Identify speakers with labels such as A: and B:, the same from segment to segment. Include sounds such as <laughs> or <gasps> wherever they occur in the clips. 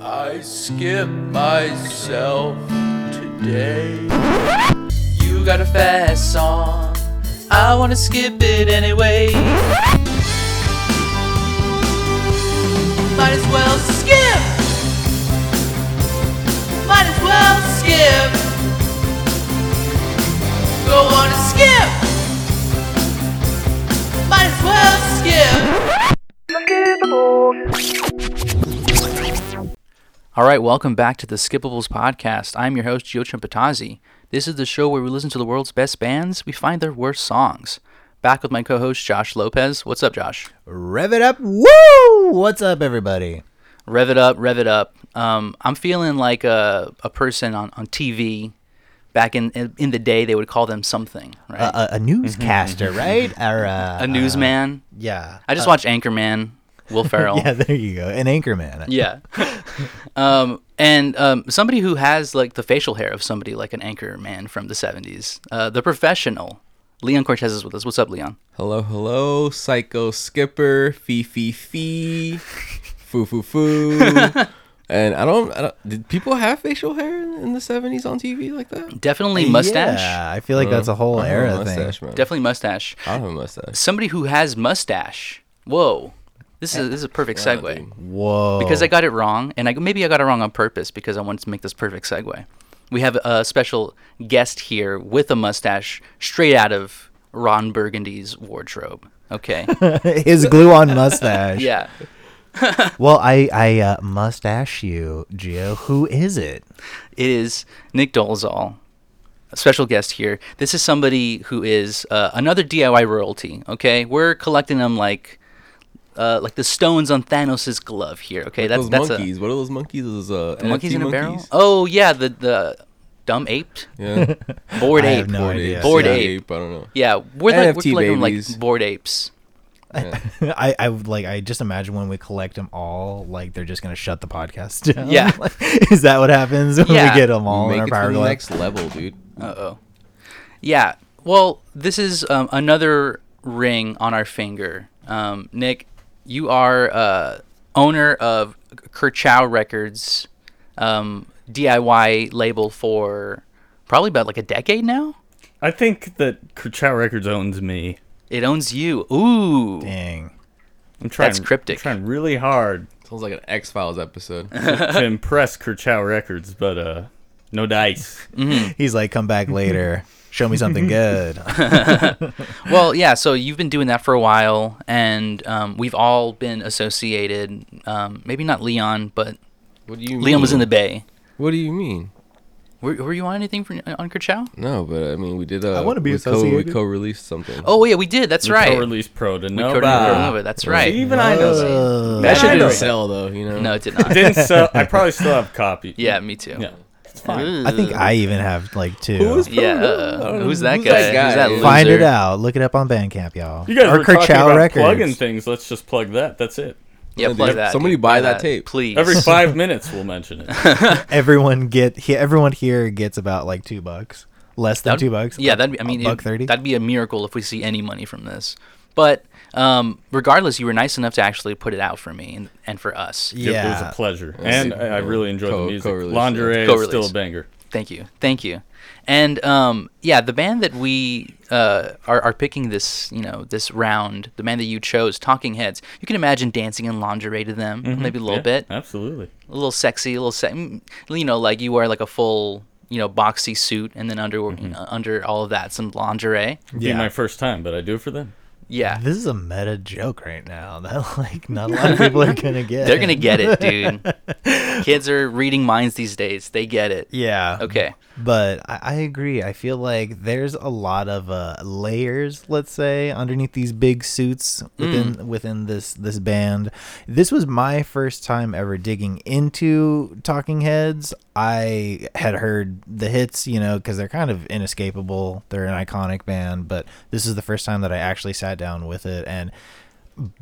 A: I skip myself today. You got a fast song. I wanna skip it anyway. Might as well skip. Might as well skip. Go on and skip. Might as well skip.
B: All right, welcome back to the Skippables podcast. I'm your host, Gio Trimpetazzi. This is the show where we listen to the world's best bands, we find their worst songs. Back with my co host, Josh Lopez. What's up, Josh?
C: Rev it up. Woo! What's up, everybody?
B: Rev it up, rev it up. Um, I'm feeling like a, a person on, on TV. Back in, in in the day, they would call them something, right?
C: A, a,
B: <laughs>
C: a newscaster, right? Or uh,
B: a newsman.
C: yeah. Uh,
B: I just watched Anchorman, <laughs> Will Ferrell.
C: yeah, there you go. An anchorman.
B: Yeah. <laughs> um, and um, somebody who has like the facial hair of somebody like an anchor man from the 70s, uh, the professional, Leon Cortez is with us. What's up, Leon?
D: Hello, hello, psycho skipper, fee fee fee, foo
A: <laughs>
D: foo foo. and I don't, I don't, did people have facial hair in the 70s on TV like that? Oh,
B: Definitely mustache. Oh.
C: Yeah, I feel like that's a whole
D: I have
C: era thing.
D: mustache, man.
B: Definitely mustache.
D: I don't have a mustache.
B: Somebody who has mustache. Whoa. This is, this is a perfect segue.
D: dude.
C: Whoa.
B: Because I got it wrong, and I, maybe I got it wrong on purpose because I wanted to make this perfect segue. We have a special guest here with a mustache straight out of Ron Burgundy's wardrobe. Okay.
C: <laughs> his
B: <laughs>
C: glue-on mustache.
B: yeah.
C: Well, I I uh, mustache you, Gio. Who is it?
B: It is Nick Dolezal, a special guest here. This is somebody who is uh, another DIY royalty. Okay, we're collecting them like, uh, like the stones on Thanos' glove here. Okay,
D: Those
B: that's that's
D: monkeys. what are those monkeys? Those uh,
B: a monkeys
D: NFT
B: in a barrel.
D: monkeys?
B: Oh yeah, the the dumb ape,
D: Yeah.
B: bored
C: I
B: ape.
C: have <laughs> no
D: Bored
C: idea.
D: apes,
B: Bored
D: yeah,
B: ape.
D: I don't know.
B: Yeah, we're like we're
D: NFT
B: collecting
D: babies.
B: like bored apes.
C: <laughs> I I would, like I just imagine when we collect them all, like they're just gonna shut the podcast down.
B: Yeah.
C: <laughs> is that what happens when
B: Yeah.
C: we get them all
D: Make
C: in our
D: it to
C: power
D: the
C: glove?
D: next level, dude.
B: Uh oh. Yeah. Well, this is um, another ring on our finger. Um, Nick, you are uh, owner of Kerchow Records, um, DIY label for probably about like a decade now.
E: I think that Kerchow Records owns me.
B: It owns you. Ooh.
C: Dang.
E: I'm trying.
B: That's cryptic.
E: I'm trying really hard
B: <laughs>
D: Sounds like an X Files <laughs> episode.
E: to impress Kerchow Records, but uh, no dice.
C: He's like, come back later. Show me
B: <laughs>
C: something good.
B: Well, yeah. So you've been doing that for a while, and um, we've all been associated. Um, maybe not Leon, but
D: What do you mean?
B: Leon was in the Bay.
D: What do you mean?
B: Were, were you on anything for, on Kerchow?
D: No, but I mean, we did. Uh,
C: I wanna be
D: we co- we
C: associated.
D: co-released something.
B: Oh yeah, we did. That's right.
E: release Pro to
B: Cody Villanova,
E: Nova.
B: That's right.
E: Even I know that.
C: Uh,
D: that shit
E: I know
D: didn't
E: that.
D: sell though. You know.
B: No, it did not.
D: <laughs>
E: Didn't
B: <laughs>
E: sell. I probably still have copies.
B: yeah, me too.
E: Yeah.
C: I think I even have like two.
B: Yeah,
C: <laughs>
B: uh, who's that
D: Who's
B: guy?
D: that guy?
B: Who's that
C: Find it
B: loser?
C: out. Look it up on Bandcamp, y'all.
E: You guys
C: Or
E: were talking
C: Kerchow
E: about plugging things. Let's just plug that. That's it.
B: Yeah,
D: Yeah,
B: plug
D: dude.
B: that.
D: Somebody
B: dude.
D: buy that tape.
B: please.
E: Every five minutes, we'll mention it.
C: Everyone get he, everyone here gets about like two bucks, less than
B: That'd-
C: two bucks.
B: <laughs> Yeah,
C: a-
B: that'd be. I
C: a
B: mean,
C: buck
B: it-
C: thirty.
B: That'd be a miracle if we see any money from this. But um, regardless, you were nice enough to actually put it out for me and, and for us.
E: Yeah. It was
C: Yeah.
E: a pleasure, and I, I really enjoyed
D: Co-
E: the music.
D: co-release,
E: Lingerie
B: yeah.
E: is still
B: Co-release.
E: a banger.
B: Thank you, thank you. And um, yeah, the band that we uh, are, are picking this, you know, this round, the band that you chose, Talking Heads. You can imagine dancing in lingerie to them,
C: Mm-hmm.
B: maybe a little
E: Yeah,
B: bit.
E: Absolutely.
B: a little sexy, a little se- mm, you know, like you wear like a full, you know, boxy suit and then under
C: Mm-hmm.
B: you know, under all of that some lingerie.
E: Be my first time, but I do it for them.
C: <laughs>
B: Yeah.
C: This is a meta joke right now <laughs> that like not a lot of people
B: <laughs>
C: are gonna get.
B: They're going to get it, dude. Kids are reading minds these days. They get it.
C: Yeah.
B: Okay.
C: But I, I agree. I feel like there's a lot of uh, layers, let's say, underneath these big suits within within this this band. This was my first time ever digging into Talking Heads. I had heard the hits, you know, because they're kind of inescapable. They're an iconic band, but this is the first time that I actually sat down with it and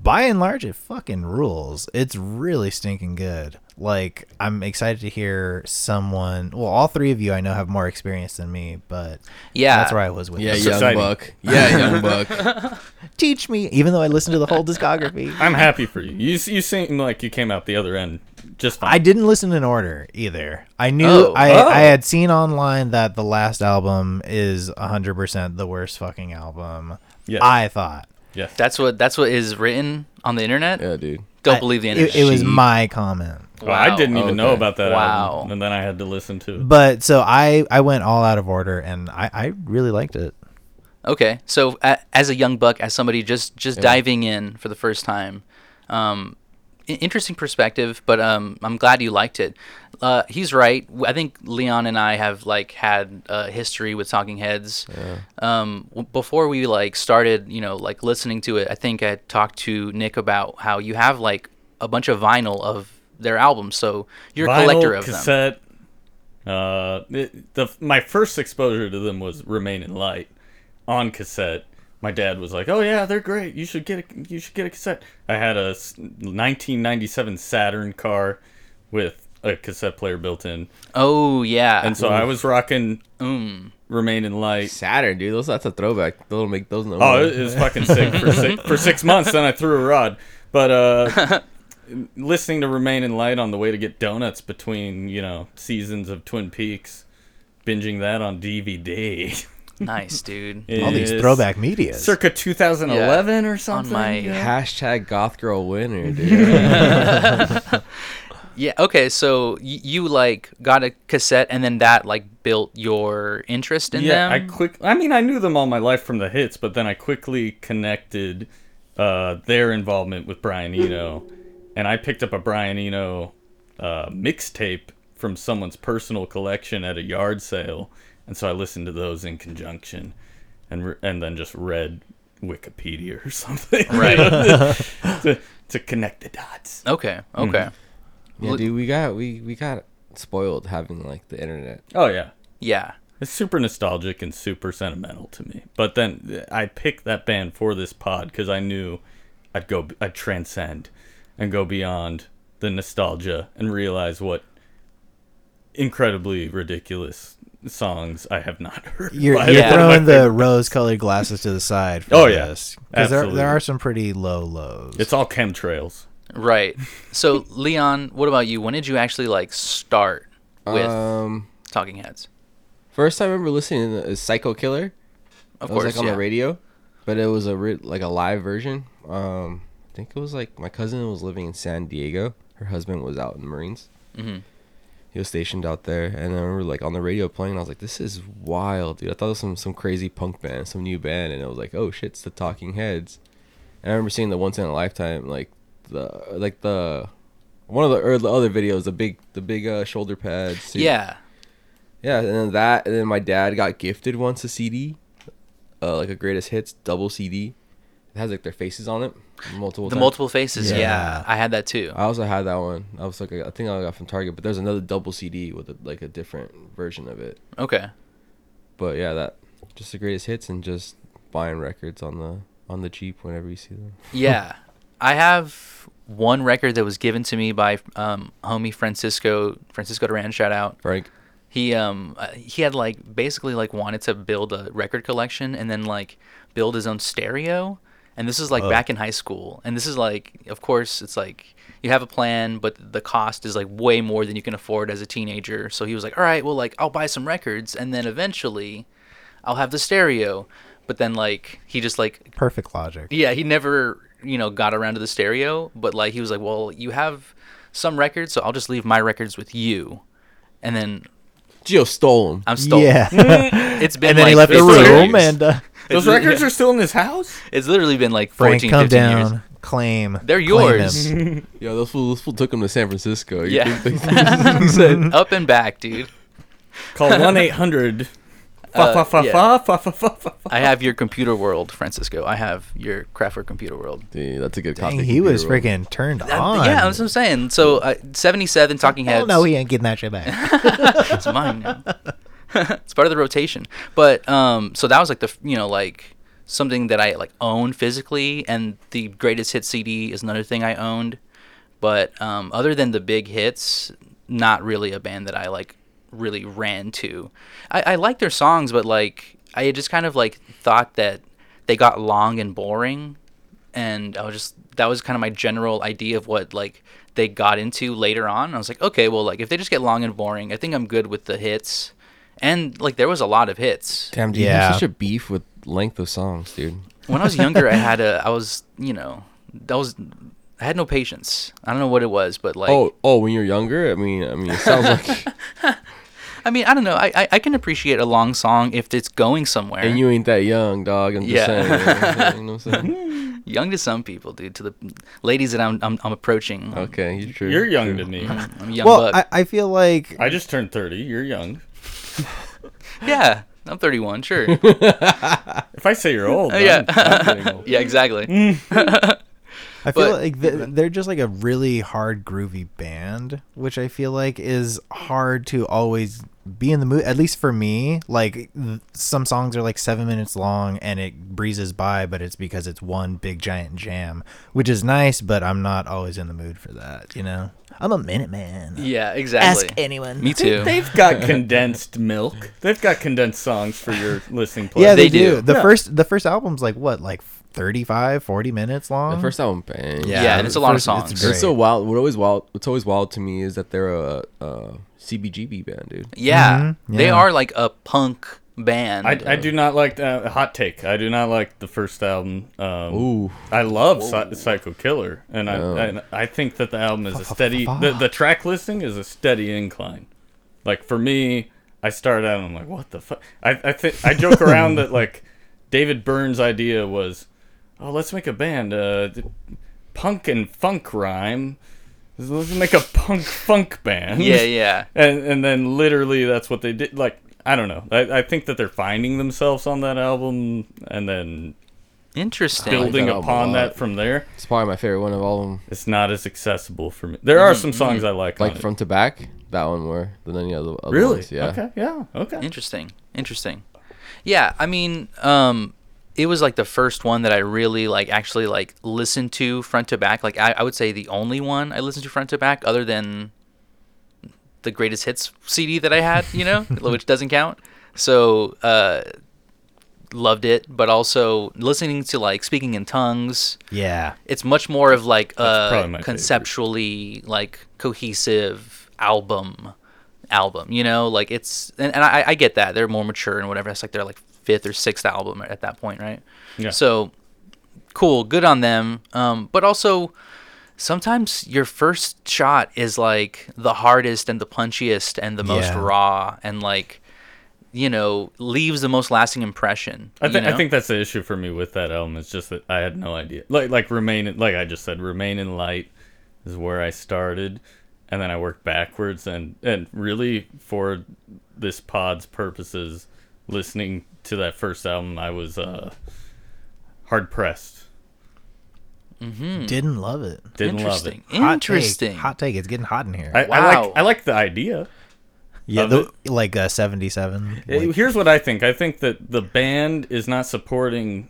C: by and large, it fucking rules. It's really stinking good. Like, I'm excited to hear someone. Well, all three of you I know have more experience than me, but
B: Yeah.
C: that's where I was with
D: Yeah,
C: this.
D: young
E: exciting.
D: buck.
C: <laughs>
D: Yeah, young buck.
B: <laughs>
C: Teach me, even though I listened to the whole discography.
E: I'm happy for you. You s- you seem like you came out the other end just fine.
C: I didn't listen in order either. I knew
B: Oh.
C: I,
D: Oh.
C: I had seen online that the last album is 100% the worst fucking album.
E: Yes.
C: I thought.
E: yeah.
B: That's what that's what is written on the internet.
D: Yeah, dude.
B: Don't
C: I-
B: believe the internet.
C: It, it was
D: She-
C: my comment.
E: Well, I didn't even know
D: Okay.
E: about that
B: Wow.
E: album, and then I had to listen to it.
C: But so I I went all out of order and I I really liked it.
B: Okay, so a as a young buck, as somebody just just diving in for the first time, um, i- interesting perspective. But um, I'm glad you liked it. Uh, he's right. W- I think Leon and I have like had a history with Talking Heads. Um, w- before we like started, you know, like listening to it, I think I talked to Nick about how you have like a bunch of vinyl of their albums, so you're a
E: Vinyl,
B: collector of them.
E: cassette. Uh, it, the my first exposure to them was Remain in Light on cassette. My dad was like, "Oh yeah, they're great. You should get a you should get a cassette." I had a s- 1997 Saturn car with a cassette player built in,
B: Oh yeah,
E: and so I was rocking
B: Mm.
E: Remain in Light
D: Saturn, dude. Those that's a throwback. They'll make those no.
E: Oh,
D: more.
E: it, it was fucking sick for six, for six months. Then I threw a rod. But uh, listening to Remain in Light on the way to get donuts between you know seasons of Twin Peaks, binging that on DVD.
B: nice dude.
E: <laughs>
C: All these
E: is
C: throwback media.
E: Circa 2011 or something.
B: my-
E: yeah.
D: Hashtag goth girl winner,
C: <laughs>
D: dude.
B: Yeah. Okay. So y- you like got a cassette, and then that like built your interest in
E: Yeah, I
B: them.
E: quick. I mean, I knew them all my life from the hits, but then I quickly connected uh, their involvement with Brian
B: Hmm.
E: Eno, and I picked up a Brian Eno uh, mixtape from someone's personal collection at a yard sale, and so I listened to those in conjunction, and re- and then just read Wikipedia or <laughs> something,
B: Right.
E: to, to connect the
B: <laughs>
E: dots.
B: okay.
E: Mhm.
B: Okay.
D: yeah, dude. We got we we got spoiled having like the internet.
E: Oh yeah.
B: Yeah.
E: It's super nostalgic and super sentimental to me. But then uh, I picked that band for this pod because I knew I'd go, I'd transcend and go beyond the nostalgia and realize what incredibly ridiculous songs I have not <laughs> heard.
C: You're,
E: by
C: you're
E: them.
B: <laughs>
C: throwing the rose-colored glasses to the side. For
E: Oh, yeah.
C: because there,
E: Absolutely.
C: there are some pretty low lows.
E: It's all chemtrails.
B: Right.
E: <laughs>
B: So Leon, what about you? When did you actually like start with
D: Um,
B: Talking Heads?
D: first I remember listening to is Psycho Killer.
B: Of
D: It
B: course.
D: was like on
B: yeah.
D: the radio, but it was a re- like a live version. Um, I think it was like my cousin was living in San Diego. Her husband was out in the Marines.
B: Mm-hmm.
D: He was stationed out there, and I remember like on the radio playing. and I was like, "This is wild, dude!" I thought it was some some crazy punk band, some new band, and it was like, "Oh shit, it's the Talking Heads." And I remember seeing the Once in a Lifetime, like the like the one of the or the other videos, the big the big uh, shoulder pads. suit.
B: Yeah.
D: Yeah, and then that, and then my dad got gifted once a CD, uh, like a greatest hits double CD. It has like their faces on it, multiple.
B: The
D: times.
B: multiple faces. Yeah.
C: Yeah.
B: I had that too.
D: I also had that one. I was like, I think I got from Target, but there's another double CD with a, like a different version of it.
B: Okay.
D: But yeah, that just the greatest hits and just buying records on the on the Jeep whenever you see them.
B: Yeah. I have one record that was given to me by um, homie Francisco Francisco Duran. Shout out.
D: Frank,
B: he um uh, he had like basically like wanted to build a record collection and then like build his own stereo and this is like back in high school and this is like of course it's like you have a plan but the cost is like way more than you can afford as a teenager so he was like all right well like i'll buy some records and then eventually i'll have the stereo but then like he just like
C: perfect logic.
B: yeah, he never, you know, got around to the stereo, but like he was like, "Well, you have some records, so I'll just leave my records with you." And then
D: Geo stole 'em.
B: I'm stolen.
C: <laughs> Yeah,
B: It's Mm, been
C: and then he
B: like
C: left the
B: 15
C: room,
B: years.
C: and uh,
E: Those records are still in his house?
B: <laughs> it's literally been like 14
C: Frank, come
B: 15
C: down,
B: years.
C: claim.
B: They're
C: claim <laughs>
B: yours. <laughs>
E: <laughs>
C: him.
D: Yo, those fool, those fool took him to San Francisco. You
B: Yeah.
D: think
B: <laughs>
D: they- he said,
B: Up and back, dude. <laughs>
E: Call 1 800.
B: Uh, yeah.
E: That's
B: I have your computer world, Francisco. I have your Kraftwerk computer world.
D: Dude, that's a good copy.
C: Dang, he was
D: computer roll.
C: freaking turned
B: That-
C: on.
B: yeah, that's what I'm saying. So, uh, 77 Talking Heads.
C: Oh no, he ain't getting that shit back.
B: <laughs> it's mine
C: <laughs>
B: now. <laughs> it's part of the rotation. But um, so that was like the f- you know like something that I like own physically, and the greatest hit CD is another thing I owned. But um, other than the big hits, not really a band that I like really ran to. I, I like their songs, but like I just kind of like thought that they got long and boring and I was just that was kind of my general idea of what like they got into later on. I was like, okay, well, like if they just get long and boring, I think I'm good with the hits. And like there was a lot of hits.
D: Damn, dude, you
C: Yeah.
D: have such a beef with length of songs, dude.
B: When I was younger, I had a I was you know that was I had no patience. I don't know what it was, but like
D: oh, oh, when you're younger, I mean, I mean, it sounds
E: <laughs>
D: like <laughs>
B: I mean I don't know. I, I I can appreciate a long song if it's going somewhere.
D: and you ain't that young, dog. I'm just
B: Yeah.
D: saying. You know what I'm
E: <laughs>
D: saying?
B: young to some people, dude. To the ladies that I'm I'm, I'm approaching.
D: Okay, you're true.
E: You're young
D: true.
E: to me.
B: I'm a young
C: Well,
B: buck.
C: I, I feel like
E: I just turned 30. You're young.
B: yeah, I'm 31. Sure. <laughs>
E: If I say you're old,
B: yeah.
E: I'm, I'm getting
B: <laughs>
E: old.
B: yeah, exactly.
C: I feel
B: but-
C: like th- they're just like a really hard groovy band, which I feel like is hard to always be in the mood. At least for me, like th- some songs are like seven minutes long and it breezes by, but it's because it's one big giant jam, which is nice. But I'm not always in the mood for that. You know, I'm a minute man.
B: Yeah, exactly.
C: anyone.
B: Me too.
E: They've got condensed milk. They've got condensed songs for your listening playlist.
C: yeah,
B: They
C: they, do.
B: do.
C: The
E: Yeah.
C: first the first album's like what, like 35, 40 minutes long.
D: The <laughs> first album, bang.
B: Yeah, and it's a lot of
C: first-
B: songs.
C: great.
D: It's so wild. What always wild? What's always wild to me is that they're a, a CBGB band, dude.
B: yeah,
C: Mhm,
B: they
C: yeah.
B: are like a punk band.
E: I, I do not like uh, hot take. I do not like the first album. Um,
D: Ooh.
E: I love Psy- Psycho Killer, and I and I think that the album is a steady. The, the track listing is a steady incline. Like for me, I started out. and I'm like, what the fuck? I I think I joke around that like David Byrne's idea was, oh, let's make a band, uh, th- punk and funk rhyme. Let's make a punk funk band. <laughs>
B: yeah, yeah.
E: and and then literally that's what they did like i don't know i, I think that they're finding themselves on that album and then
B: Interesting.
E: building
D: that album a
E: upon
D: lot.
E: that from there
D: It's probably my favorite one of all of them.
E: it's not as accessible for me there are some songs i like on
D: mm-hmm. Like
E: it.
D: from to back, that one more than any other. other
E: really
D: ones, Yeah.
E: okay yeah okay
B: Interesting. Interesting. Yeah, I mean, um, it was like the first one that I really like actually like listened to front to back. Like I, I would say the only one I listened to front to back, other than the greatest hits CD that I had, you know, which doesn't count. So uh, loved it, but also listening to like speaking in tongues.
C: yeah.
B: It's much more of like
E: probably
B: a
E: my favorite.
B: conceptually like cohesive album album you know like it's and, and I, I get that they're more mature and whatever it's like they're like fifth or sixth album at that point right
E: Yeah.
B: so cool good on them um but also sometimes your first shot is like the hardest and the punchiest and the most
C: Yeah.
B: raw and like you know leaves the most lasting impression
E: I
B: you
E: think, I
B: know?
E: think that's the issue for me with that album. It's just that I had no idea. Like like remain in, like I just said, remain in light is where I started, and then I worked backwards and and really for this pod's purposes, listening to that first album, I was uh, hard pressed.
C: Didn't love it.
E: Didn't love it.
B: interesting
C: Hot take,
B: Hmm. interesting
C: Hot take. It's getting hot in here.
E: I, I
B: Wow.
E: like I like the idea.
C: yeah,
E: of
C: the, like uh, 77.
E: Uh,
C: like-
E: Here's what I think. I think that the band is not supporting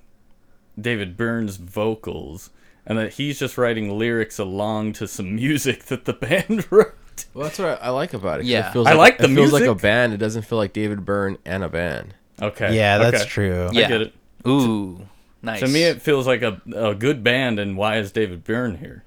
E: David Byrne's vocals and that he's just writing lyrics along to some <laughs> music that the band <laughs> wrote.
D: Well, that's what I, I like about it. 'cause
B: Yeah.
D: It feels
E: I like the
D: it feels like a
E: music.
D: band. It doesn't feel like David Byrne and a band.
E: Okay.
C: yeah, that's
E: okay.
C: true.
E: I
B: Yeah.
E: get it.
B: Ooh, nice.
E: To me it feels like a a good band and why is David Byrne here?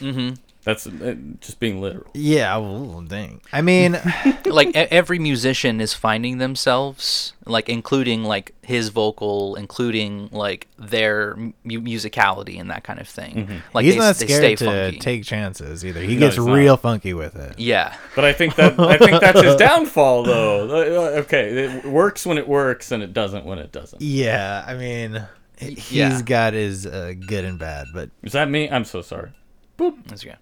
B: Mm-hmm.
E: Mhm. That's uh, just being literal.
C: Yeah, well, dang. I mean,
B: <laughs> like e- every musician is finding themselves, like including like his vocal, including like their mu- musicality and that kind of thing. Like
C: Mm-hmm. he's
B: they,
C: not
B: they stay
C: scared to
B: funky.
C: take chances either. He
E: No,
C: gets
E: he's not.
C: real funky with it.
B: yeah,
E: But I think that I think
C: <laughs>
E: that's his downfall though. Uh, uh, Okay, it works when it works and it doesn't when it doesn't.
C: Yeah, I mean, he's
B: yeah.
C: got his uh, good and bad, but
E: Is that me? I'm so sorry.
B: that's
E: <laughs>
B: good.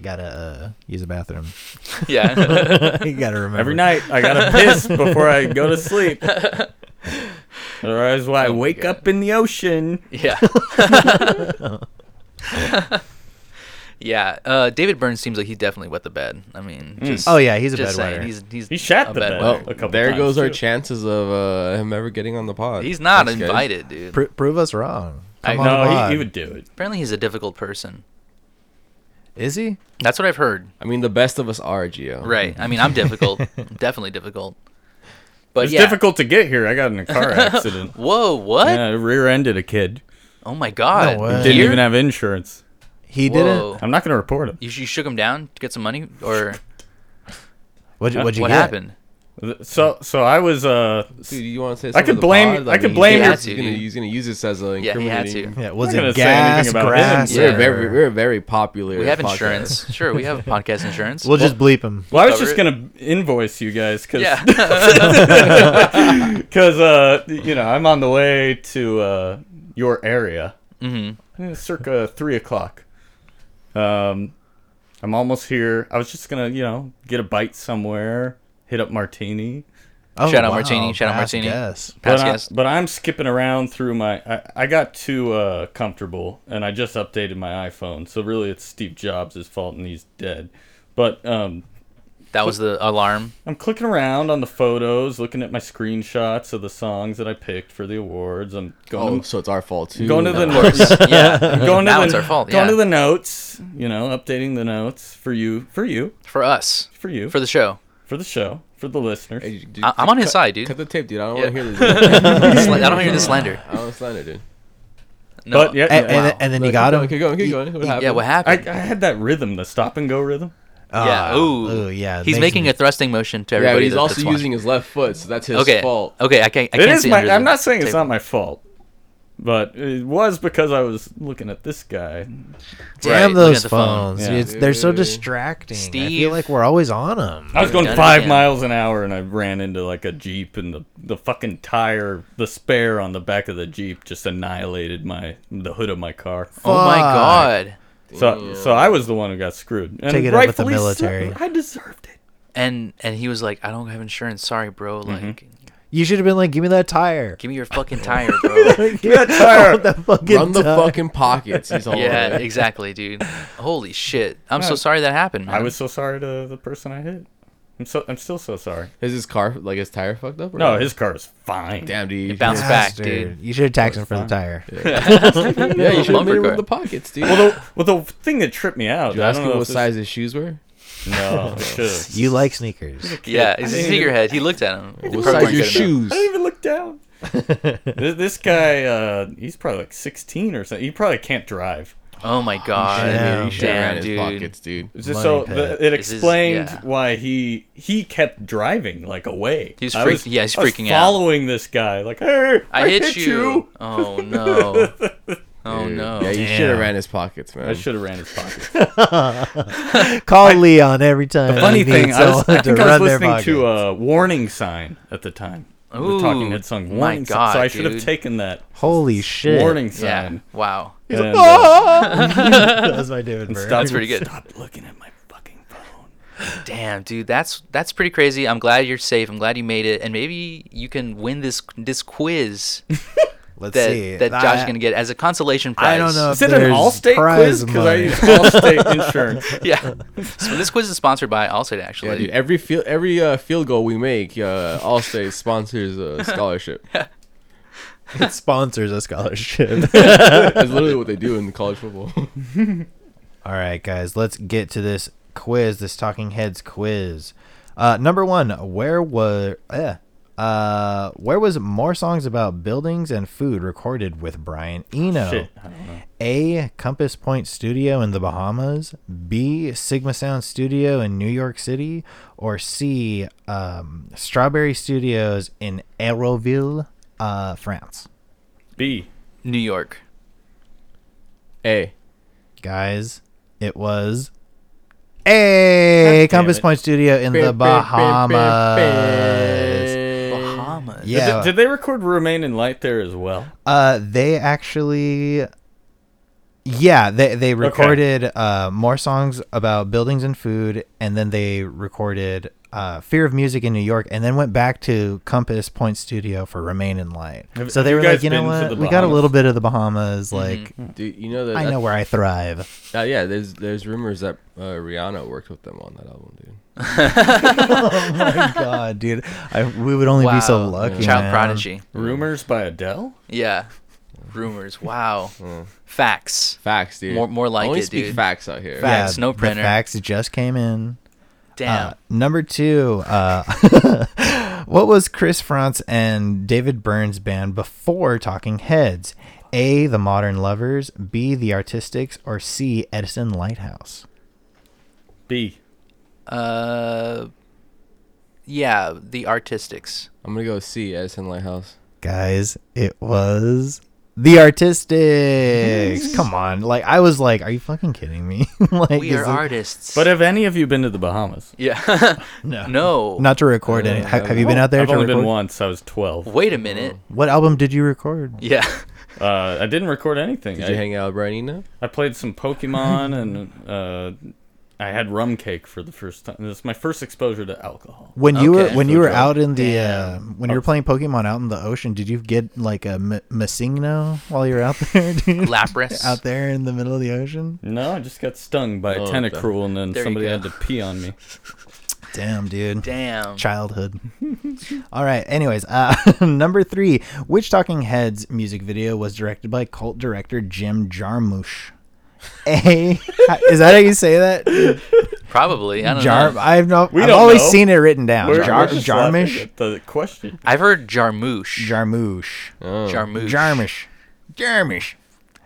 C: gotta uh, use a bathroom.
B: <laughs>
C: <laughs>
B: Yeah, <laughs>
C: you gotta remember.
E: Every night I
C: <laughs>
E: gotta piss before I go to sleep.
B: Oh
E: Otherwise, why I wake up in the ocean?
C: <laughs>
B: yeah, yeah. Uh, David Burns seems like he definitely wet the bed. I mean, just,
C: Oh, yeah, he's a
B: just saying,
C: bedwetter.
B: he's he's
E: He shat
B: a
E: the bed.
B: bedwetter.
E: A couple
D: there
E: times,
D: goes our
E: too.
D: chances of uh, him ever getting on the pod.
B: He's not
D: That's good.
B: invited, dude.
C: Pro- prove us wrong.
B: I-
C: Come on the
E: No,
C: pod.
E: he, he would do it.
B: Apparently, he's a difficult person.
C: Is he?
B: That's what I've heard.
D: I mean, the best of us are Gio.
B: Right. I mean, I'm difficult. I'm definitely difficult. But
E: It's
B: yeah. <laughs>
E: difficult to get here. I got in a car accident.
B: Whoa, what?
E: yeah, I rear-ended a kid.
B: Oh my god.
C: No way.
B: Here?
E: Didn't even have insurance.
C: He
B: Whoa.
C: didn't.
E: I'm not gonna report him.
B: You, sh- you shook him down to get some money, or
C: What'd, you- what'd you
B: what
C: get?
B: happened?
E: So so I was uh
D: Dude, you want to say
E: I
D: something
E: could
D: to the
E: blame-
D: pod?
E: I could
D: mean,
E: blame
D: he's
B: your-
D: He's gonna, he's gonna use this as a
B: Yeah, he had to.
D: incriminating-
C: Yeah, was
E: I'm not
C: it
E: gonna say anything
C: gas,
E: about him.
C: grass?
B: Yeah.
D: We're very, we're very popular.
B: We have
D: podcast.
B: insurance. sure, we have podcast insurance.
C: We'll just bleep him.
E: well I was
B: cover
E: just
B: it.
E: gonna invoice you guys because
B: yeah. <laughs>
E: <laughs> Because uh, you know, I'm on the way to uh, your area, mm-hmm. circa three o'clock. Um, I'm almost here. I was just gonna, you know, get a bite somewhere, hit up Martini.
C: Oh,
B: Shout out Martini, shout out
C: fast
B: Martini.
C: guess.
E: But,
B: Past
E: I,
B: guest.
E: but I'm skipping around through my. I, I got too uh, comfortable, and I just updated my iPhone. So really, it's Steve Jobs' fault, and he's dead. But um,
B: That was the alarm.
E: I'm clicking around on the photos, looking at my screenshots of the songs that I picked for the awards. I'm going
D: Oh,
E: to
D: so it's our fault too.
E: Going to the
D: No.
E: north.
B: yeah.
E: <laughs> going
B: Now
E: to
B: it's
E: the,
B: our fault,
E: Going
B: yeah.
E: to the notes, you know, updating the notes for you, for you,
B: For us.
E: for you,
B: For the show.
E: for the show, for the listeners.
D: Hey, dude,
B: I- I'm on his side, dude.
D: Cut the tape, dude. I don't
B: Yeah.
D: want to hear this.
B: Sla- I don't hear the slander.
D: I don't slander, dude.
B: No.
E: But yeah,
C: A- And,
E: wow.
C: and, then you
D: Keep
C: got
D: going,
C: him.
D: Keep going. Keep going. What happened?
B: yeah, what
E: I,
B: happened?
E: I had that rhythm, the stop and go rhythm.
B: yeah.
C: Oh,
B: Ooh.
C: ooh, yeah. it
B: He's
C: makes
B: making
C: me-
B: a thrusting motion to
D: Yeah,
B: everybody.
D: but he's
B: that-
D: also
B: that's watching.
D: using his left foot, so that's his
B: okay.
D: fault.
B: Okay, I can't. I
E: It
B: can't
E: is
B: see
E: my.
B: under
E: I'm
B: the
E: not saying it's
B: table.
E: not my fault, but it was because I was looking at this guy.
B: Right,
C: Damn
B: looking
C: those
B: at the phone.
C: phones.
E: Yeah.
C: It's, they're so
D: Dude.
C: distracting. I
B: Steve.
C: feel like we're always on them.
E: I was going
B: Done it
E: five
B: again.
E: miles an hour, and I ran into like a jeep, and the the fucking tire, the spare on the back of the jeep, just annihilated my the hood of my car.
B: Oh my
C: Fuck.
B: god.
E: So, so I was the one who got screwed. And
C: Take it up with the
E: rightfully so.
C: military.
E: I deserved
C: <laughs>
E: it.
B: And and he was like, I don't have insurance. Sorry, bro. Like,
C: You should have been like, give me that tire. <laughs>
B: give me your fucking tire, bro.
E: That tire.
C: Oh, That fucking
D: Run the
C: tire.
D: fucking pockets. He's all
B: yeah,
D: over it.
B: exactly, dude. Holy shit. I'm so sorry that happened. Man.
E: I was so sorry to the person I hit. I'm so I'm still so sorry.
D: Is his car like his tire fucked up? or
E: No,
D: not?
E: his car is fine.
D: damn dude.
B: It bounced back,
C: Bastard.
B: dude.
C: You should have taxed him for the tire.
D: Yeah, you should have
B: Bumper
D: made it
B: car.
D: with the pockets, dude.
E: Well, the well the thing that tripped me out.
D: Did you
E: I
D: ask
E: don't
D: him
E: know
D: what
E: if this-
D: size his shoes were?
E: <laughs>
B: <laughs>
E: No, I should've.
C: You like
E: <laughs>
C: sneakers.
B: Yeah, he's a sneakerhead. He looked at him.
D: What size your shoes?
E: I didn't even look
B: <laughs>
E: down. this, this guy, uh, he's probably like 16 or something. He probably can't drive.
B: Oh my god.
C: Yeah.
D: You should have ran
B: Damn,
D: his
B: dude.
D: pockets, dude.
E: It's
C: Money
E: just so the,
C: pit.
E: it
B: This is-
E: explained
B: yeah.
E: why he he kept driving like away.
B: He's
E: I
B: freak-
E: was-
B: yeah, he's
E: I was
B: freaking out.
E: Following this guy, like, hey,
B: I hit you. Oh no. Oh
D: Dude,
B: no.
D: Yeah, you
C: Damn.
D: should have ran his pockets, man.
E: I should have ran his pocket.
C: Call Leon every time.
E: <laughs> Funny
C: he
E: thing,
C: needs
E: I, was,
C: someone
E: <laughs> I think
C: to
E: I
C: run
E: was
C: their
E: listening to
C: pocket.
E: a warning sign at the time. the
B: Ooh,
E: Talking Head song
B: my
E: warning sign.
B: God,
E: So I should have
B: dude.
E: taken that
C: Holy shit. <laughs>
E: warning
B: Yeah.
E: sign.
B: Wow.
E: and,
C: "Oh,
E: uh,
C: that was my David Byrne.
E: stop-
B: That's pretty good.
E: Stop looking at my fucking phone. <laughs>
B: Damn, dude, that's that's pretty crazy. I'm glad you're safe. I'm glad you made it, and maybe you can win this this quiz
C: Let's
B: that
C: see.
B: that Josh
C: I-
B: is gonna get as a consolation prize.
C: I don't know.
E: Is it an
C: There's
E: Allstate
C: prize
E: quiz? Because I
C: money.
E: <laughs> use Allstate insurance. <laughs> Oh,
B: <laughs> yeah. So this quiz is sponsored by Allstate, actually.
D: <laughs> Yeah, dude. Every field, every uh, field goal we make, uh, Allstate sponsors
B: <laughs>
D: a scholarship.
C: It sponsors a scholarship.
D: That's literally what they do in college football. <laughs>
C: All right, guys, let's get to this quiz, this Talking Heads quiz. Uh, number one, where was eh, uh, where was more songs about buildings and food recorded with Brian Eno?
E: Shit, I don't know.
C: A. Compass Point Studio in the Bahamas. B. Sigma Sound Studio in New York City. Or C. Um, Strawberry Studios in Aéroville, uh, France.
E: B.
B: New York.
D: hey,
C: Guys, it was a Compass
E: it.
C: Point Studio in the Bahamas.
B: Bahamas.
E: Did,
C: Yeah,
E: they, did they record Remain in Light there as well?
C: uh, they actually, yeah, they they recorded uh, more songs about buildings and food, and then they recorded uh, Fear of Music in New York, and then went back to Compass Point Studio for Remain in Light.
E: Have-
C: so
E: have
C: they
E: you
C: were
E: guys
C: like, you know
E: been
C: what,
E: to the
C: we got a
E: Bahamas? Mm-hmm.
C: little bit of the Bahamas, like.
D: dude, you know that?
C: I know where I thrive.
D: Uh, yeah, there's there's rumors that uh, Rihanna worked with them on that album, dude.
C: <laughs> Oh My God, dude, I, we would only be so
B: Wow.
C: lucky.
B: Child
C: man.
B: prodigy.
E: Rumors by Adele?
B: Yeah. Rumors. Wow.
C: Mm.
B: Facts.
D: Facts, dude.
B: More- more like
D: Only
B: it,
D: speak
B: dude.
D: facts out here.
B: Fact. Facts, no
C: the
B: printer.
C: Facts just came in.
B: Damn.
C: Uh, number two, uh, <laughs> what was Chris France and David Burns' band before Talking Heads? A. The Modern Lovers. B. The Artistics. Or C. Edison Lighthouse.
E: B.
B: Uh, yeah, the artistics.
D: I'm gonna go see Edison Lighthouse.
C: Guys, it was the Artistics. Come on, like I was like, are you fucking kidding me? <laughs> like
B: We
C: is
B: are
C: it-
B: artists.
E: But have any of you been to the Bahamas?
B: yeah, <laughs>
C: no,
B: no.
C: not to record any.
D: Uh,
C: Have, have you been out there?
E: I've
C: to
E: only been
C: record?
E: once. I was 12.
B: Wait a minute.
C: What album did you record?
B: Yeah.
C: <laughs>
E: Uh, I didn't record anything.
D: Did
E: I,
D: you hang out with Brianina?
E: I played some Pokemon and uh, I had rum cake for the first time. This is my first exposure to alcohol.
C: When you
B: Okay.
C: were when you were
D: Fujo.
C: out in the uh, when
E: Oh.
C: you were playing Pokemon out in the ocean, did you get like a M- Massigno while you were out
E: <laughs>
C: there, dude?
B: Lapras.
C: out there in the middle of the ocean?
E: No, I just got stung by a
D: Oh,
E: tentacruel and then
B: There you
E: somebody
B: go.
E: had to pee on me.
C: Damn, dude.
B: Damn.
C: Childhood. <laughs> All right. Anyways, uh, <laughs> number three, which Talking Heads music video was directed by cult director Jim Jarmusch? A <laughs> is that how you say that?
B: Probably. I don't
C: Jar.
B: know.
C: I've no.
E: We
C: I've
E: don't
C: always
E: know.
C: seen it written down.
E: We're-
C: Jar,
E: we're just laughing
C: Jarmusch.
E: at The question.
B: I've heard Jarmusch. Mm.
C: Jarmusch.
D: Oh.
B: Jarmusch.
C: Jarmusch. Jarmusch.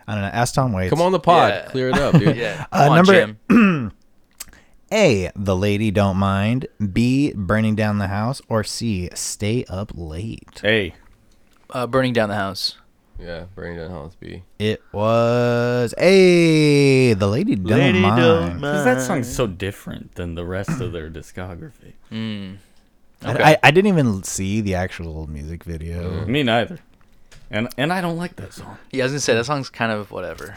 C: I don't know. Ask Tom Waits.
D: Come on the pod,
B: Yeah.
D: clear it up, dude.
B: <laughs> Yeah.
C: Uh,
B: Come on,
C: number-
B: Jim.
C: A. The lady don't mind. B. Burning down the house. Or C. Stay up late.
E: Hey,
B: Uh, burning down the house.
D: Yeah, Brianina House B.
C: It was A. The lady don't mind.
E: because that song's so different than the rest of their discography.
C: I- I, I didn't even see the actual music
D: Mm.
C: video.
E: Me neither. And and I don't like that song.
B: Yeah, I was gonna say that song's kind of whatever.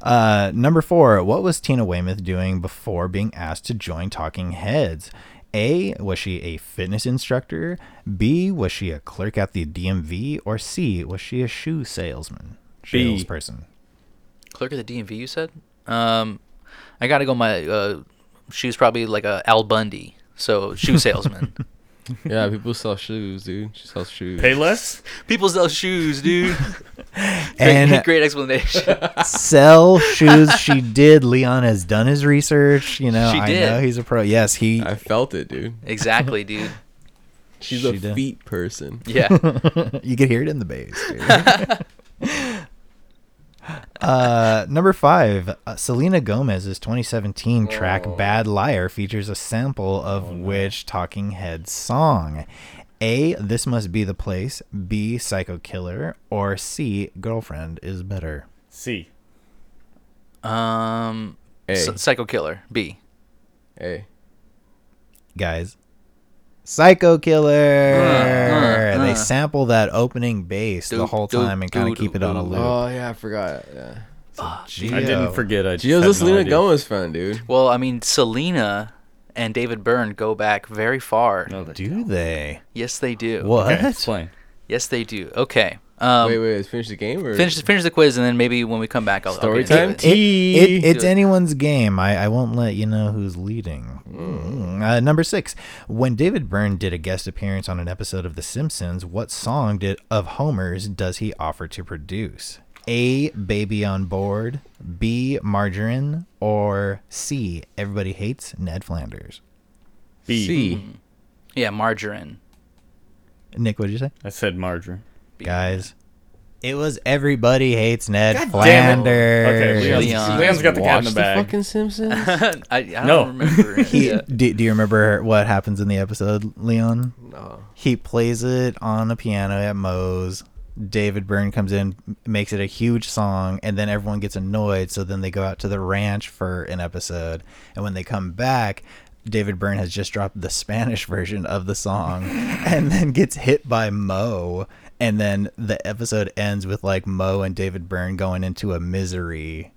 C: Uh, number four. What was Tina Weymouth doing before being asked to join Talking Heads? A. Was she a fitness instructor? B. Was she a clerk at the DMV? Or C. Was she a shoe salesman?
E: B.
C: Salesperson.
B: Clerk at the DMV, you said? Um, I gotta go. My uh, she was probably like a Al Bundy, so
D: <laughs>
B: shoe salesman.
D: Yeah, people sell shoes, dude. She sells shoes.
E: Pay less.
B: People sell
D: <laughs>
B: shoes, dude.
C: And
D: uh,
B: great, great explanation. <laughs>
C: sell shoes. She did. Leon has done his research. You know,
B: She
C: I
B: did.
C: know he's a pro. Yes, he.
D: I felt it, dude.
B: exactly, dude.
D: She's
C: She
D: a
C: did.
D: feet person. <laughs>
B: Yeah.
C: you could hear it in the bass. dude. <laughs> uh, number five, uh, Selena Gomez's 2017 track "Bad Liar" features a sample of which Talking Heads song? A. This must be the place. B. Psycho Killer. Or C. Girlfriend is better.
E: C.
B: Um,
D: A.
B: Psy- Psycho Killer B.
D: A.
C: guys. Psycho Killer. They sample that opening bass the
B: Doo,
C: whole
B: doo,
C: time and kind
B: doo,
C: of keep it
B: doo,
C: on a
B: doo.
C: loop. oh.
D: Oh yeah, I forgot. Yeah.
E: I
C: Geo.
E: didn't forget. I just
D: Gio's
E: had
D: a
E: no
D: Selena
E: idea.
D: Gomez fan, dude.
B: Well, I mean, Selena and David Byrne go back very far.
E: No, they-
C: Do they?
B: Yes, they do.
C: What?
E: Okay, explain.
B: Yes, they do. Okay. Um,
D: wait, wait, let's finish the game or
B: finish finish the quiz, and then maybe when we come back, I'll I'll
D: Story
B: get into
D: time?
B: it.
C: It, it, it's
B: Do it.
C: anyone's game. I, I won't let you know who's leading.
E: Hmm.
C: Mm. Uh, number six. When David Byrne did a guest appearance on an episode of The Simpsons, what song did of Homer's does he offer to produce? A. Baby on Board. B. Margarine. Or C. Everybody Hates Ned Flanders.
E: B.
D: C.
B: Yeah, margarine. <laughs>
C: Nick, what did you say?
E: I said margarine.
C: Guys, it was Everybody Hates Ned
E: damn it.
C: Flanders.
E: Okay, Leon's,
B: Leon.
E: Leon's got the cat in the
D: Watch
E: bag.
D: fucking <laughs> Simpsons.
B: I, I don't
D: <laughs>
E: No.
B: remember. <laughs>
C: He,
B: Yeah.
C: <laughs> do, do you remember what happens in the episode, Leon?
D: no.
C: He plays it on a piano at Moe's. David Byrne comes in, m- makes it a huge song, and then everyone gets annoyed. So then they go out to the ranch for an episode. And when they come back, David Byrne has just dropped the Spanish version of the song and then gets hit by Moe. And then the episode ends with like Moe and David Byrne going into a misery,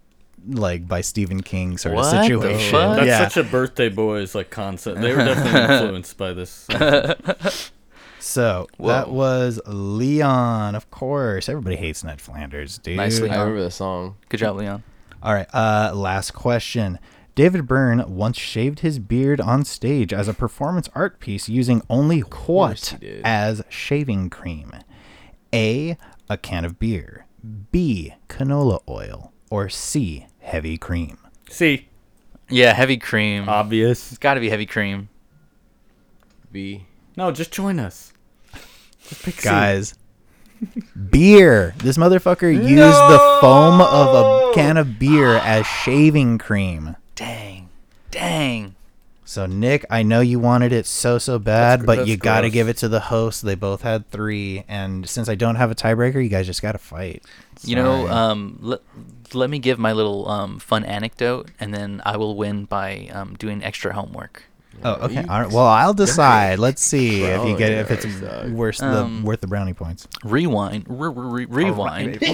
C: like by Stephen King sort
B: What the
C: of situation.
B: fuck?
E: That's
C: yeah.
E: such a birthday boys like concept. They were <laughs> definitely influenced by this.
C: So that
B: Whoa.
C: was Leon, of course. Everybody hates Ned Flanders, dude. Um,
B: Nicely
D: I remember the song.
B: Good job, Leon.
C: All right. Uh, last question. David Byrne once shaved his beard on stage as a performance art piece using only
D: he
C: what
D: did.
C: as shaving cream? A. A can of beer. B. Canola oil. Or C. Heavy cream.
E: C.
B: Yeah, heavy cream.
E: Obvious.
B: it's got to be heavy cream.
D: B.
E: No, just join us. Just pick C.
C: Guys, beer. This motherfucker used the foam of a can of beer as shaving cream.
B: Dang. Dang.
C: So Nick, I know you wanted it so so bad,
E: gr-
C: but
E: that's
C: you got to
E: gross.
C: give it to the host. They both had three, and since I don't have a tiebreaker, you guys just got to fight.
B: You know,
C: Sorry.
B: um, let, let me give my little um, fun anecdote, and then I will win by um, doing extra homework.
C: oh, okay.
D: you-
C: All right. Well, I'll decide. Let's see if you get if it's
D: Brownies, dog.
C: worth
B: Um,
C: the worth the brownie points.
B: Rewind. Re- re- re- rewind. <laughs>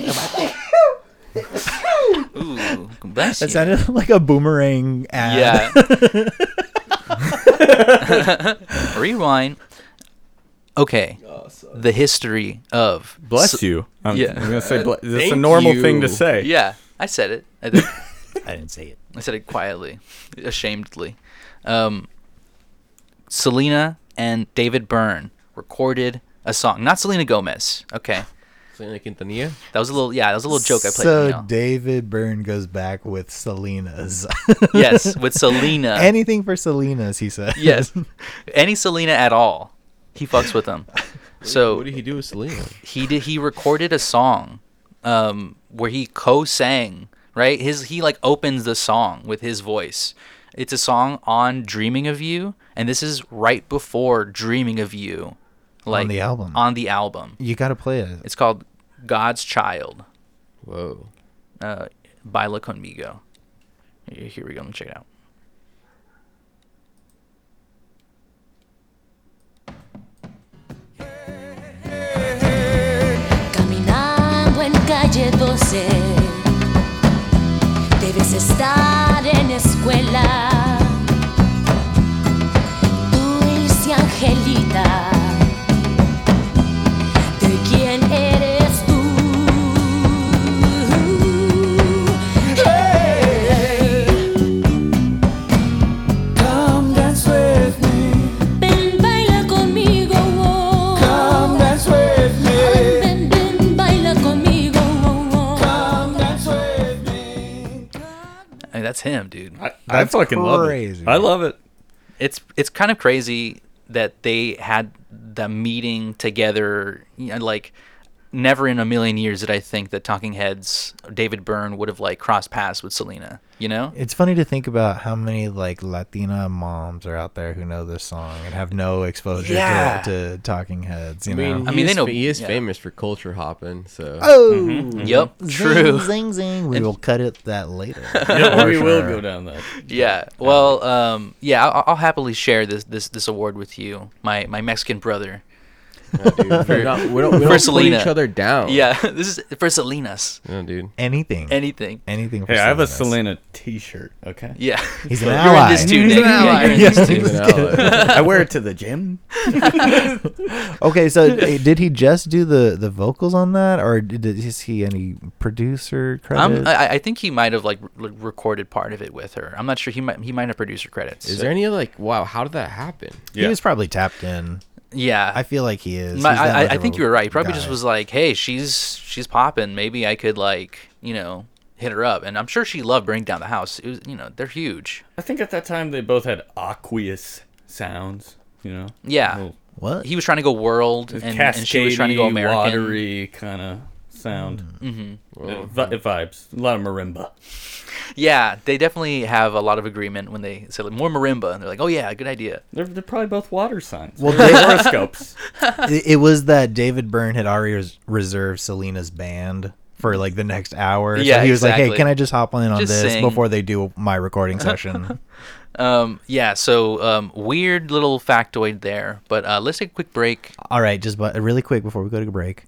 B: Ooh, bless
C: That
B: you.
C: sounded <laughs> like a boomerang ad. <laughs>
B: Yeah.
C: <laughs>
B: Rewind. Okay.
C: Oh,
B: The history of
E: Bless
B: so-
E: you. I'm,
B: Yeah.
E: I'm gonna say ble- it's a
D: Thank
E: normal thing to
D: you.
E: say.
B: Yeah, I said it. I, did.
C: I didn't say it.
B: I said it quietly, ashamedly. Um, Selena and David Byrne recorded a song. Not Selena Gomez. Okay,
D: Selena Quintanilla.
B: that was a little. Yeah, that was a little joke I played.
C: So
B: for y'all.
C: David Byrne goes back with Selena's.
B: <laughs> yes, with Selena.
C: <laughs> Anything for Selena's, he said. <laughs>
B: yes, any Selena at all, he fucks with them. So
D: What did he do with Selena?
B: he did he recorded a song um where he co-sang right his he like opens the song with his voice it's a song on dreaming of you and this is right before dreaming of you like
C: the album.
B: on the album
C: You got to play it.
B: it's called god's child
D: Whoa.
B: uh baila conmigo here here we go let me check it out
F: Caminando en calle 12, debes estar en escuela. Dulce Angelita, ¿de quién eres tú? Hey. Ven, baila conmigo. oh. Ven, ven, baila conmigo.
B: I mean, that's him dude
E: I, I
C: That's
E: fucking
C: crazy.
E: love it. I love it.
B: it's it's kind of crazy that they had the meeting together you know, like never in a million years did i think that talking heads david byrne would have like crossed paths with selena you know
C: It's funny to think about how many like Latina moms are out there who know this song and have no exposure
B: Yeah.
C: to, to Talking Heads. You
D: I mean,
C: know.
B: I mean,
D: he
B: they
D: is
B: know-
D: fa- He is
B: yeah.
D: famous for culture hopping. So
C: Oh,
B: yep mm-hmm. true <laughs>
C: Zing, zing, zing. We will cut it that later.
E: we will go down that.
B: yeah well um yeah I'll, I'll happily share this this this award with you my my mexican brother
D: Nah, <laughs> dude, we're not, we <laughs> don't, we don't
B: for
D: put
B: Selena.
D: each other
C: Oh.
D: down.
B: yeah <laughs> this is for selena's
D: No, <laughs> dude.
C: Anything,
B: anything
C: anything. For
E: Hey, I have a
C: Selena's.
E: Selena T-shirt. Okay.
B: yeah
C: He's an
B: you're in
C: ally.
B: this too nick yeah, you're in
C: Yeah.
B: this too.
D: Even Alex.
E: I wear it to the gym.
C: Okay, so
B: <laughs>
C: eh, did he just do the the vocals on that, or did, is he any producer credit?
B: I'm, Um, I, I think he might have like re- recorded part of it with her. I'm not sure. He might he might have producer credits.
D: Is there any like wow? How did that happen?
C: He was probably tapped in.
B: yeah,
C: I feel like he is.
B: My-
C: He's that
B: I, I,
C: much
B: I
C: of
B: think
C: a
B: you were right. He probably just
C: guy.
B: was like, hey, she's she's popping. Maybe I could like you know hit her up. And I'm sure she loved Bring Down the House. It was you know they're huge.
E: I think at that time they both had aqueous sounds. You know.
B: Yeah.
E: Little
C: what?
B: He was trying to go world, and, and she was trying to go
E: cascadey,
B: American.
E: watery kind of sound. Mm-hmm. It, vibes. A lot of marimba.
B: Yeah, they definitely have a lot of agreement when they say like more marimba, and they're like, oh yeah, good idea.
E: They're, they're probably both water signs.
C: Well,
E: Well,
C: they-
E: <laughs> horoscopes.
C: it, it was that David Byrne had already res- reserved Selena's band for like the next hour. So
B: Yeah,
C: he was like, "Hey,
B: exactly.
C: can I just hop on in on
B: Just
C: this
B: sing."
C: before they do my
B: <laughs>
C: recording session?"
B: Um, yeah, so um, weird little factoid there, but uh, let's take a quick break.
C: All right, just but really quick before we go to break.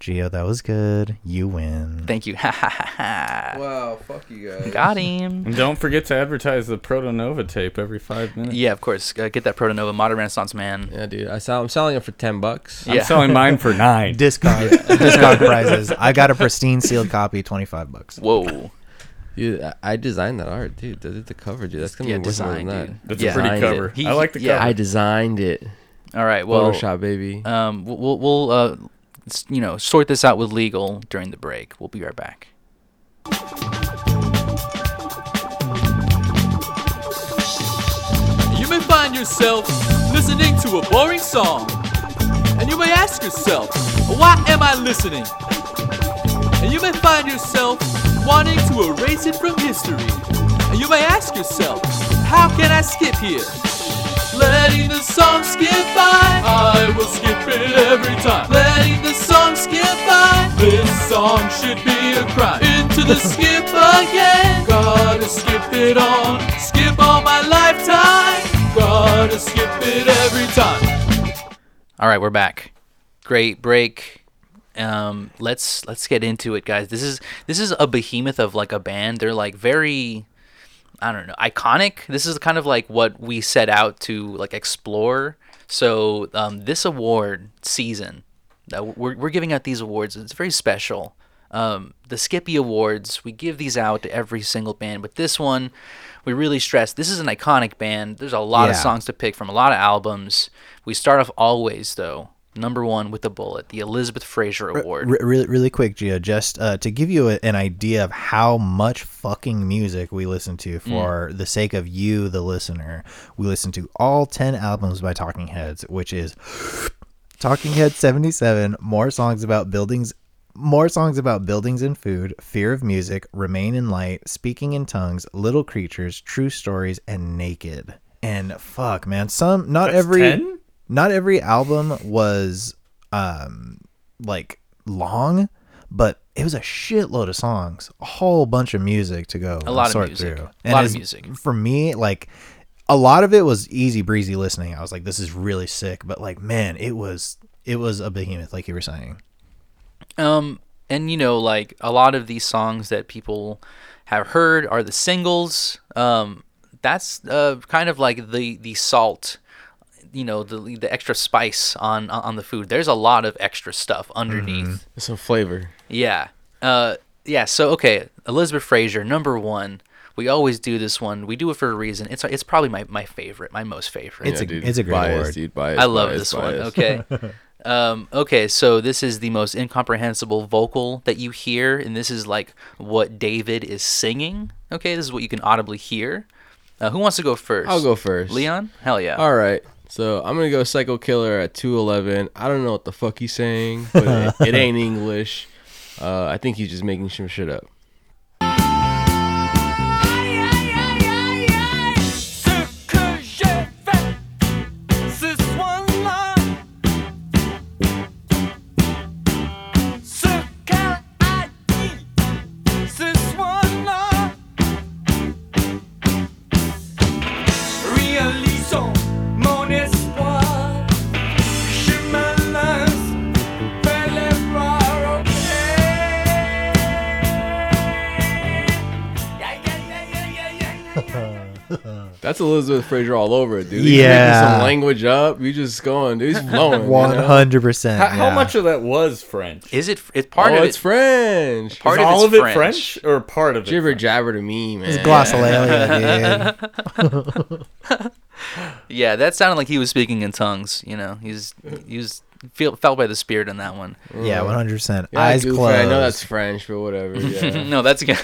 C: Gio, that was good. You win.
B: Thank you. <laughs> Ha ha ha ha.
D: Wow, fuck you guys.
B: Got him.
E: and don't forget to advertise the Protonova tape every five minutes.
B: Yeah, of course. Uh, get that Protonova, Modern Renaissance Man.
D: Yeah, dude. I sell, I'm selling it for ten bucks.
E: I'm
B: Yeah.
E: selling mine for
B: <laughs>
E: nine.
C: Discard discard prizes. I got a pristine sealed copy, twenty five bucks.
B: Whoa.
D: Dude, I- I designed that art, dude. The, the cover, dude. That's gonna
B: Yeah,
D: be worth more than
B: design,
D: that.
B: dude.
E: That's
B: Yeah.
E: a pretty
D: Designed
E: cover.
D: it.
B: He-
E: I like the
B: yeah.
E: cover.
D: I designed it.
B: <laughs> All right. Well,
D: Photoshop, baby.
B: um, we'll we'll, we'll uh, s- you know sort this out with legal during the break. We'll be right back.
A: You may find yourself listening to a boring song, and you may ask yourself, Why am I listening? And you may find yourself wanting to erase it from history. And you may ask yourself, how can I skip here? Letting the song skip by, I will skip it every time. Letting the song skip by, this song should be a crime. Into the skip again, gotta skip it on. Skip all my lifetime, gotta skip it every time.
B: All right, we're back. Great break. Um, let's let's get into it, guys. This is this is a behemoth of like a band. They're like very, I don't know, iconic. This is kind of like what we set out to like explore. So um, this award season that we're we're giving out these awards. It's very special. Um, the Skippy Awards. We give these out to every single band, but this one, we really stress. This is an iconic band. There's a lot of
C: Yeah.
B: songs to pick from, a lot of albums. We start off always though. Number one with a bullet, the Elizabeth Fraser Award.
C: Re- really, really quick, Gio, just uh, to give you a, an idea of how much fucking music we listen to for the sake of you, the listener, we listen to all 10 albums by Talking Heads, which is <gasps> Talking Heads 77, more songs about buildings. More songs about buildings and food, fear of music, remain in light, speaking in tongues, little creatures, true stories, and naked. And fuck, man, some not
E: That's
C: every
E: 10?
C: not every album was um like long, but it was a shitload of songs, a whole bunch of music to go. A
B: lot of
C: sort
B: music.
C: Through.
B: A lot of
C: it's-
B: music.
C: For me, like a lot of it was easy breezy listening. I was like, this is really sick. But like, man, it was it was a behemoth, like you were saying.
B: Um, and you know, like a lot of these songs that people have heard are the singles. Um, that's uh, kind of like the the salt, you know, the the extra spice on on the food. There's a lot of extra stuff underneath.
C: Mm-hmm.
D: Some flavor.
B: Yeah. Uh, yeah. So okay, Elizabeth Fraser, number one. We always do this one. We do it for a reason. It's it's probably my, my favorite, my most favorite.
C: It's a- it's a great
D: bias,
C: award.
D: Dude, bias,
B: I love
D: bias,
B: this one.
D: bias.
B: Okay. um, okay, so this is the most incomprehensible vocal that you hear, and this is like what David is singing. Okay, this is what you can audibly hear. Uh, who wants to go first?
D: <laughs> I'll go first.
B: Leon? Hell yeah.
D: All right. So I'm gonna go Psycho Killer at 211. I don't know what the fuck he's saying, but it, it ain't English. Uh, I think he's just making some shit up.
G: Ce que j'ai fait ce soir-là, ce qu'elle a dit ce soir-là, réalisons mon espoir. Je me lance vers le voir, ok. Yeah, yeah, yeah, yeah, yeah, yeah, yeah, yeah.
D: That's Elizabeth Fraser all over it, dude. He's
C: Yeah.
D: making some language up. You just going, dude. He's blowing.
C: One
D: You know?
C: hundred percent.
E: How, how much of that was French?
B: Is it? It's part
D: oh,
B: of
D: it's
B: it.
D: French.
B: Part
E: Is
B: of
E: all
B: it's
E: of it French?
B: French.
E: or part of it?
D: Jibber
E: French?
D: jabber to me, man.
C: It's
B: <laughs>
C: glossolalia, dude.
B: Yeah, that sounded like he was speaking in tongues. You know, he's he was feel, felt by the spirit on that one.
C: Yeah, one hundred percent.
D: Yeah,
C: Eyes
D: goofy,
C: closed.
D: I know that's French, but whatever. Yeah.
B: <laughs> no, that's good.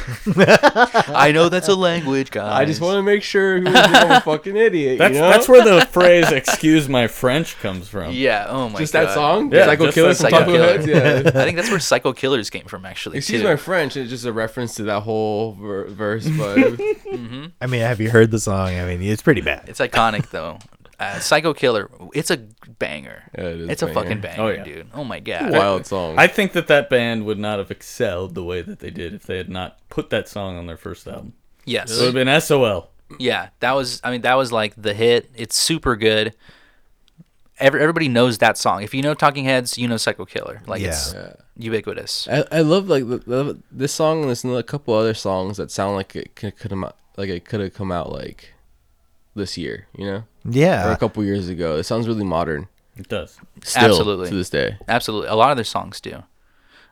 B: I know that's a language, guys.
D: I just want to make sure
B: <laughs>
D: he was a fucking idiot.
E: That's
D: you know?
E: that's where the <laughs> phrase "excuse my French" comes from.
B: Yeah. Oh my
D: just
B: god.
D: that song.
E: Yeah,
D: Psycho
E: just
D: Killer
E: that
D: from
E: Psycho
D: Taco
E: Killer.
D: Heads. Yeah.
B: <laughs> I think that's where Psycho Killers came from, actually.
D: Excuse
B: too.
D: my French. It's just a reference to that whole ver- verse,
B: <laughs>
D: but <laughs>
C: I mean, have you heard the song? I mean, it's pretty bad.
B: It's iconic though. Uh, Psycho Killer. It's a banger.
D: Yeah, it is
B: It's a
D: banger.
B: fucking banger,
E: Oh, yeah.
B: dude. Oh my god.
D: wild song.
E: I think that that band would not have excelled the way that they did if they had not put that song on their first album. It
B: Yes.
E: would have been SOL.
B: Yeah. That was. I mean, that was like the hit. It's super good. Every, everybody knows that song. If you know Talking Heads, you know Psycho Killer. Like it's
D: Yeah.
B: ubiquitous.
D: I, I love like the, the, this song and this and a couple other songs that sound like it could could have like it could have come out like this year, you know, or
B: Uh,
C: Yeah,
D: a couple years ago. It sounds really modern.
E: It does.
D: Still,
B: Absolutely.
D: to this day.
B: Absolutely. A lot of their songs do.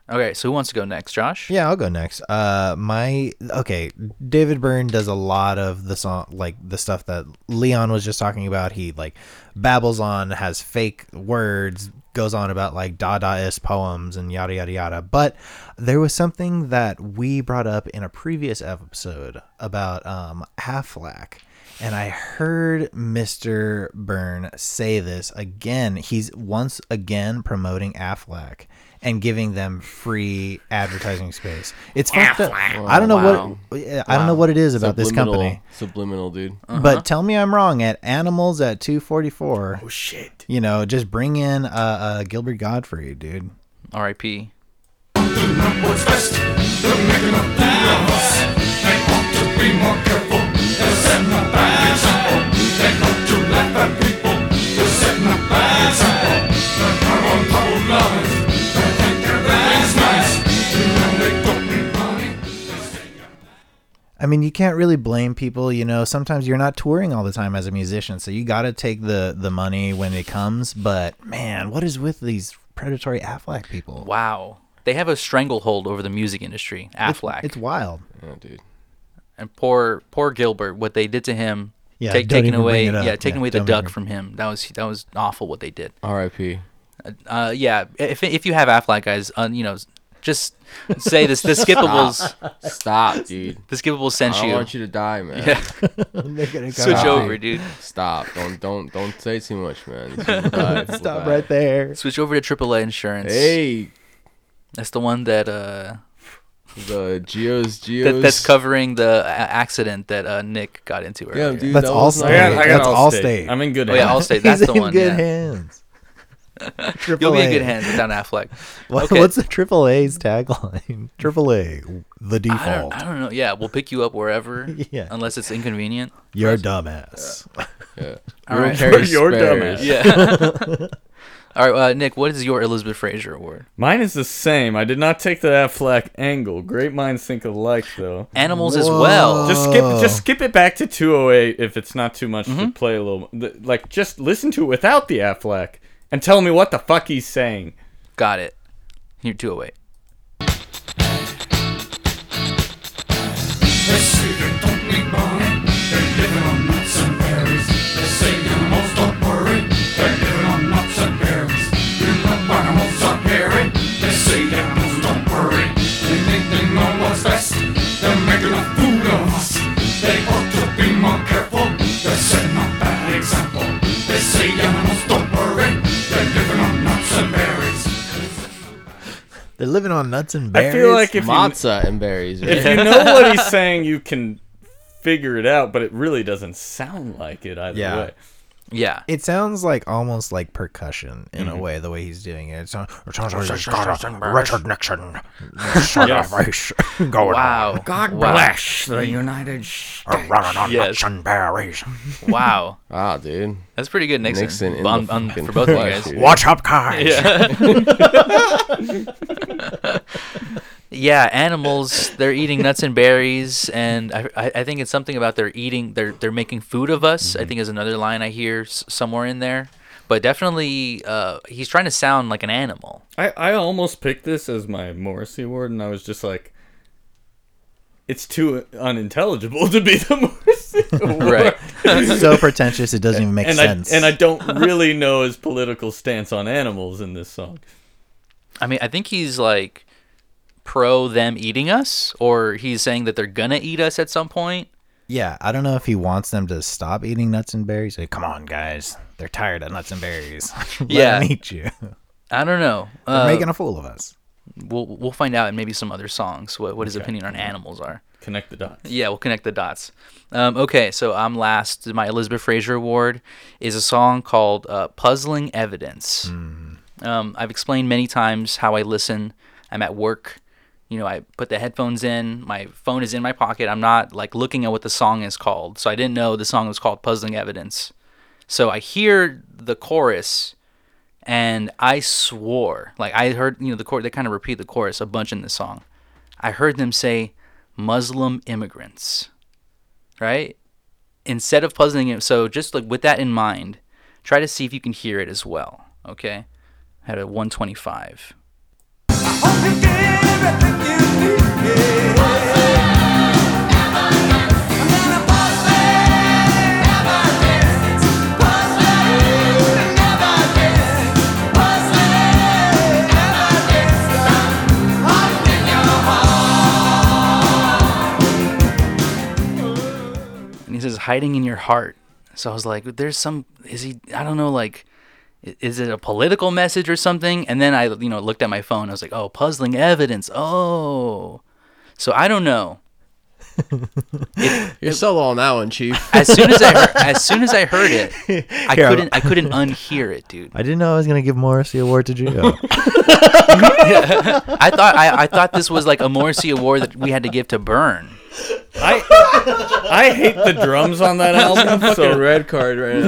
B: Okay, so who wants to go next, Josh?
C: Yeah, I'll go next. Uh, my okay. David Byrne does a lot of the song, like the stuff that Leon was just talking about. He like babbles on, has fake words, goes on about like Dadaist poems and yada yada yada. But there was something that we brought up in a previous episode about um, Aflac. And I heard Mr. Byrne say this again. He's once again promoting Aflac and giving them free advertising space. It's fucked up. I don't know what yeah, I don't know what it is about this
D: Subliminal-
C: company.
D: Subliminal, dude.
C: But tell me I'm wrong. At Animals at 244. Oh shit. You know, just bring in uh, uh Gilbert Godfrey, dude.
B: R.I.P.
C: I mean, you can't really blame people. You know, sometimes you're not touring all the time as a musician, so you got to take the the money when it comes. But man, what is with these predatory Aflac people?
B: Wow. They have a stranglehold over the music industry, Aflac.
C: It's wild. <laughs>
D: Oh, dude.
B: and poor poor Gilbert, what they did to him.
C: Yeah,
B: take,
C: don't
B: taking
C: even
B: away,
C: bring it up.
B: yeah, taking
C: Yeah,
B: away the
C: don't
B: duck
C: even-
B: from him. That was that was awful what they did.
D: R.I.P.
B: Uh, yeah, if if you have Aflac guys, uh, you know, just say this.
C: <laughs>
B: The skippables,
D: Stop, dude.
B: the skippables
D: I
B: sent
D: don't
B: you.
D: want you to die, man.
B: Yeah, switch
D: Stop.
B: over, dude.
D: Stop. Don't don't don't say too much, man. These people die. People
C: Stop
D: die.
C: right there.
B: Switch over to AAA insurance.
D: Hey,
B: that's the one that uh
D: the Geos Geos.
B: that, that's covering the a- accident that uh Nick got into earlier.
D: Yeah, dude.
C: That's
D: that
C: all
D: was
E: I
D: nice.
E: got, I got
C: That's
E: Allstate.
C: Allstate.
E: I'm in good
B: Oh yeah,
E: hands.
B: Allstate. That's
C: <laughs> He's
B: the
C: in
B: one.
C: good
B: yeah.
C: hands.
B: <laughs> You'll be in good
C: AAA.
B: hands without Affleck.
C: What-
B: Okay.
C: What's the AAA's
B: <laughs>
C: tagline? AAA, the default.
B: I don't, I don't know. Yeah, we'll pick you up wherever,
C: <laughs> Yeah.
B: unless it's inconvenient.
C: You're a dumbass. <laughs>
D: We don't
B: Alright.
D: carry
E: You're
D: spares.
E: dumbass.
B: Yeah. <laughs> All right, uh, Nick. What is your Elizabeth Fraser award?
E: Mine is the same. I did not take the Affleck angle. Great minds think alike, though.
B: Animals as well.
E: Just skip,
C: Oh.
E: just skip it back to 208 if it's not too much to play a little. th- Like, just listen to it without the Affleck and tell me what the fuck he's saying.
B: Got it. Here, 208.
C: They're living on nuts and
E: I
C: berries.
E: feel like if you,
D: Matzah and berries. Right?
E: if you
C: <laughs>
E: know what he's saying, you can figure it out, but it really doesn't sound like it either
C: Yeah.
E: way.
B: Yeah.
C: it sounds like almost like percussion in
B: Mm-hmm.
C: a way, the way he's doing it. It sounds, it
B: <laughs>
C: sounds like he's got a Richard Nixon sort of race going on.
B: Wow. God bless.
C: They're running on
B: Yes.
C: nuts and berries.
B: Wow.
D: ah, dude.
B: That's pretty good, Nixon.
D: Nixon in
B: on,
D: the
B: on-
D: fucking
B: for both of you
D: flesh,
B: guys.
D: dude.
C: Watch up, guys.
B: Yeah, animals. They're eating nuts and berries, and I, I, I think it's something about they're eating. They're they're making food of us. I think is another line I hear s- somewhere in there. But definitely, uh, he's trying to sound like an animal.
E: I, I almost picked this as my Morrissey award, and I was just like, it's too unintelligible to be the <laughs> Morrissey award.
B: Right.
C: so pretentious, it doesn't even make
E: And
C: sense.
E: I and I <laughs> don't really know his political stance on animals in this song.
B: I mean, I think he's like pro them eating us, or he's saying that they're gonna eat us at some point.
C: yeah, I don't know if he wants them to stop eating nuts and berries. Like, come on, guys. They're tired of nuts and berries. <laughs> Let
B: Yeah.
C: them eat you. They're
B: I don't know. Uh,
C: making a fool of us.
B: we'll we'll find out in maybe some other songs what, what his opinion on animals are.
E: Connect the dots.
B: Yeah, we'll connect the dots. Um, okay, so I'm last. My Elizabeth Fraser Award is a song called uh, "Puzzling Evidence." Um, I've explained many times how I listen. I'm at work. You know, I put the headphones in. My phone is in my pocket. I'm not like looking at what the song is called. So I didn't know the song was called "Puzzling Evidence." So I hear the chorus, and I swore. Like I heard, you know, the chorus. They kind of repeat the chorus a bunch in this song. I heard them say Muslim immigrants, right? Instead of puzzling it, so just like with that in mind, try to see if you can hear it as well. Okay, had a 125.
G: Hope you get everything you need. I'm not a boss man. Boss man. Never guessed. Boss man. Never guessed. I'm hot in your
B: and he says hiding in your heart so i was like there's some is he i don't know like i- is it a political message or something and then i you know looked at my phone i was like oh puzzling evidence oh so i don't know
H: You're solo on that one,
B: <laughs>
H: Chief.
B: as soon as i heard, as soon as i heard it
C: <laughs>
B: i couldn't i couldn't unhear it dude
C: I didn't know I was gonna give Morris the award
B: <laughs>
C: to Geo.
B: i thought i, I thought this was like a morrissey award that we had to give to burn
E: I I hate the drums on <laughs> that album.
H: so
E: So
H: red card right now.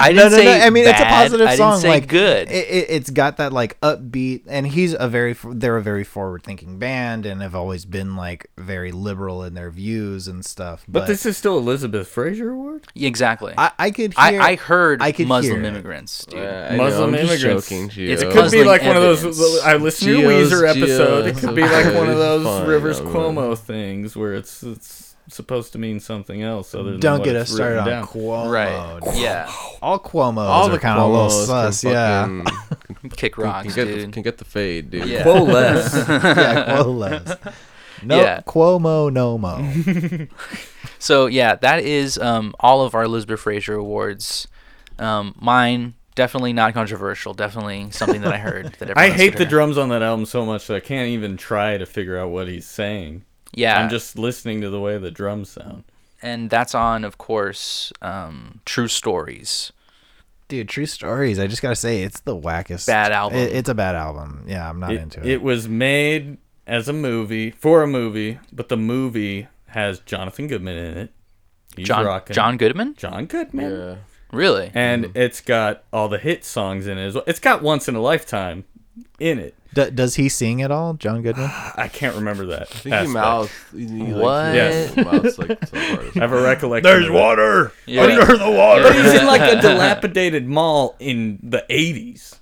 B: i
C: no,
B: didn't
C: no, no.
B: say
C: I mean, it's a
B: bad,
C: positive
B: I didn't
C: song.
B: say
C: like
B: good
C: It, it, it's got that like upbeat, and he's a very f- they're a very forward thinking band, and have always been like very liberal in their views and stuff. But,
E: but this is still Elizabeth Fraser Award.
B: exactly I,
C: I, I could
B: I,
C: hear.
B: heard
C: I could
B: muslim
C: hear it.
B: immigrants dude
H: Yeah, I know,
E: Muslim
H: I'm just
E: immigrants.
H: joking, Gio.
B: It's a
E: Could be
B: Puzzling
E: like one of those.
B: evidence.
E: I listened to a
H: Geo's-
E: Weezer episode.
H: Geo's
E: it could be like one of those
H: fine,
E: Rivers
H: I don't
E: Cuomo
H: know.
E: things where it's it's supposed to mean something else other than
C: Don't
E: what
C: get
E: it's
C: us started
E: written
C: on
E: down.
C: Cuomo.
B: right yeah
C: All Cuomo's
H: All
C: are
H: the
C: kind of a little
H: Cuomos
C: sus.
H: can
C: Yeah.
H: fucking-
B: kick
H: can,
B: rocks
H: get the,
B: dude
H: can get the fade, dude.
B: Yeah. <laughs>
C: yeah, Cuomo's. No,
B: Yeah.
C: Cuomo, no
B: <laughs>
C: mo.
B: So yeah, that is um, all of our Elizabeth Fraser awards. Um, mine definitely not controversial. Definitely something that I heard
C: <laughs>
B: that everyone
E: I
B: else
E: hate
B: could
E: the
B: hear.
E: drums on that album so much that I can't even try to figure out what he's saying.
B: Yeah,
E: I'm just listening to the way the drums sound.
B: and that's on, of course, um, True Stories.
C: Dude, True Stories. I just gotta say, it's the wackest.
B: Bad album.
C: It- it's a bad album. Yeah, I'm not into it.
E: It was made as a movie for a movie, but the movie has Jonathan Goodman in it. He's
B: John
E: rocking.
B: John Goodman,
E: John Goodman.
H: Yeah.
B: really?
E: And it's got all the hit songs in it as well. It's got Once in a Lifetime in it.
C: D- does he sing at all, John
B: <gasps>
C: Goodman?
E: I can't remember that.
H: I think
E: aspect.
H: he mouths. he- he, like,
B: What?
E: Yes.
H: mouths like some part of
E: I <laughs>
H: it.
E: have a recollection. There's water.
B: Yeah. Under the water.
E: He's <laughs> in like a dilapidated mall in the 80s.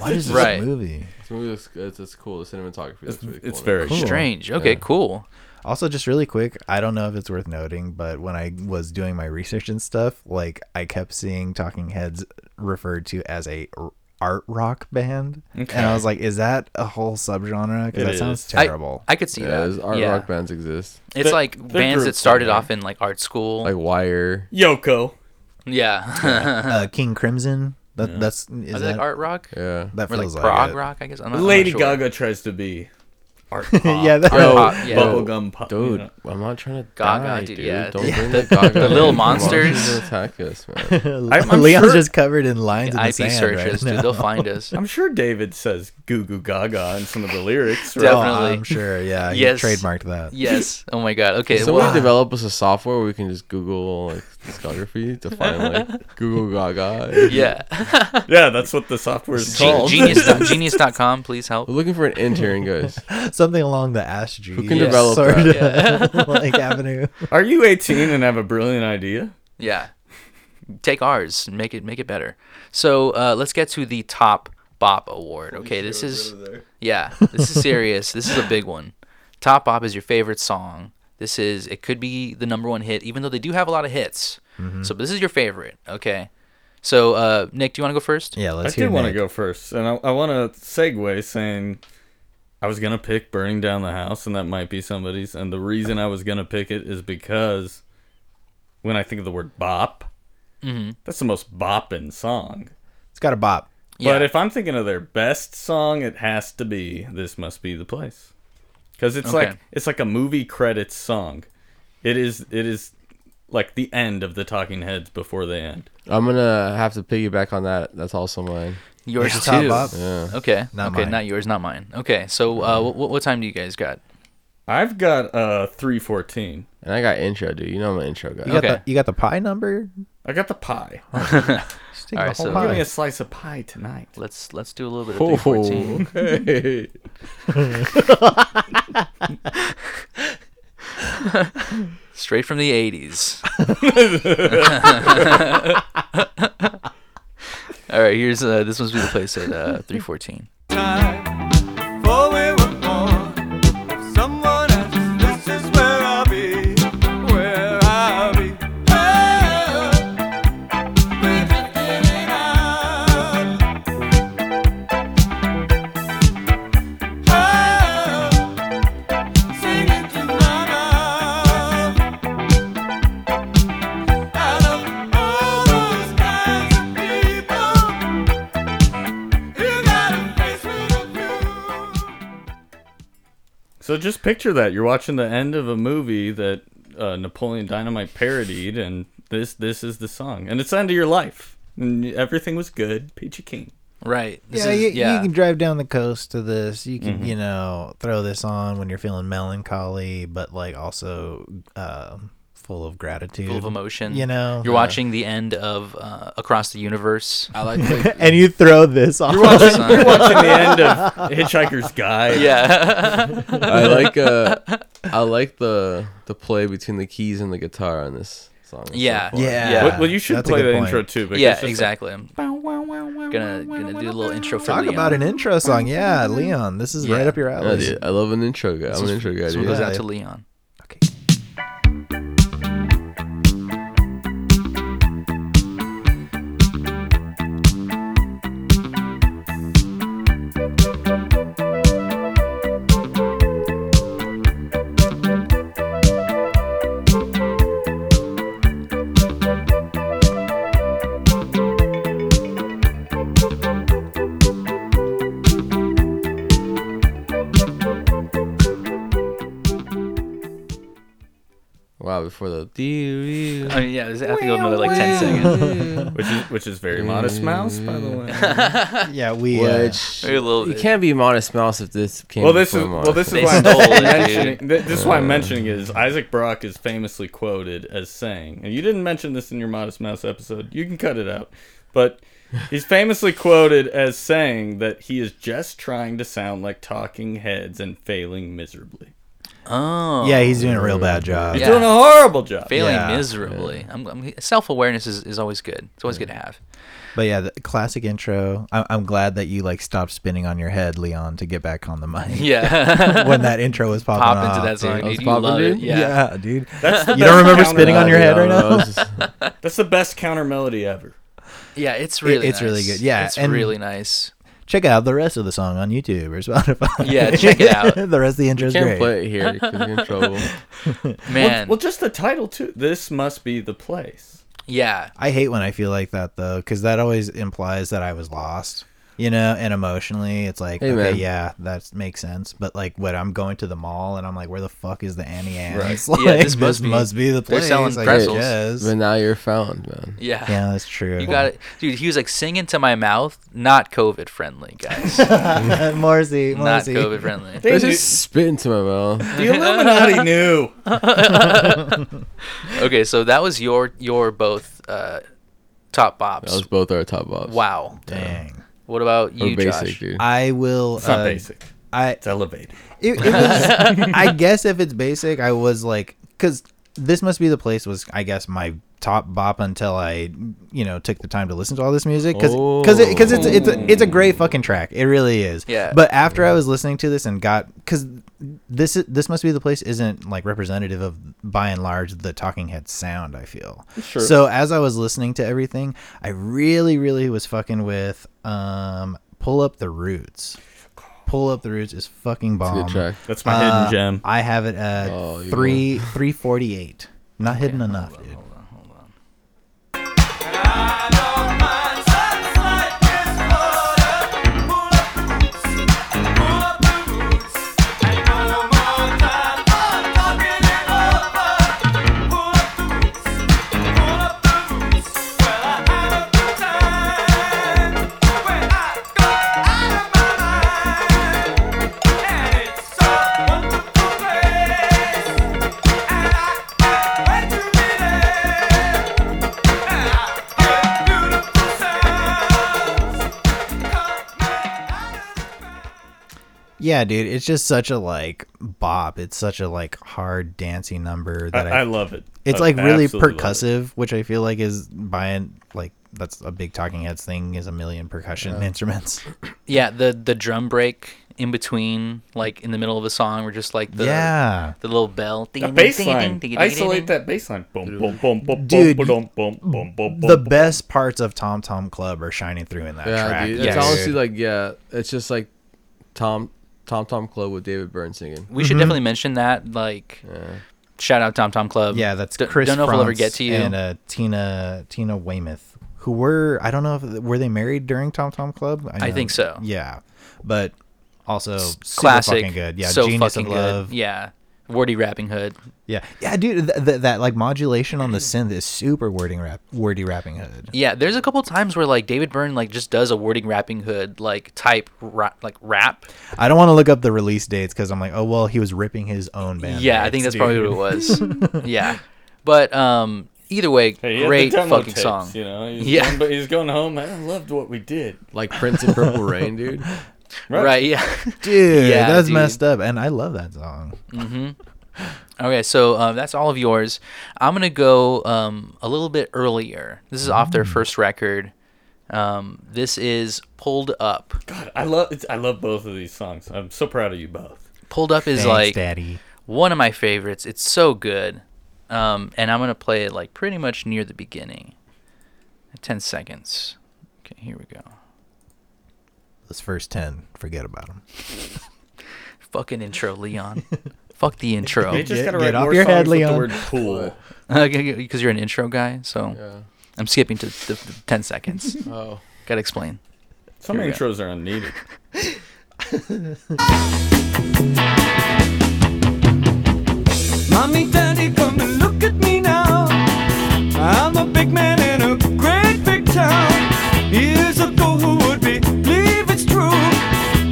C: What is this
B: Right.
C: movie?
H: This movie looks- It's, it's cool. The cinematography looks really cool.
E: It's very
C: Cool.
B: Strange. Okay, cool.
C: Also, just really quick, I don't know if it's worth noting, but when I was doing my research and stuff, like I kept seeing Talking Heads referred to as a r- art rock band, and I was like, "Is that a whole subgenre? Because
E: It
C: that
E: is.
C: sounds
B: I-
C: terrible."
B: I, could see
H: Yeah,
B: that.
H: there's- our
B: yeah.
H: rock bands exist.
B: It's
E: They're-
B: like
E: they're
B: bands that
E: groups
B: started
E: somewhere.
B: off in like art school.
H: Like Wire.
E: Yoko.
B: <laughs> yeah.
C: uh, King Crimson. That, That's is
B: Is
C: that
B: like art rock?
H: Yeah.
C: that
B: Or
C: feels
B: like
C: like,
B: prog
C: it.
B: rock, I guess. I'm not, I'm not
E: Lady
B: sure.
E: Gaga tries to be art pop.
C: <laughs> Oh, yeah, that,
H: Yo,
B: pop, yeah.
E: Bubblegum pop. you
H: Dude,
E: know.
H: I'm not trying to
B: Gaga,
H: die,
B: dude,
H: dude.
B: yeah.
H: Don't
B: Yeah.
H: bring the Gaga.
B: the
H: in.
B: little
H: The
B: monsters.
H: attack us,
B: <laughs>
H: man.
C: <laughs>
E: I'm- I'm
C: Leon's
E: sure-
C: just covered in lines in the
B: IP
C: sand
B: searches,
C: right
B: dude.
C: now. <laughs>
B: They'll find
E: <laughs>
B: us.
E: I'm sure David says goo goo gaga in some of the lyrics.
C: Oh,
E: Right?
B: Definitely.
C: I'm sure. Yeah, he
B: Yes.
C: trademarked that.
B: Yes. Oh my god. Okay.
H: Somebody
B: well,
H: develop us a software where we can just Google like discography to find
E: <laughs>
H: like Google Gaga.
B: yeah.
E: yeah, that's what the
B: <laughs>
E: software is
B: Gen-
E: called.
B: genius. genius.com. Please help.
H: We're looking for an intern, guys.
C: Something along the Ash G.
H: Who can develop
C: sort
H: that?
C: of, <laughs> like avenue.
E: <laughs> Are you 18 and have a brilliant idea?
B: Yeah. Take ours. and Make it. Make it better. So uh, let's get to the top bop award. Okay. This is. Yeah. This is serious. this is a big one. Top bop is your favorite song. This is. It could be the number one hit, even though they do have a lot of hits. So this is your favorite. Okay. So uh, Nick, do you want to go first?
C: Yeah, let's
E: I
C: hear.
E: do want to
C: Nick.
E: go first, and I, I want to segue saying I was gonna pick "Burning Down the House," and that might be somebody's. And the reason I was gonna pick it is because when I think of the word "bop,"
C: Mm-hmm.
E: that's the most bopping song.
C: It's got a bop.
B: Yeah.
E: But if I'm thinking of their best song, it has to be "This Must Be the Place," because it's
B: Okay.
E: like it's like a movie credits song. It is it is like the end of the Talking Heads before they end.
H: I'm gonna have to piggyback on that. That's also mine.
B: Yours
C: It's
B: too.
C: top bop.
B: Okay.
C: Not
B: okay.
C: mine.
B: Not yours. Not mine. Okay. So uh, what, what time do you guys
C: <laughs>
B: got? <laughs>
E: I've got uh three fourteen.
H: And I got intro, dude. You know I'm an intro guy.
C: You got,
B: Okay.
C: the, you got the pie number?
E: I got the pie.
C: Just take
B: All
C: the
B: right,
C: whole
B: so-
E: Give me
C: pie.
E: a slice of pie tonight.
B: <laughs>
E: <laughs>
B: Let's let's do a little bit of
H: Oh,
B: 314.
H: okay.
B: Straight from the <laughs> 80s. All right, here's uh, this one's be the place at uh, 314.
G: time, for we were born.
E: So just picture that you're watching the end of a movie that uh, Napoleon Dynamite parodied, and this this is the song, and it's the end of your life, and everything was good, peachy keen.
B: Right. This
C: yeah,
B: is,
C: you,
B: yeah.
C: you can drive down the coast to this. You can, you know, throw this on when you're feeling melancholy, but like also um, full of gratitude,
B: full of emotion.
C: You know,
B: you're watching the end of uh, Across the Universe.
D: I
C: <laughs>
D: like like,
C: <laughs> and you throw this on.
B: <laughs>
E: You're watching the end of Hitchhiker's Guide.
C: <laughs>
B: yeah.
H: I like uh, I like the the play between the keys and the guitar on this song. It's so
B: Yeah.
H: fun.
C: <laughs> Yeah.
E: Well, well, you should
C: That's a
E: play
C: good
E: the
C: point.
E: intro too. Because
B: yeah.
E: it's just
B: Exactly. I'm gonna gonna do a little intro for
C: Talk
B: Leon.
C: about an intro song. Yeah, Leon, this is right
B: Yeah. Oh,
C: up your
H: Yeah,
C: alley.
H: dude, I love an intro guy. I'm an intro guy.
B: This one
H: Dude.
B: goes
C: Yeah.
B: out to Leon.
H: Wow, before the doo
B: <laughs> I mean, yeah. I have to go another like ten seconds.
E: Which is which is very modest mouse, by the
B: <laughs>
C: <laughs>
E: way.
C: Yeah, we. Uh,
H: which
B: Maybe a little
H: you
B: bit.
H: can't be modest mouse if this came.
E: Well, this
H: before
E: is
H: Modest
E: well, this
B: They
E: is why I'm
B: stole it,
E: mentioning. th- This is why I'm mentioning is Isaac Brock is famously quoted as saying, and you didn't mention this in your Modest Mouse episode. You can cut it out, but he's famously quoted as saying that he is just trying to sound like Talking Heads and failing miserably.
B: Oh.
C: yeah, he's doing a real bad job.
E: He's
B: Yeah.
E: doing a horrible job.
B: Failing
C: Yeah.
B: miserably. I'm, I'm, self-awareness is, is always good. It's always good
H: <laughs>
B: to have.
C: But yeah, the classic intro. I- I'm glad that you like stopped spinning on your head, Leon, to get back on the mic.
B: <laughs> Yeah.
C: <laughs> when that intro was popping
B: Pop
C: off,
B: into that song,
C: dude.
H: I was
B: dude. You
H: popping,
B: love it.
H: dude.
B: Yeah.
C: dude.
E: That's the
C: You don't
E: best
C: remember
E: counter-
C: spinning on your head right
H: I
C: now?
H: don't know, it's just-
E: That's the best counter melody ever.
B: Yeah, it's really
C: it's really
B: nice.
C: good. Yeah,
B: it's
C: and-
B: really nice.
C: Check out the rest of the song on YouTube or Spotify.
B: Yeah, check it out.
C: <laughs> the rest of the intro is
H: can't
C: great.
H: play it here because you're in
B: <laughs>
H: trouble.
B: Man,
E: Well, just the title too. This must be the place.
B: yeah,
C: I hate when I feel like that though, because that always implies that I was lost. You know, and emotionally, it's like,
H: Hey,
C: okay,
H: man.
C: yeah, that makes sense. But like, when I'm going to the mall and I'm like, where the fuck is the Annie Ann's?
B: <laughs>
C: Like,
B: Yeah, this must be- they're
C: the place.
B: selling
C: I
B: pretzels.
C: guess.
H: But now you're found, man.
B: yeah.
C: Yeah, that's true.
B: You got it, dude. He was like singing to my mouth, not COVID friendly,
C: <laughs>
B: guys. not
C: Morrissey, Morrissey.
B: COVID friendly.
E: They
H: I
E: knew- <laughs>
H: just spit into my mouth.
C: <laughs>
E: the Illuminati knew.
B: Okay, so that was your your both uh, top bops.
H: That was both our top bops.
B: wow.
C: Dang.
B: What about
H: We're
B: you,
H: basic,
B: Josh?
H: dude.
C: I will.
E: It's not
C: uh,
E: basic.
C: I <laughs>
E: It's elevated.
B: <laughs>
C: It, it was, <laughs> I guess if it's basic, I was like, because this must be the place was, I guess, my top bop until I, you know, took the time to listen to all this music because because because it's it's a, it's a great fucking track. It really is.
B: Yeah.
C: But after I was listening to this and got because this is this must be the place isn't like representative of by and large the Talking Head sound. I feel. Sure. So as I was listening to everything, I really really was fucking with um pull up the roots. Pull up the roots is fucking bomb.
H: Good track.
E: That's my
C: Uh,
E: hidden gem.
C: I have it at
H: Oh, you
C: three three forty eight. Not hidden enough, dude. Yeah, dude. It's just such a like bop. It's such a like hard dancey number
E: I,
C: that I,
E: I love it.
C: it's
E: I
C: like really
E: absolutely love it.
C: percussive, which I feel like is by and like that's a big Talking Heads thing is a million percussion instruments.
B: Yeah, the the drum break in between, like in the middle of a song, or just like the
C: yeah,
B: the little bell.
E: A baseline. Isolate that baseline. Boom, boom, boom, boom,
C: Dude,
E: boom, boom, boom, boom, boom,
C: the
E: boom.
C: best parts of Tom Tom Club are shining through in that
H: Yeah,
C: track.
H: dude.
B: Yes.
H: It's honestly like yeah, it's just like Tom Tom Tom Club with David Byrne singing.
B: We should
C: Mm-hmm.
B: definitely mention that. Like, shout out Tom Tom Club.
C: Yeah, that's
B: D-
C: Chris.
B: Um, Don't know if we'll ever
C: Frantz
B: get to you.
C: And uh, Tina Tina Weymouth, who were I don't know if were they married during Tom Tom Club.
B: I think so.
C: Yeah, but Also, super
B: classic.
C: fucking good. Yeah,
B: so
C: Genius
B: fucking
C: of Love.
B: good. Yeah, Wardy rapping hood.
C: Yeah, yeah, dude. Th- th- that like modulation on the synth is super wording rap, wordy rapping hood.
B: Mm-hmm. Yeah, there's a couple times where like David Byrne like just does a wording rapping hood like type ra- like rap.
C: I don't want to look up the release dates because I'm like, oh well, he was ripping his own band.
B: yeah, I think that's
C: rights,
B: probably what
C: dude.
B: it
C: <laughs>
B: was. yeah, but um, either way,
E: Hey, he had
B: great
E: the demo
B: fucking
E: tapes,
B: song.
E: You know, he's
B: Yeah.
E: going, but he's going home. I loved what we did.
H: Like Prince and <laughs> Purple Rain, dude.
E: Right.
B: Right? Yeah. <laughs>
C: Dude,
B: Yeah,
C: that's
B: dude.
C: messed up, and I love that song.
B: Okay, so um, that's all of yours. I'm gonna go um, a little bit earlier. This is off their first record. Um, this is pulled up.
E: God, I love it's, I love both of these songs. I'm so proud of you both.
B: Pulled up is
C: Thanks,
B: like
C: Daddy.
B: one of my favorites. It's so good, um, and I'm gonna play it like pretty much near the beginning. Ten seconds. Okay, here we go.
C: Those first ten, forget about them.
B: Fucking intro, Leon. <laughs> Fuck the
E: <laughs>
B: intro. <laughs>
E: They just
C: get-
E: gotta
C: get
E: write
C: off
E: more
C: your
E: songs
C: head,
E: with
C: Leon.
E: the word cool.
B: because you're an intro guy. So
H: Yeah.
B: I'm skipping to the, the 10 seconds.
H: Oh.
B: Gotta explain.
E: Some
B: Here we go.
E: intros are unneeded.
G: Mommy, daddy, come and look at me now. I'm a big man in a great big town. Years ago, who would believe it's true?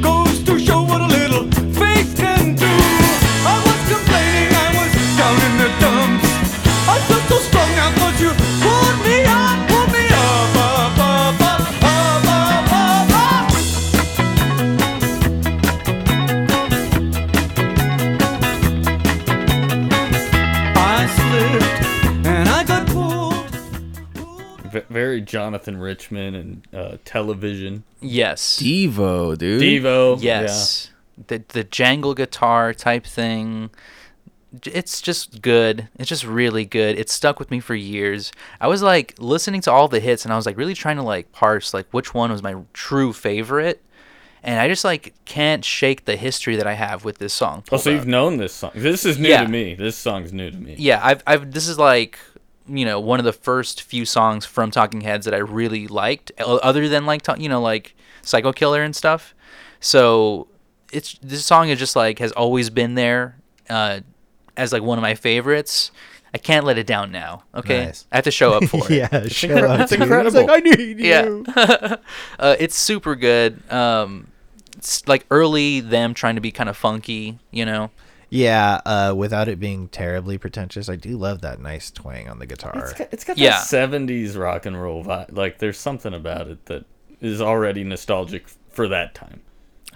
G: Goes to show what a little faith can do. I was complaining, I was down in the dumps. I felt so strong, I thought you pulled me up, pulled me up, up, up, up, up, up, up, up. I slipped and I got pulled.
E: V- very Jonathan Richman and uh, television.
B: Yes.
H: Devo, dude.
E: Devo.
B: yes. The, the jangle guitar type thing. J- It's just good. It's just really good. It stuck with me for years. I was like listening to all the hits and I was like really trying to like parse like which one was my true favorite. And I just like can't shake the history that I have with this song.
E: Yeah. Oh, so
B: Pulled Up.
E: you've known this song. This is new
B: Yeah.
E: to me. This song's new to me.
B: yeah, I've, I've this is like you know one of the first few songs from Talking Heads that I really liked, o- other than like to- you know like Psycho Killer and stuff. So it's this song is just like has always been there uh, as like one of my favorites. I can't let it down now. Okay,
C: Nice.
B: I have to show up
C: <laughs>
B: for it.
C: Yeah, show up,
E: that's
C: dude.
E: incredible.
C: It's like I need you.
B: Yeah, <laughs> uh, it's super good. Um, it's like early them trying to be kind of funky, you know.
C: Yeah, uh, without it being terribly pretentious, I do love that nice twang on the guitar.
E: It's got, it's got
B: Yeah.
E: that 70s rock and roll vibe. Like, there's something about it that is already nostalgic for that time.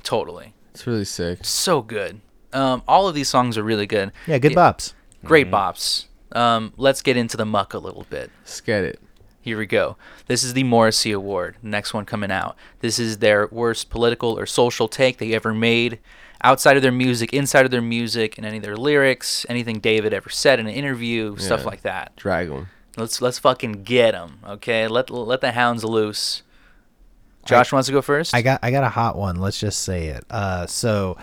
B: Totally,
H: It's really sick.
B: so good. Um, all of these songs are really good.
C: Yeah, good bops. Mm-hmm.
B: Great bops. Um, let's get into the muck a little bit.
H: Let's get it.
B: Here we go. This is the Morrissey Award. Next one coming out. This is their worst political or social take they ever made. Outside of their music, inside of their music, and any of their lyrics, anything David ever said in an interview, stuff
H: Yeah.
B: like that.
H: Drag 'em.
B: Let's let's fucking get them, okay? Let let the hounds loose. Josh wants to go first.
C: I got I got a hot one. Let's just say it. Uh, so,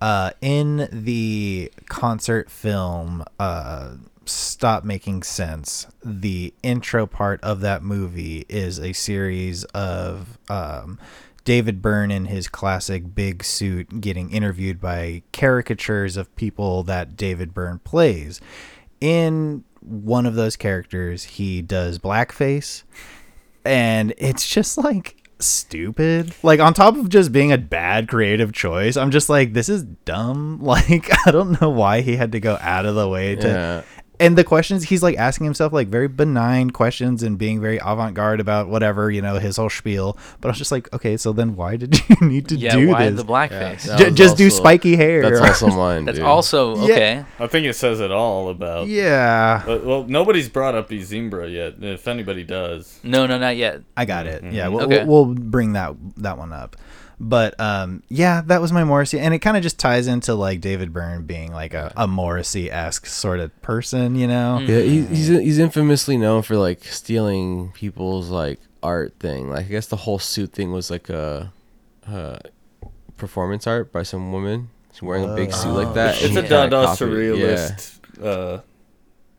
C: uh, in the concert film, uh, stop making sense. The intro part of that movie is a series of um, David Byrne in his classic big suit getting interviewed by caricatures of people that David Byrne plays. In one of those characters, he does blackface and it's just like stupid like on top of just being a bad creative choice i'm just like this is dumb <laughs> like i don't know why he had to go out of the way to
H: Yeah.
C: and the questions he's like asking himself like very benign questions and being very avant-garde about whatever you know his whole spiel but i was just like okay so then why did <laughs> you need to
B: yeah,
C: do
B: why
C: this
B: the blackface?
H: Yeah, that
C: Ju-
H: was
C: just do
H: also-
C: spiky hair
H: That's
C: <laughs>
H: also mine.
B: That's
H: dude.
B: also
C: Yeah.
B: okay.
E: I think it says it all about.
C: yeah
E: Uh, well, nobody's brought up Izimbra yet. If anybody does,
B: No, no, not yet.
C: I got it.
E: Mm-hmm.
C: Yeah, we'll,
B: Okay.
C: we'll we'll bring that that one up. But um, yeah, that was my Morrissey, and it kind of just ties into like David Byrne being like a, a Morrissey esque sort of person, you know?
E: Mm.
H: Yeah, he, he's he's infamously known for like stealing people's like art thing. Like I guess the whole suit thing was like a, uh performance art by some woman.
B: Uh,
H: She's wearing a big suit like that.
E: it's
H: and
E: a
H: he kinda
E: Dada
H: copied it.
E: surrealist uh,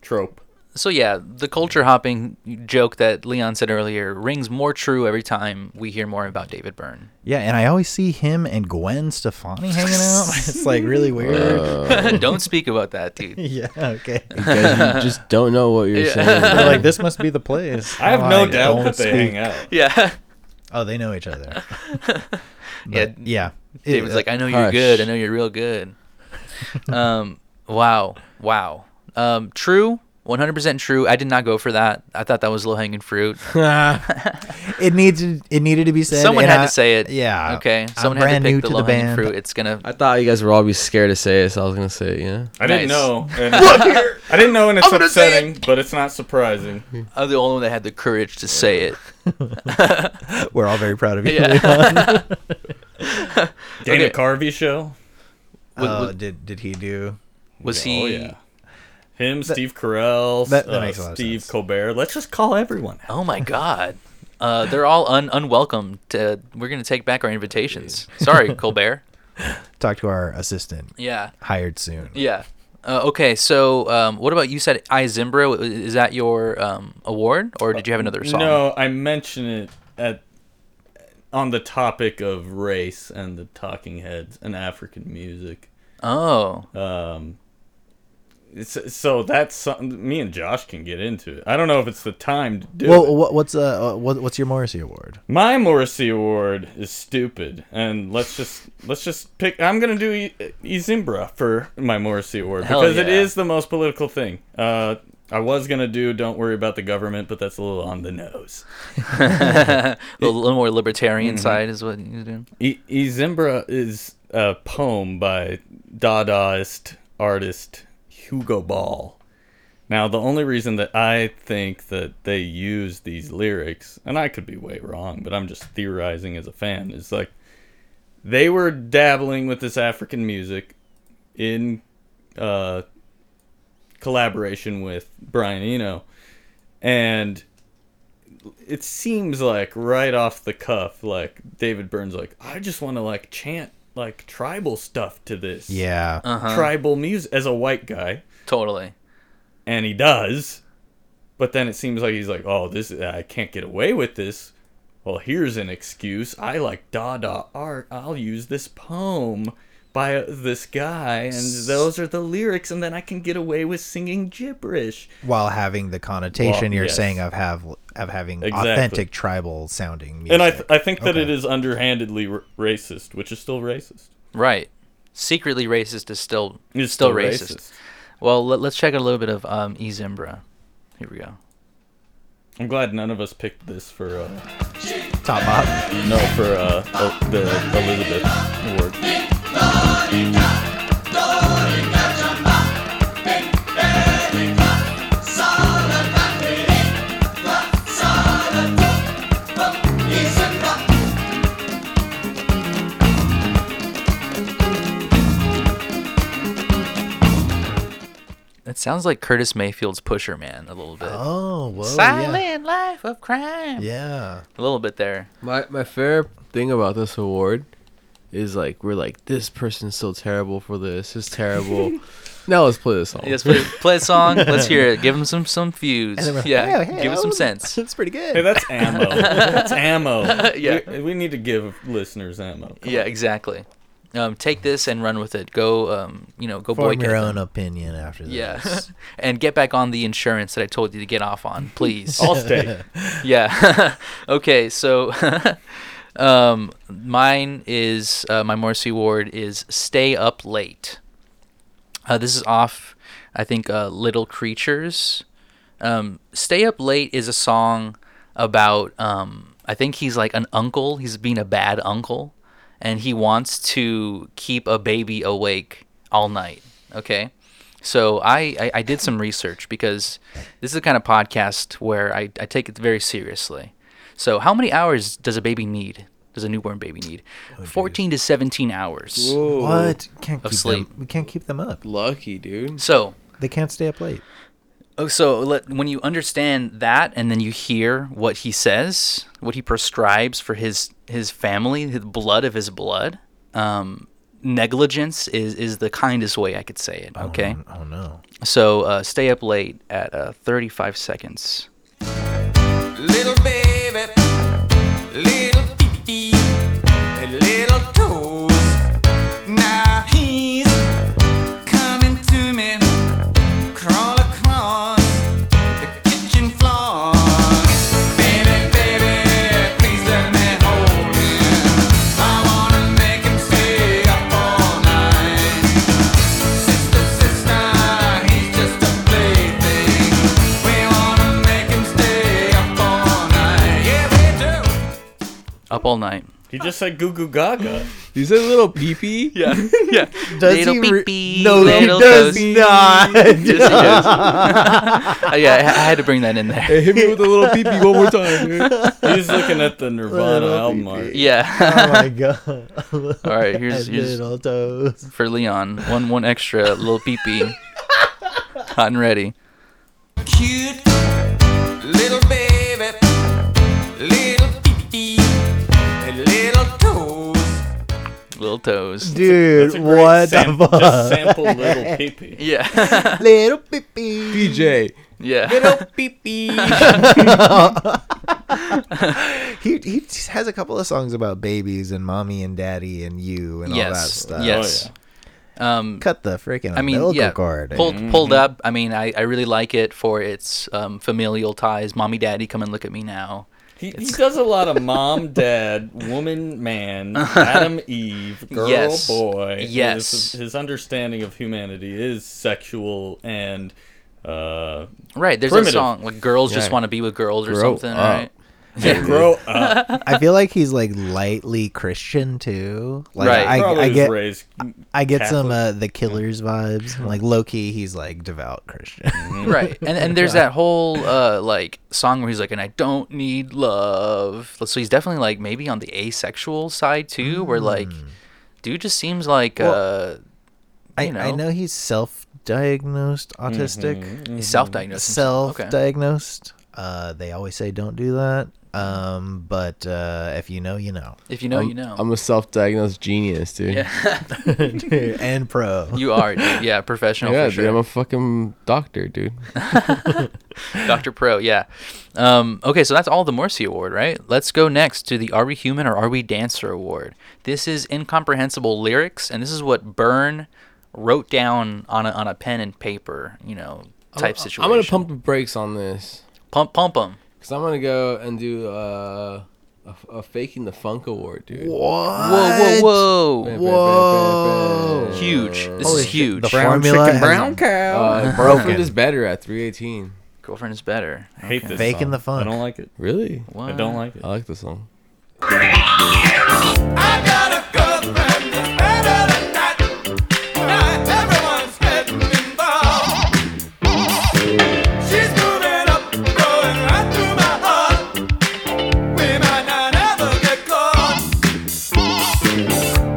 E: trope.
B: so yeah, the culture hopping joke that Leon said earlier rings more true every time we hear more about David Byrne.
C: Yeah, and I always see him and Gwen Stefani hanging out. <laughs> It's like really weird.
B: Uh.
C: Oh.
B: <laughs> Don't speak about that, dude.
C: <laughs> yeah, okay.
H: Because <laughs> you just don't know what you're saying.
C: They're like, this must be the place.
E: <laughs> I have
C: I'm
E: no
C: like,
E: doubt
C: "Don't
E: that they
C: speak."
E: hang out.
B: Yeah.
C: Oh, they know each
E: <laughs>
C: other.
B: yeah.
C: But, yeah. It- uh,
B: David's like, I know you're
H: hush.
B: good. I know you're real
C: <laughs>
B: good. um, wow, wow. Um, true, 100% true. I did not go for that. I thought that was low hanging fruit.
C: <laughs> it needed it needed to be <laughs> said.
B: Someone
C: and
B: had
C: I-
B: to say it.
C: Yeah.
B: Okay.
C: I'm
B: Someone had
C: brand
B: to pick
C: new
B: the
C: to
B: low
C: the
B: hanging
C: band.
B: fruit. It's gonna.
H: <laughs> I thought you guys would all be scared to say it, so I was gonna say it. Yeah.
E: I
B: Nice.
C: <laughs>
E: didn't know. And I didn't know, and it's
B: gonna say
E: upsetting, but it's not surprising.
B: I'm the only one that had the courage to say it.
C: <laughs> We're all very
B: <laughs>
C: proud of you.
B: Yeah.
E: Dana
B: Okay.
E: Carvey show.
B: Was,
C: Oh,
B: was-
C: did did he do?
B: was
E: Oh
B: he?
E: yeah. Him, Steve Carell,
C: that- that
E: uh,
C: makes a lot of
E: Steve
C: sense.
E: Colbert. Let's just call everyone. out.
B: Oh my God. Uh, they're all un- unwelcome. To, we're gonna take back our invitations. <laughs> Sorry, Colbert.
C: Talk to our assistant.
B: Yeah.
C: Hired soon.
B: Yeah. Uh, okay, so um, what about you said I Zimbra? W- Is that your um, award, or did you have another song?
E: No, I mention it at on the topic of race and the Talking Heads and African music.
B: Oh,
E: Um, it's, so that's something me and Josh can get into. I don't know if it's the time to do it.
C: Well, what, what's uh, uh, what, what's your Morrissey award?
E: My Morrissey award is stupid, and let's just let's just pick. I'm gonna do E- Ezimbra for my Morrissey award
B: Hell
E: because it
B: yeah.
E: is the most political thing. Uh, I was gonna do "Don't Worry About the Government," but that's a little on the nose.
B: <laughs> a little more libertarian side is what you're doing.
E: E- Ezimbra is a poem by Dadaist artist Hugo Ball. Now, the only reason that I think that they use these lyrics, and I could be way wrong, but I'm just theorizing as a fan, is like they were dabbling with this African music in uh, collaboration with Brian Eno. And it seems like right off the cuff, like David Burns, like I just want to like chant like tribal stuff to this,
C: Yeah.
B: Uh.
E: tribal music as a white guy,
B: Totally.
E: and he does. But then it seems like he's like, oh, this I can't get away with this. Well, here's an excuse. I like Dada art. I'll use this poem by uh, this guy, and those are the lyrics, and then I can get away with singing gibberish.
C: While having the connotation
E: Well,
C: you're
E: yes.
C: saying of have of having
E: Exactly.
C: authentic tribal sounding music.
E: And I, th- I think that
C: Okay.
E: it is underhandedly r- racist, which is still racist.
B: Right. Secretly racist is still
E: It's
B: still
E: still
B: racist.
E: racist.
B: Well, let, us check out a little bit of um, E Zimbra. Here we go.
E: I'm glad none of us picked this for uh,
C: top up.
E: no for uh, El- the Elizabeth Award.
B: That sounds like Curtis Mayfield's Pusher Man a little bit.
C: Oh, whoa, yeah.
B: Silent life of crime.
C: Yeah.
B: A little bit there.
H: My my fair thing about this award is like we're like this person's so terrible for this. It's <laughs> terrible. now let's play this song.
B: Yes, play, play a
C: <laughs>
B: song. Let's hear it. Give him some some fuse.
C: And then we're-
B: Yeah,
C: oh, hey,
B: give him
C: that
B: some
C: was-
B: sense.
C: <laughs> That's pretty good.
B: <laughs>
E: Hey, that's ammo. that's ammo.
B: Yeah.
E: we, we need to give listeners ammo.
B: Yeah, exactly. Um, take this and run with it. Go, um, you know, go
C: Form
B: boycott.
C: your
B: them.
C: own opinion after this.
B: Yeah, <laughs> and get back on the insurance that I told you to get off on, please.
C: <laughs>
E: I'll stay.
B: <laughs> yeah. <laughs> okay, so <laughs> um, mine is uh, my Morrissey Ward is "Stay Up Late." Uh, this is off, I think, uh, "Little Creatures." Um, "Stay Up Late" is a song about. Um, I think he's like an uncle. He's being a bad uncle, and he wants to keep a baby awake all night. Okay. So I, I, I did some research because this is the kind of podcast where I, I take it very seriously. So how many hours does a baby need? Does a newborn baby need? 14 to 17 hours.
C: What? Can't keep
B: sleep.
C: Them, we can't keep them up.
H: Lucky dude.
B: So
C: They can't stay up late.
B: oh, so let, when you understand that and then you hear what he says, what he prescribes for his his family, the blood of his blood, um, negligence is is the kindest way I could say it. Okay,
C: Oh no.
B: so uh, stay up late at uh, 35 seconds.
G: Little baby, little feet, little toes. Now he's coming to me, crawl across the kitchen floor. Baby, baby, please let me hold him. I wanna make him stay up all night. Sister, sister, he's just a plaything. We wanna make him stay up all night. Yeah, we do.
B: Up all night.
E: He just said goo goo gaga.
D: You said little pee pee?
C: <laughs>
B: Yeah, yeah.
C: Does
B: little
C: he re-
B: pee-pee,
C: No, he
B: little
C: does
B: toes.
C: not.
B: Yes, he does. Uh,
C: <laughs>
B: yeah, I, I had to bring that in there.
D: Hit me with a little pee pee one more time, dude.
E: He's looking at the Nirvana album
B: <laughs>
E: art.
B: Yeah.
C: <laughs> oh my god.
B: <laughs> All right, here's, here's
C: little toes.
B: for Leon. One one extra little pee pee. Hot and ready.
G: cute little baby, little feet, little toes.
B: Little toes.
C: <laughs> Dude,
E: That's a great
C: what
E: sam-
C: the
E: Just
C: fuck? <laughs>
B: <laughs>
E: sample little peepee.
B: Yeah. <laughs>
C: Little pee
D: DJ.
B: yeah.
C: He he just has a couple of songs about babies and mommy and daddy and you and all
B: <laughs>
C: that
B: Yes.
C: stuff.
B: Yes. Um,
C: Cut the freaking
B: I mean,
C: umbilical
B: yeah,
C: cord.
B: <laughs>
C: Mm-hmm.
B: pulled pulled up. I mean, I, I really like it for its um, familial ties. Mommy, daddy, come and look at me now.
E: He, he does a lot of mom, dad, woman,
B: <laughs>
E: man, Adam, Eve, girl,
B: Yes.
E: boy. His-
B: Yes.
E: His, understanding of humanity is sexual and uh,
B: Right, there's
E: Primitive.
B: a song like "Girls Just
D: Right.
B: Want to Be with Girls" or
D: Grow
B: something,
D: up.
B: right?
E: grow up.
C: I feel like he's like lightly Christian too. Like
B: Right.
C: I,
E: Probably
C: I
E: was
C: get
E: raised.
C: I get some
E: Catholic.
C: uh, the Killers vibes.
B: Mm-hmm.
C: Like low key, he's like devout Christian.
B: right, and and there's that whole uh, like song where he's like, "And I don't need love," so he's definitely like maybe on the asexual side too, where like,
D: Mm.
B: dude just seems like
C: <laughs>
B: uh,
D: mm-hmm.
C: I,
B: You
C: I
B: know.
C: know he's self-diagnosed autistic.
B: uh, self-diagnosed. Okay.
C: Mm, Self-diagnosed. Uh, they always say don't do that. Um, but uh, if you know, you know.
B: If you know, you know.
D: I'm a self diagnosed genius, dude. Yeah,
C: and pro.
B: you are,
D: <laughs>
B: dude. yeah, professional for sure.
D: dude. I'm a fucking doctor, dude.
B: Dr. Pro, yeah. Um, okay, so that's all the Morsi Award, right? Let's go next to the Are We Human or Are We Dancer Award. This is incomprehensible lyrics, and this is what Byrne wrote down on a, on a pen and paper, you know, type situation.
D: I'm gonna pump the brakes on this.
B: pump pump 'em.
D: Cause I'm gonna go and do uh, a, a faking the funk award, dude.
B: Whoa, whoa, whoa.
D: Whoa!
B: Huge. This
C: Holy
B: is
C: shit,
B: huge.
C: The formula has
E: cow.
D: Uh, Broken is better at 318.
B: Girlfriend is better.
E: I hate this.
C: Faking
E: song.
C: the funk.
E: I don't like it.
D: Really?
E: I don't like it.
D: I like the song.
G: I got a girlfriend that's better than that. Now everyone's getting involved. She's moving up, going right through my heart. We might not ever get caught.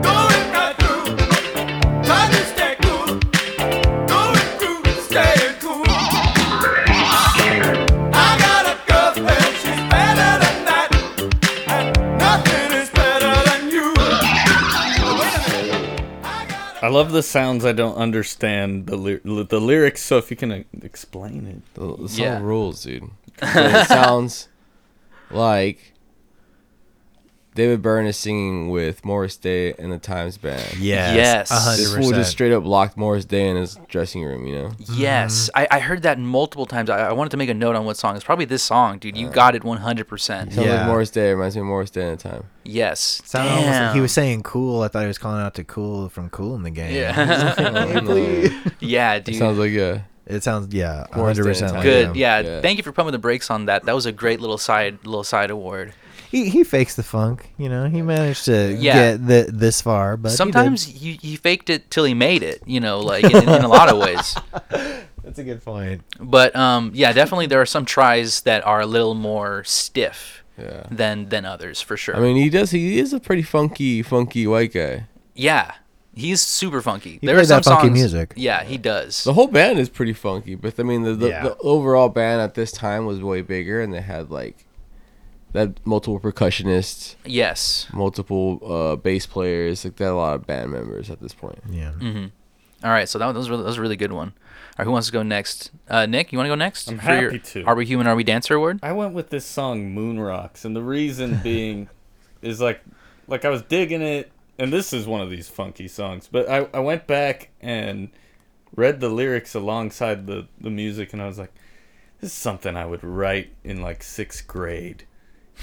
G: Going right through, trying to stay cool. Going through, staying cool. I got a girlfriend, she's better than that. And nothing is better than you. Wait a minute.
E: I love the sounds. I don't understand the ly- li- the lyrics. So if you can uh, explain it,
D: The, the song
B: Yeah.
D: rules,
B: <laughs>
D: dude. So it sounds like David Byrne is singing with Morris Day and the Times Band.
B: Yes.
C: Yes. a hundred
D: This fool
C: percent.
D: just straight up locked Morris Day in his dressing room, you know?
B: Yes, I, I heard that multiple times. I, I wanted to make a note on what song. It's probably this song, dude.
C: Uh,
B: You got it 100%.
D: Sounds
C: Yeah.
D: like Morris Day. Reminds me of Morris Day at the time.
B: Yes.
C: Sounded almost like he
B: Damn.
C: was saying cool. I thought he was calling out to cool from cool in the game.
B: <laughs>
C: <laughs>
B: Yeah. <laughs> yeah, dude.
D: Sounds like, yeah.
C: It sounds yeah, a
D: Worse
C: hundred
D: than
C: percent.
D: Italian.
C: like
B: Good.
C: him.
B: Yeah.
D: Yeah.
B: Thank you for pumping the brakes on that. That was a great little side little side award.
C: He he fakes the funk. You know, he managed to
B: Yeah.
C: get the, this far, but he did.
B: Sometimes he, he faked it till he made it, you know, like in, in a lot of
C: <laughs>
B: ways.
C: that's a good point.
B: But um, yeah, definitely there are some tries that are a little more stiff
D: Yeah.
B: than than others for sure.
D: I mean, he does. He is a pretty funky, funky white guy.
B: yeah. He's super funky.
C: He
B: there are
C: plays
B: some
C: that funky
B: songs-
C: music.
B: Yeah, he does.
D: The whole band is pretty funky, but I mean, the the,
C: Yeah.
D: the overall band at this time was way bigger, and they had like
H: that multiple percussionists,
B: Yes.
H: multiple uh, bass players, like that a lot of band members at this point.
C: Yeah.
B: Mm. All right, so that, was- that, was, really- that was a really good one. All right, who wants to go next? Uh, Nick, you want to go next?
E: I'm
B: For your
E: happy to.
B: Are we human? Are we dancer award?
E: I went with this song Moon Rocks, and the reason being is like like I was digging it, and this is one of these funky songs, but I, I went back and read the lyrics alongside the, the music and I was like, This is something I would write in like sixth grade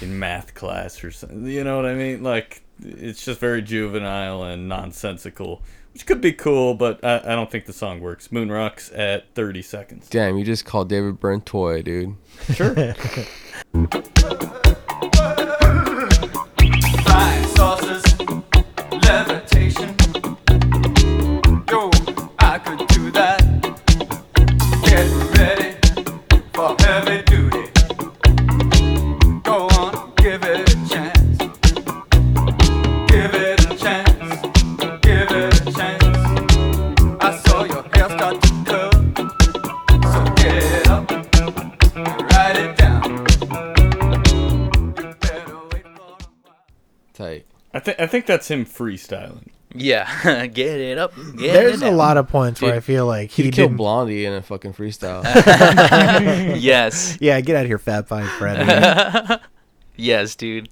E: in math class or something you know what I mean? Like it's just very juvenile and nonsensical. Which could be cool, but I, I don't think the song works. Moon rocks at thirty seconds.
H: Damn, you just called David Byrne toy, dude.
G: flying saucers, levitation. Yo, I could do that. Get ready for heavy duty. Go on, give it a chance. Give it a chance. Give it a chance. I saw your hair start to curl. So get up and write it down. You better wait for a while.
H: Tight.
E: I think I think that's him freestyling.
B: Yeah, <laughs> get it up. get
C: There's
B: it
C: a
B: down. <laughs>
C: lot of points where I feel like he
H: He killed
C: didn't.
H: Blondie in a fucking
C: <laughs>
H: freestyle.
B: Yes,
C: yeah, get out of here, Fat
B: <laughs>
C: Five Freddy. <laughs>
B: yes, dude.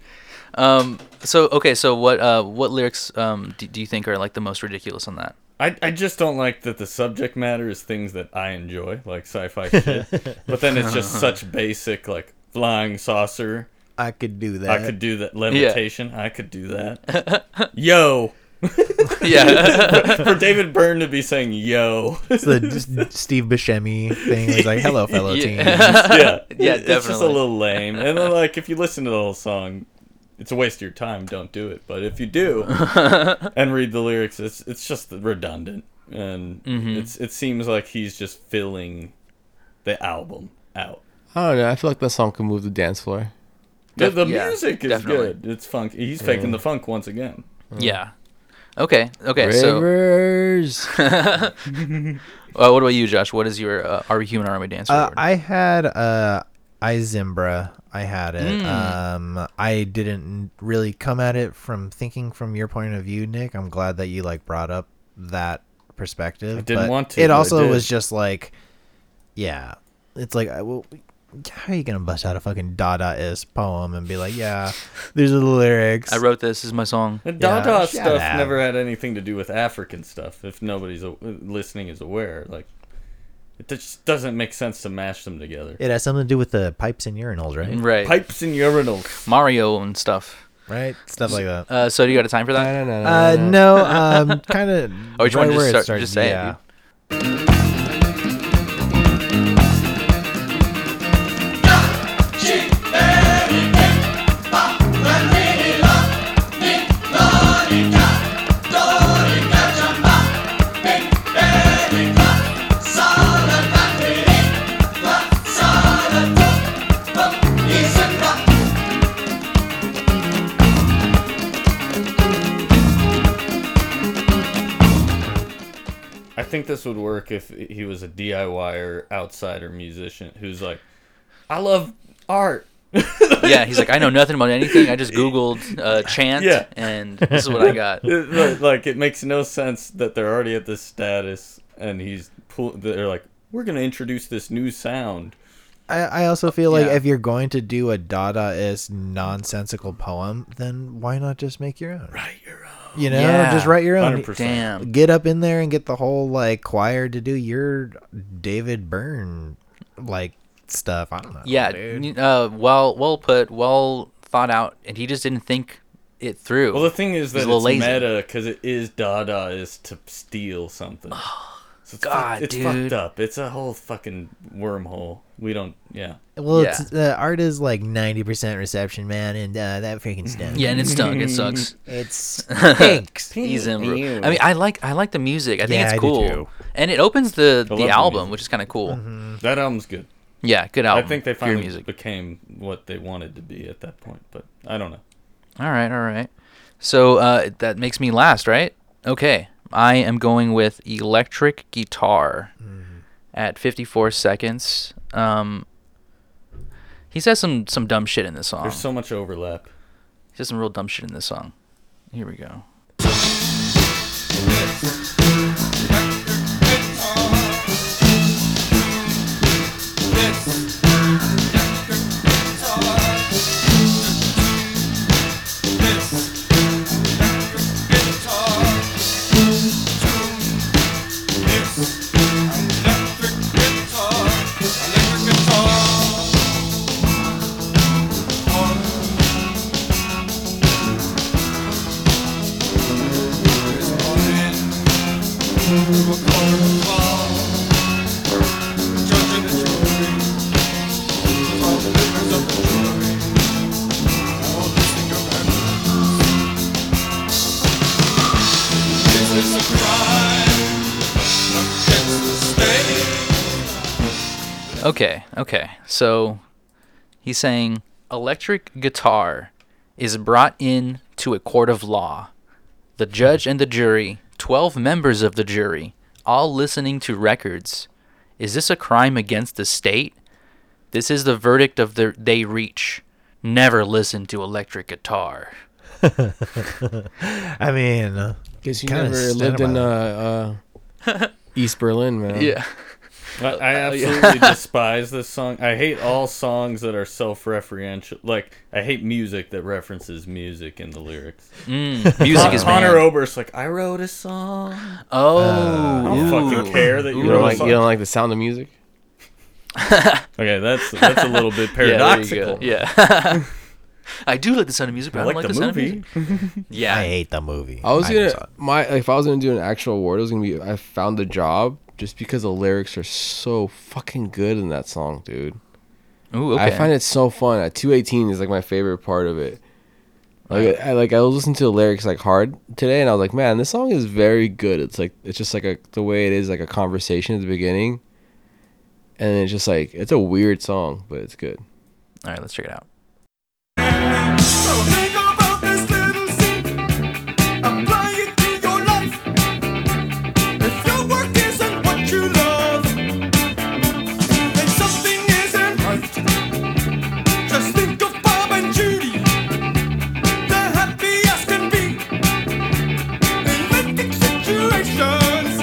B: Um, so okay, so what uh, what lyrics um, do, do you think are like the most ridiculous on
E: <laughs>
B: that?
E: I, I just don't like that the subject matter is things that I enjoy, like sci-fi <laughs> shit. but then
B: <laughs>
E: it's just such basic, like flying saucer.
C: I could do that.
E: I could do that levitation. I could do that. yo,
B: Yeah,
E: <laughs> for David Byrne to be saying yo,
C: It's
E: <laughs>
C: the just Steve Buscemi thing. It's like, hello, fellow
B: <laughs>
C: team.
B: yeah,
E: yeah,
B: Yeah,
E: it's just a
B: definitely.
E: little lame. And then like if you listen to the whole song, it's a waste of your time. Don't do it. But if you do
B: <laughs>
E: and read the lyrics, it's it's just redundant, and it's it seems like he's just filling the album out.
H: I don't know. I feel like that song could move the dance floor.
E: The, the
B: yeah,
E: music is
B: definitely.
E: good. It's funk. He's faking the funk once again.
B: yeah. Okay, okay. So,
C: <laughs>
H: Rivers.
B: uh, what about you, Josh? What is your uh, are we human? Are we dancer?
C: Uh,
B: award?
C: I had uh, Izimbra. I had
E: Hmm.
C: it. Um, I didn't really come at it from thinking from your point of view, Nick. I'm glad that you like brought up that perspective.
E: I didn't
C: but
E: want to,
C: It
E: but I
C: also
E: did.
C: was just like, yeah, it's like, I- well, how are you gonna bust out a fucking Dadaist poem and be like, yeah, these are the lyrics?
B: I wrote this. this is my song.
E: The Dada
C: shut
E: stuff
C: up.
E: never had anything to do with African stuff. If nobody's a- listening is aware, like it just doesn't make sense to mash them together.
C: it has something to do with the pipes and urinals, right?
B: Right,
E: Pipes and urinals.
B: Mario and stuff.
C: Right, stuff like that.
B: Uh, so do you got a time for that?
C: <laughs> Uh, no,
B: <laughs>
C: um, kind of.
B: Oh, you want to just, start, just say it?
C: yeah.
B: dude?
E: I think this would work if he was a DIYer, er, outsider musician who's like, I love art.
B: Yeah, he's like, I know nothing about anything. I just Googled
C: <laughs>
B: uh, chant,
E: Yeah.
B: and this is what I got.
E: It- like- like it makes no sense that they're already at this status and he's pull- they're like we're going to introduce this new sound
C: I, I also feel like
B: yeah.
C: if you're going to do a Dadaist nonsensical poem, then why not just make your own? Write your own. You know,
B: Yeah.
C: just write your own.
E: 100%.
B: Damn.
C: Get up in there and get the whole like choir to do your David Byrne like stuff. I don't know.
E: Oh,
B: Yeah.
C: dude.
B: n- Uh, well, well put, well thought out, and he just didn't think it through.
E: Well, the thing
B: He's
E: is that
B: a little
E: it's
B: lazy.
E: meta because it is Dada is to steal something. So it's
B: Oh, God,
E: it's
B: dude.
E: fucked up. It's a whole fucking wormhole. We don't, yeah.
C: Well,
B: yeah.
C: it's the art is like ninety percent reception, man, and uh, that
B: <laughs>
C: freaking stuff.
B: yeah, and it stunk. It
E: <laughs>
B: sucks. <laughs>
C: it's thanks.
B: He's in. I mean, I like I like the music. I think
C: Yeah,
B: it's
C: I do
B: cool,
C: too.
B: and it opens the the
E: the
B: album,
E: music.
B: which is kind of cool.
E: That album's good.
B: Yeah, good Mm. album.
E: I think they
B: Pure
E: finally
B: music.
E: became what they wanted to be at that point, but I don't know.
B: All right, all right. So uh, that makes me last, right? Okay, I am going with electric
E: Mm-hmm.
B: guitar at 54 seconds. Um, He says some some dumb shit in this song.
E: There's so much overlap.
B: He says some real dumb shit in this song. Here we go. Okay, okay. So he's saying electric guitar is brought in to a court of law. The judge and the jury, 12 members of the jury, all listening to records. Is this a crime against the state? This is the verdict of the they reach. Never listen to electric guitar.
C: I mean, uh,
D: Because you
C: Kinda
D: never
C: stand
D: lived in
C: by
D: uh, uh, East Berlin,
C: <laughs>
D: man.
E: I,
B: Uh,
E: I
B: <laughs>
E: absolutely despise this song. I hate all songs that are self-referential. Like I hate music that references music in the lyrics. <laughs>
B: Music is
E: Honor
B: banned.
E: Oberst, like I wrote a song.
B: Oh,
E: I don't fucking care that you,
D: You
E: wrote
D: don't
E: a
D: like
E: song.
D: you don't like the sound of music.
E: Okay, that's that's a
B: <laughs>
E: little bit paradoxical.
B: Yeah. there you go. yeah. I do like the sound of music, but I,
E: I
B: don't
E: like
B: like
E: the
B: the, sound
E: movie.
B: of music. yeah.
C: I hate the movie.
D: I was
C: just saw
D: gonna
C: it.
D: my if I was gonna do an actual award, it was gonna be I found the job just because the lyrics are so fucking good in that song, dude.
B: Ooh, okay.
D: I find it so fun. At 218 is like my favorite part of it. Like I like I was listening to the lyrics like hard today, and I was like, man, this song is very good. It's like it's just like a the way it is like a conversation at the beginning, and it's just like it's a weird song, but it's good.
B: All right, let's check it out.
G: So think about this little seed. Apply it to your life. If your work isn't what you love, then something isn't right. Just think of Bob and Judy. They're happy as can be. In hectic situations.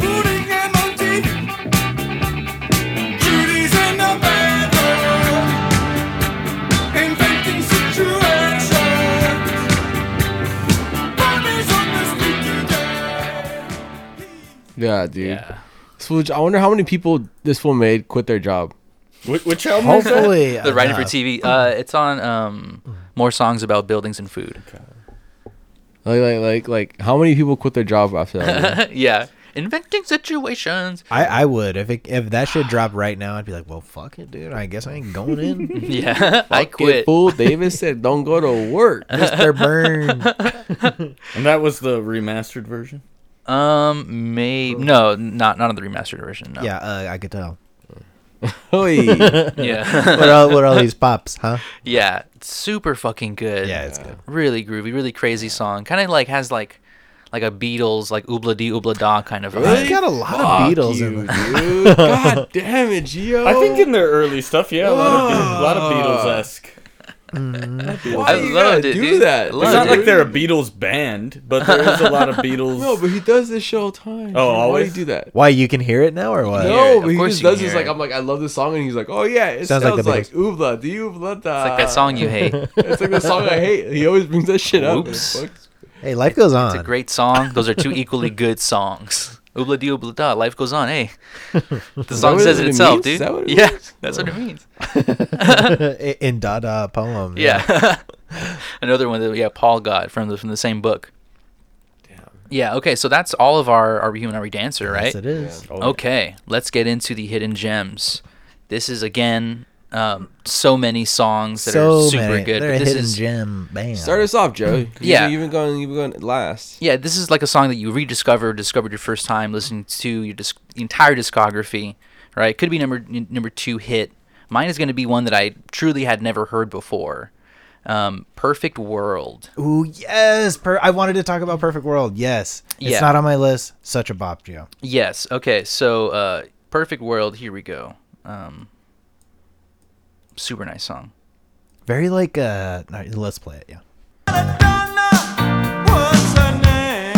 G: Putting them on TV. Judy's in the bedroom. Inventing situations. Bodies on the street today.
D: Yeah, dude. So I wonder how many people this will made quit their job.
E: Which, which album is that?
C: Hopefully,
B: <laughs> The writing for
C: enough.
B: TV. Uh, it's on um, more songs about buildings and food.
D: Like like like like how many people quit their job after
B: <laughs>
D: that?
B: yeah. Inventing situations.
C: I, I would if it, if that shit dropped right now, I'd be like, well, fuck it, dude. I guess I ain't going <laughs> in.
B: Yeah. <laughs> I
D: Fucking
B: quit.
D: Fool Davis said, "Don't go to
B: <laughs>
D: work."
C: Mr. Burn.
E: And that was the remastered version.
B: Um, may no, not not on the remastered version. No.
C: Yeah, uh, I could tell.
D: Oy.
B: Yeah.
C: <laughs>
B: <laughs>
C: What all, what all these pops, huh?
B: yeah. It's super fucking good.
C: Yeah, it's good.
B: really groovy, really crazy song. Kind of like has like like a Beatles like oobla dee oobla da kind of vibe.
C: It's got a lot of Beatles in
B: <laughs>
C: there.
D: dude. God damn it, Gio.
E: I
B: Oh.
E: think in their early stuff, yeah, a lot of, Be- a lot
B: Ah.
E: of Beatles-esque.
B: Mm-hmm. I
D: you
B: loved
D: gotta
B: it,
D: do
B: dude.
D: that?
B: Loved
E: It's not
B: it.
E: like they're a Beatles band, but there is a
B: <laughs>
E: lot of
D: <laughs>
E: Beatles.
D: no, but he does this show all the time.
E: Oh,
D: Why do you
E: always?
D: do that?
C: Why you can hear it now or what?
B: hear it.
D: No,
B: Of
D: but he
B: course
D: just
B: you can
D: does this
B: hear
D: like
B: it.
D: I'm like I love this song and he's like oh yeah it sounds,
C: Sounds like the
D: like oobla di oobla da.
B: It's like that
D: <laughs>
B: song you hate.
D: It's like the song I hate. He always brings that shit up.
B: Whoops.
D: Fuck.
C: <laughs> Hey, life goes on.
B: It's a great song. Those are two equally good songs. <laughs> Oobla dee oobla da. Life goes on. Hey, the song
D: what
B: says
D: it
B: it
D: means?
B: itself, dude.
D: Is that what it
B: yeah,
D: means?
B: <laughs> that's what it means.
C: <laughs> in Dada poem.
B: Yeah. <laughs> Another one that yeah Paul got from the from the same book. Yeah. Okay. So that's all of our are we human are we dancer right?
C: Yes, it is.
B: Okay, let's get into the hidden gems. This is again um, so many songs that
C: So
B: are super
C: many.
B: good.
C: They're
B: but
C: a
B: this
C: hidden
B: is
C: gem. Bam.
D: Start us off, Joe. 'cause
B: Yeah.
D: you've been going, you've been going last.
B: yeah, this is like a song that you rediscover, discovered your first time listening to your disc- the entire discography, right? Could be number n- number two hit. Mine is going to be one that I truly had never heard before. Um, Perfect World.
C: Ooh, yes. Per- I wanted to talk about Perfect World. Yes. It's
B: Yeah.
C: not on my list. Such a bop, Gio.
B: Yes. Okay. So, uh, Perfect World. Here we go. Um, super nice song.
C: Very like uh all right, let's play it, yeah.
G: Donna, what's her name?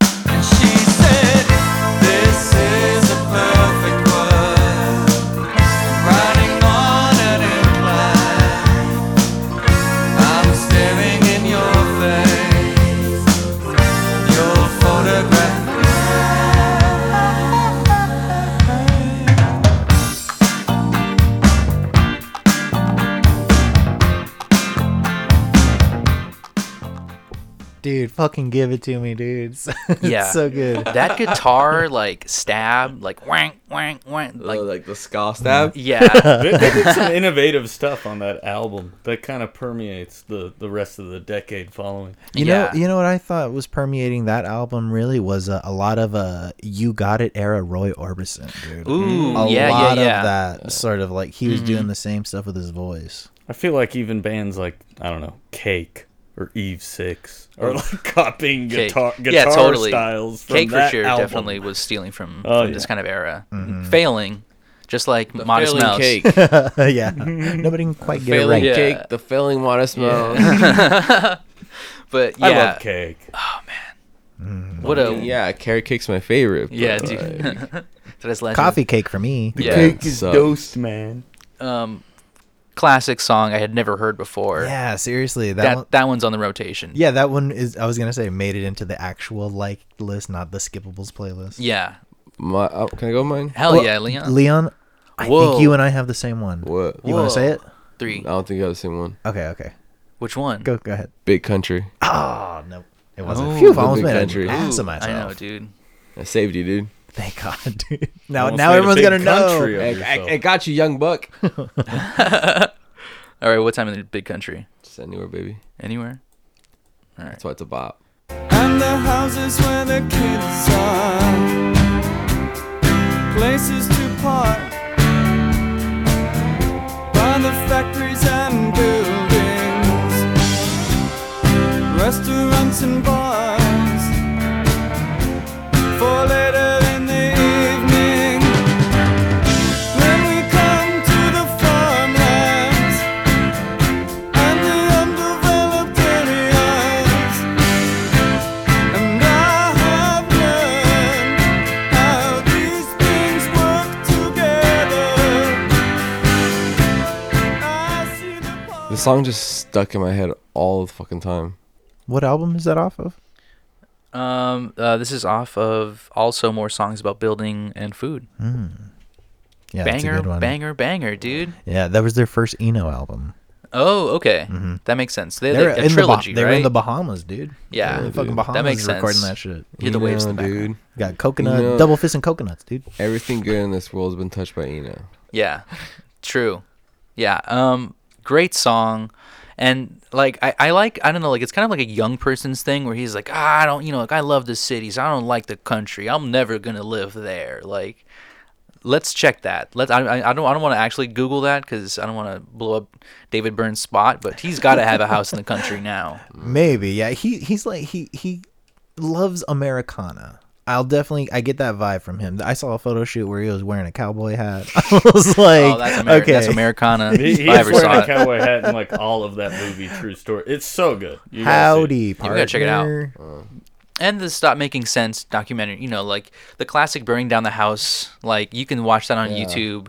G: And she said, This is a perfect world. Riding on an incline. I'm staring in your face. Your photograph.
C: Dude, fucking give it to me, dude. <laughs> It's, it's
B: Yeah.
C: so good.
B: That guitar like stab like wank wank wank like
D: Oh,
B: Mm,
D: Like, like the ska stab.
C: <laughs>
B: yeah
E: They, they
B: <laughs>
E: did some innovative stuff on that album that kind of permeates the, the rest of the decade following.
C: You
B: yeah.
C: know, you know what I thought was permeating that album really was a, a lot of uh, "You Got It" era Roy Orbison, dude.
B: Ooh,
C: a
B: yeah, yeah,
C: lot
B: Mm-hmm. yeah.
C: of that sort of like he was doing the same stuff with
B: <laughs>
C: his voice. <laughs>
E: I feel like even bands like I don't know Cake or Eve Six are like copying
B: Cake.
E: guitar guitar styles. From
B: Cake
E: that
B: for sure
E: album.
B: definitely was stealing from,
E: Oh,
B: from
E: yeah.
B: this kind of era, failing, just like Modest
D: failing
B: Mouse. <laughs>
D: cake.
C: yeah, nobody can quite get it
D: failing
C: right.
B: Yeah.
D: cake. The failing modest mouse.
B: <laughs>
D: Oh.
B: But
E: I
B: yeah,
E: love Cake.
B: what a yeah,
D: Yeah, carrot cake's my favorite. but,
B: yeah
D: uh,
B: dude. <laughs> That is legend.
C: Coffee cake for me.
B: Yeah.
D: is
E: man.
B: Um, classic song I had never heard before.
C: Yeah, seriously, that,
B: that
C: one.
B: that one's on the rotation.
C: Yeah, that one is. I was gonna say made it into the actual like list, not the skippables playlist.
B: Yeah.
D: My, oh, can I go mine?
B: Hell
C: Well,
B: yeah, Leon.
C: Leon, I
B: Whoa.
C: think you and I have the same one.
D: What?
C: You
B: Whoa.
C: want to say it?
B: Three.
D: I don't think I have the same one.
C: Okay, okay.
B: Which one?
C: Go, go ahead.
D: Big country.
C: Oh no, it wasn't.
B: Oh.
C: Phew, I
B: The
C: almost
D: big
C: made
D: country.
C: an ass
B: Ooh,
C: of myself.
B: I know, dude.
D: I saved you, dude.
C: Thank God,
B: <laughs>
C: dude. Now,
E: Almost
C: now
E: made a
C: everyone's
E: big
C: gonna know.
E: country of
D: I,
E: yourself.
D: I- I got you, young buck. <laughs>
B: All right, what time in the big country?
D: Just anywhere, baby.
B: Anywhere?
D: That's why it's a bop.
G: And the houses where the kids are. Places to park. By the factories and buildings. Restaurants and bars. For later in the evening. When we come to the farmlands. And the undeveloped areas. And I have learned how these things work together. I see the
D: The song just stuck in my head all the fucking time.
C: What album is that off of?
B: Um, uh, this is off of also more songs about building and food.
C: Yeah, that's a
B: banger,
C: good one.
B: banger, banger, dude.
C: Yeah, that was their first Eno album.
B: Oh, okay, that makes sense. They're,
C: They're
B: like a
C: Mm-hmm. in
B: trilogy,
C: the Ba-
B: right?
C: They're in the Bahamas, dude.
B: Yeah.
C: They're in
B: Yeah,
C: fucking
D: dude.
C: Bahamas.
B: That makes
C: recording
B: sense.
C: that shit.
B: Hear the
D: Eno,
B: waves in the background.
D: dude.
C: Got coconut,
D: Eno.
C: double fist, and coconuts, dude.
D: Everything good in this world's been touched by Eno.
B: Yeah, <laughs> true. Yeah, um, great song, and like I, I like I don't know, like it's kind of like a young person's thing where he's like, ah, I don't, you know, like I love the cities, I don't like the country, I'm never gonna live there. Like, let's check that. Let's. I, I I don't I don't want to actually Google that because I don't want to blow up David Byrne's spot, but he's got to have a house in the country
C: <laughs>
B: now.
C: Maybe, yeah. He he's like he he loves Americana. I'll definitely I get that vibe from him. I saw a photo shoot where he was wearing a cowboy hat. <laughs> I was like,
B: oh, that's Ameri-
C: okay,
B: that's
C: <laughs>
B: Americana.
E: He,
B: if
E: he's
B: I ever
E: wearing
B: saw
E: a
B: it.
E: cowboy hat in like all of that movie. True story. It's so good. You gotta see
C: howdy,
E: it.
C: partner.
B: gotta check it out. and the stop making sense documentary you know like the classic burning down the house like you can watch that on youtube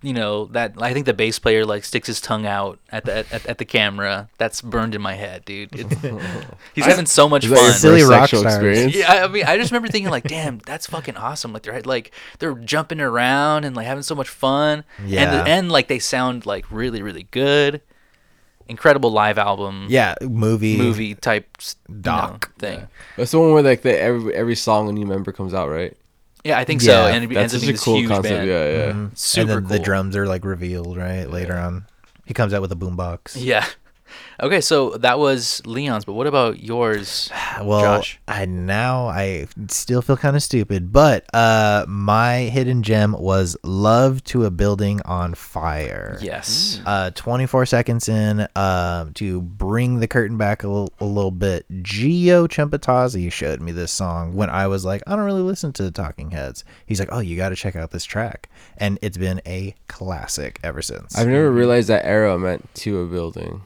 B: you know that i think the bass player like sticks his tongue out at the at, at the camera that's burned in my head dude It's- he's having so much
D: Is that your
B: fun
C: Silly
D: first
C: rock
D: sexual
C: stars.
D: experience?
B: yeah, I I mean, I just remember thinking like, "Damn, that's fucking awesome!" Like they're like they're jumping around and like having so much fun. And
C: Yeah.
B: the end, like they sound like really, really good. Incredible live album,
C: Yeah, movie
B: movie type s- you know,
C: Doc.
B: thing.
D: That's the one where like the, every every song a new member comes out, right?
B: Yeah, I think so.
C: Yeah,
B: And it
D: That's
B: ends up
D: such
B: being
D: a
B: this
D: cool
B: huge
D: concept.
B: band.
D: Yeah, yeah.
C: Mm-hmm.
B: Super
C: and then
B: cool.
C: the drums are like revealed right later on. He comes out with a boombox.
B: <laughs> Yeah. Okay, so that was Leon's, but what about yours?
C: well,
B: Josh.
C: I now I still feel kind of stupid, but uh, my hidden gem was "Love to a Building on Fire."
B: Yes.
C: Uh, 24 seconds in um, to bring the curtain back a little- a little bit. Gio Chimpatazzi showed me this song when I was like, I don't really listen to the Talking Heads. He's like, Oh, you got to check out this track, and it's been a classic ever since.
D: I've never realized that arrow meant to a building.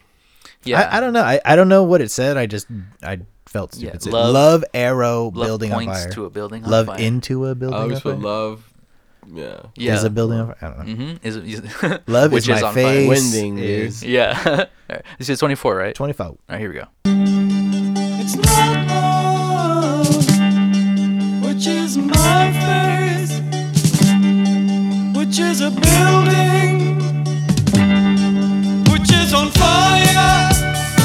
B: Yeah.
C: I, I don't know. I, I don't know what it said. I just I felt
B: Yeah,
C: stupid. It said,
B: love-
C: love, arrow
B: Love
C: building on
B: points
C: fire.
B: to a building. On
C: love
B: fire.
C: into a building.
D: I
C: on
D: always
C: fire?
D: put Oh, love. Yeah.
B: Yeah.
C: Is a building on fire? I don't know.
B: hmm Is, is
C: Love
B: <laughs> which
C: is my
B: on fire.
C: face.
D: Winding, dude.
C: is
B: Yeah. <laughs> All right. This is 24, right? All
C: 25.
B: right, here we go.
G: It's not love, which is my face, which is a building, which is on fire, on fire.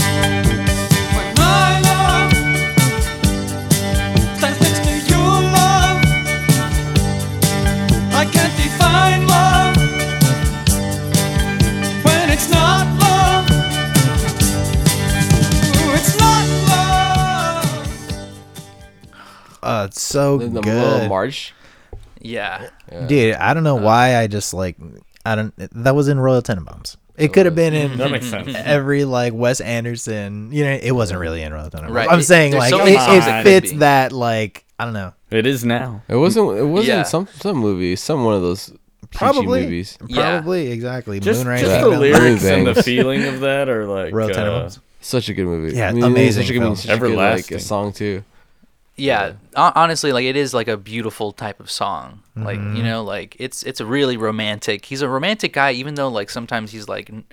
G: When my love stands next to your love, I can't define love when it's not love. Ooh, It's not love.
C: Oh, it's so
D: The little
C: good.
D: march.
B: Yeah. Uh,
C: Dude, I don't know why I just like I don't that was in Royal Tenenbaums. It could have been in
E: That makes sense.
C: <laughs> every like Wes Anderson, you know, it wasn't really in Royal Tenenbaums.
B: Right,
C: I'm
B: it-
C: saying
B: there's
C: like
B: so
C: it,
B: many
E: songs that
C: it
B: could
C: fits
B: be.
C: that like I don't know.
E: It is now.
D: It wasn't. It wasn't
B: Yeah.
D: some some movie. Some one of those peachy
C: Probably
D: movies.
B: Yeah.
C: Probably exactly.
E: Just,
C: Moonrise.
E: just
C: Kingdom.
E: the lyrics and the
D: Moonbangs.
E: feeling of that are like
C: Royal
E: uh,
C: Tenenbaums.
D: Such a good movie.
C: Yeah,
D: it was
C: amazing
D: Such a good,
C: film.
D: such a good, like,
E: Everlasting.
D: a song too.
B: yeah hon- honestly like it is like a beautiful type of song like you know like it's it's really romantic he's a romantic guy even though like sometimes he's like n-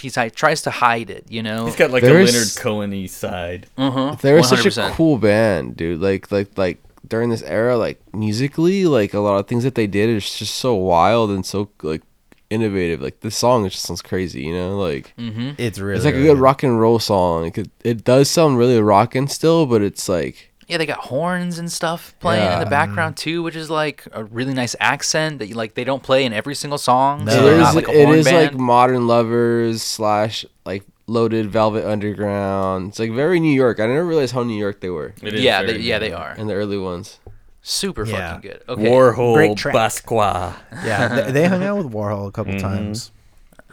B: he's like tries to hide it you know
E: He's got like
D: There's-
E: a Leonard Cohen-y side.
B: uh-huh.
D: They were such a
B: 100%.
D: cool band, dude. Like like like during this era, like musically, like a lot of things that they did is just so wild and so like innovative. Like this song, it just sounds crazy, you know. Like
C: It's really
D: it's like a
C: really
D: good rock and roll song. It could, it does sound really rockin' still, but it's like
B: yeah they got horns and stuff playing in the
D: Yeah.
B: background too which is like a really nice accent that you like they don't play in every single song so
C: No.
D: it
B: they're
D: is
B: Oh, not like a
D: it
B: horn
D: is
B: band.
D: like modern lovers slash like loaded Velvet Underground. It's like very New York. I never realized how New York they were
E: It is
B: yeah
E: very
B: they, yeah they
E: good.
B: are
D: in the early ones.
B: super
C: Yeah.
B: fucking good okay
E: Warhol,
C: Great track.
E: Basqua.
C: Yeah,
B: <laughs>
C: they, they hung out with Warhol a couple
B: Mm-hmm.
C: times.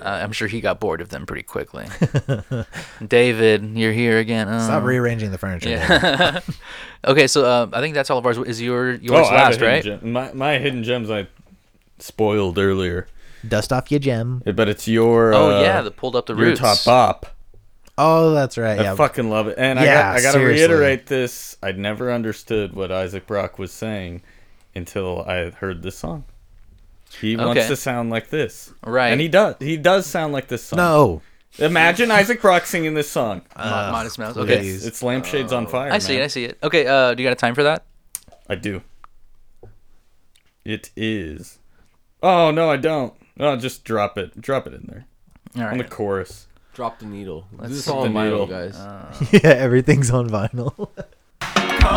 B: uh, i'm sure he got bored of them pretty
D: <laughs>
B: quickly david you're here again Oh.
C: Stop rearranging the furniture. David.
B: Yeah. <laughs> okay, so uh, I think that's all of ours. Is your
E: Oh,
B: yours
E: I have a
B: last,
E: hidden
B: right?
E: gem. My, my hidden gems I spoiled earlier,
C: Dust off your gem.
E: but it's your.
B: Oh
E: uh,
B: yeah, the pulled up the
E: your
B: roots.
E: top bop.
C: Oh, that's right.
E: I
C: Yeah.
E: fucking love it. And
C: Yeah,
E: I got, I got to
C: seriously.
E: reiterate this. I never understood what Isaac Brock was saying until I heard this song. He wants
B: Okay.
E: to sound like this,
B: Right.
E: And he does. He does sound like this song.
C: no. <laughs>
E: imagine Isaac Brock singing this song.
B: Mo- Uh, Modest Mouse.
E: It's-
B: Okay, Uh,
C: please.
E: it's, lampshades on fire.
B: I see it.
E: man.
B: I see it. Okay, uh, do you got a time for that?
E: I do. It is. Oh no, I don't. No, just drop it. Drop it in there
B: All
E: on the
B: right.
E: chorus.
D: Drop the needle. this is
B: drop
D: all
E: the needle.
D: vinyl, guys.
C: Yeah, everything's on vinyl. <laughs>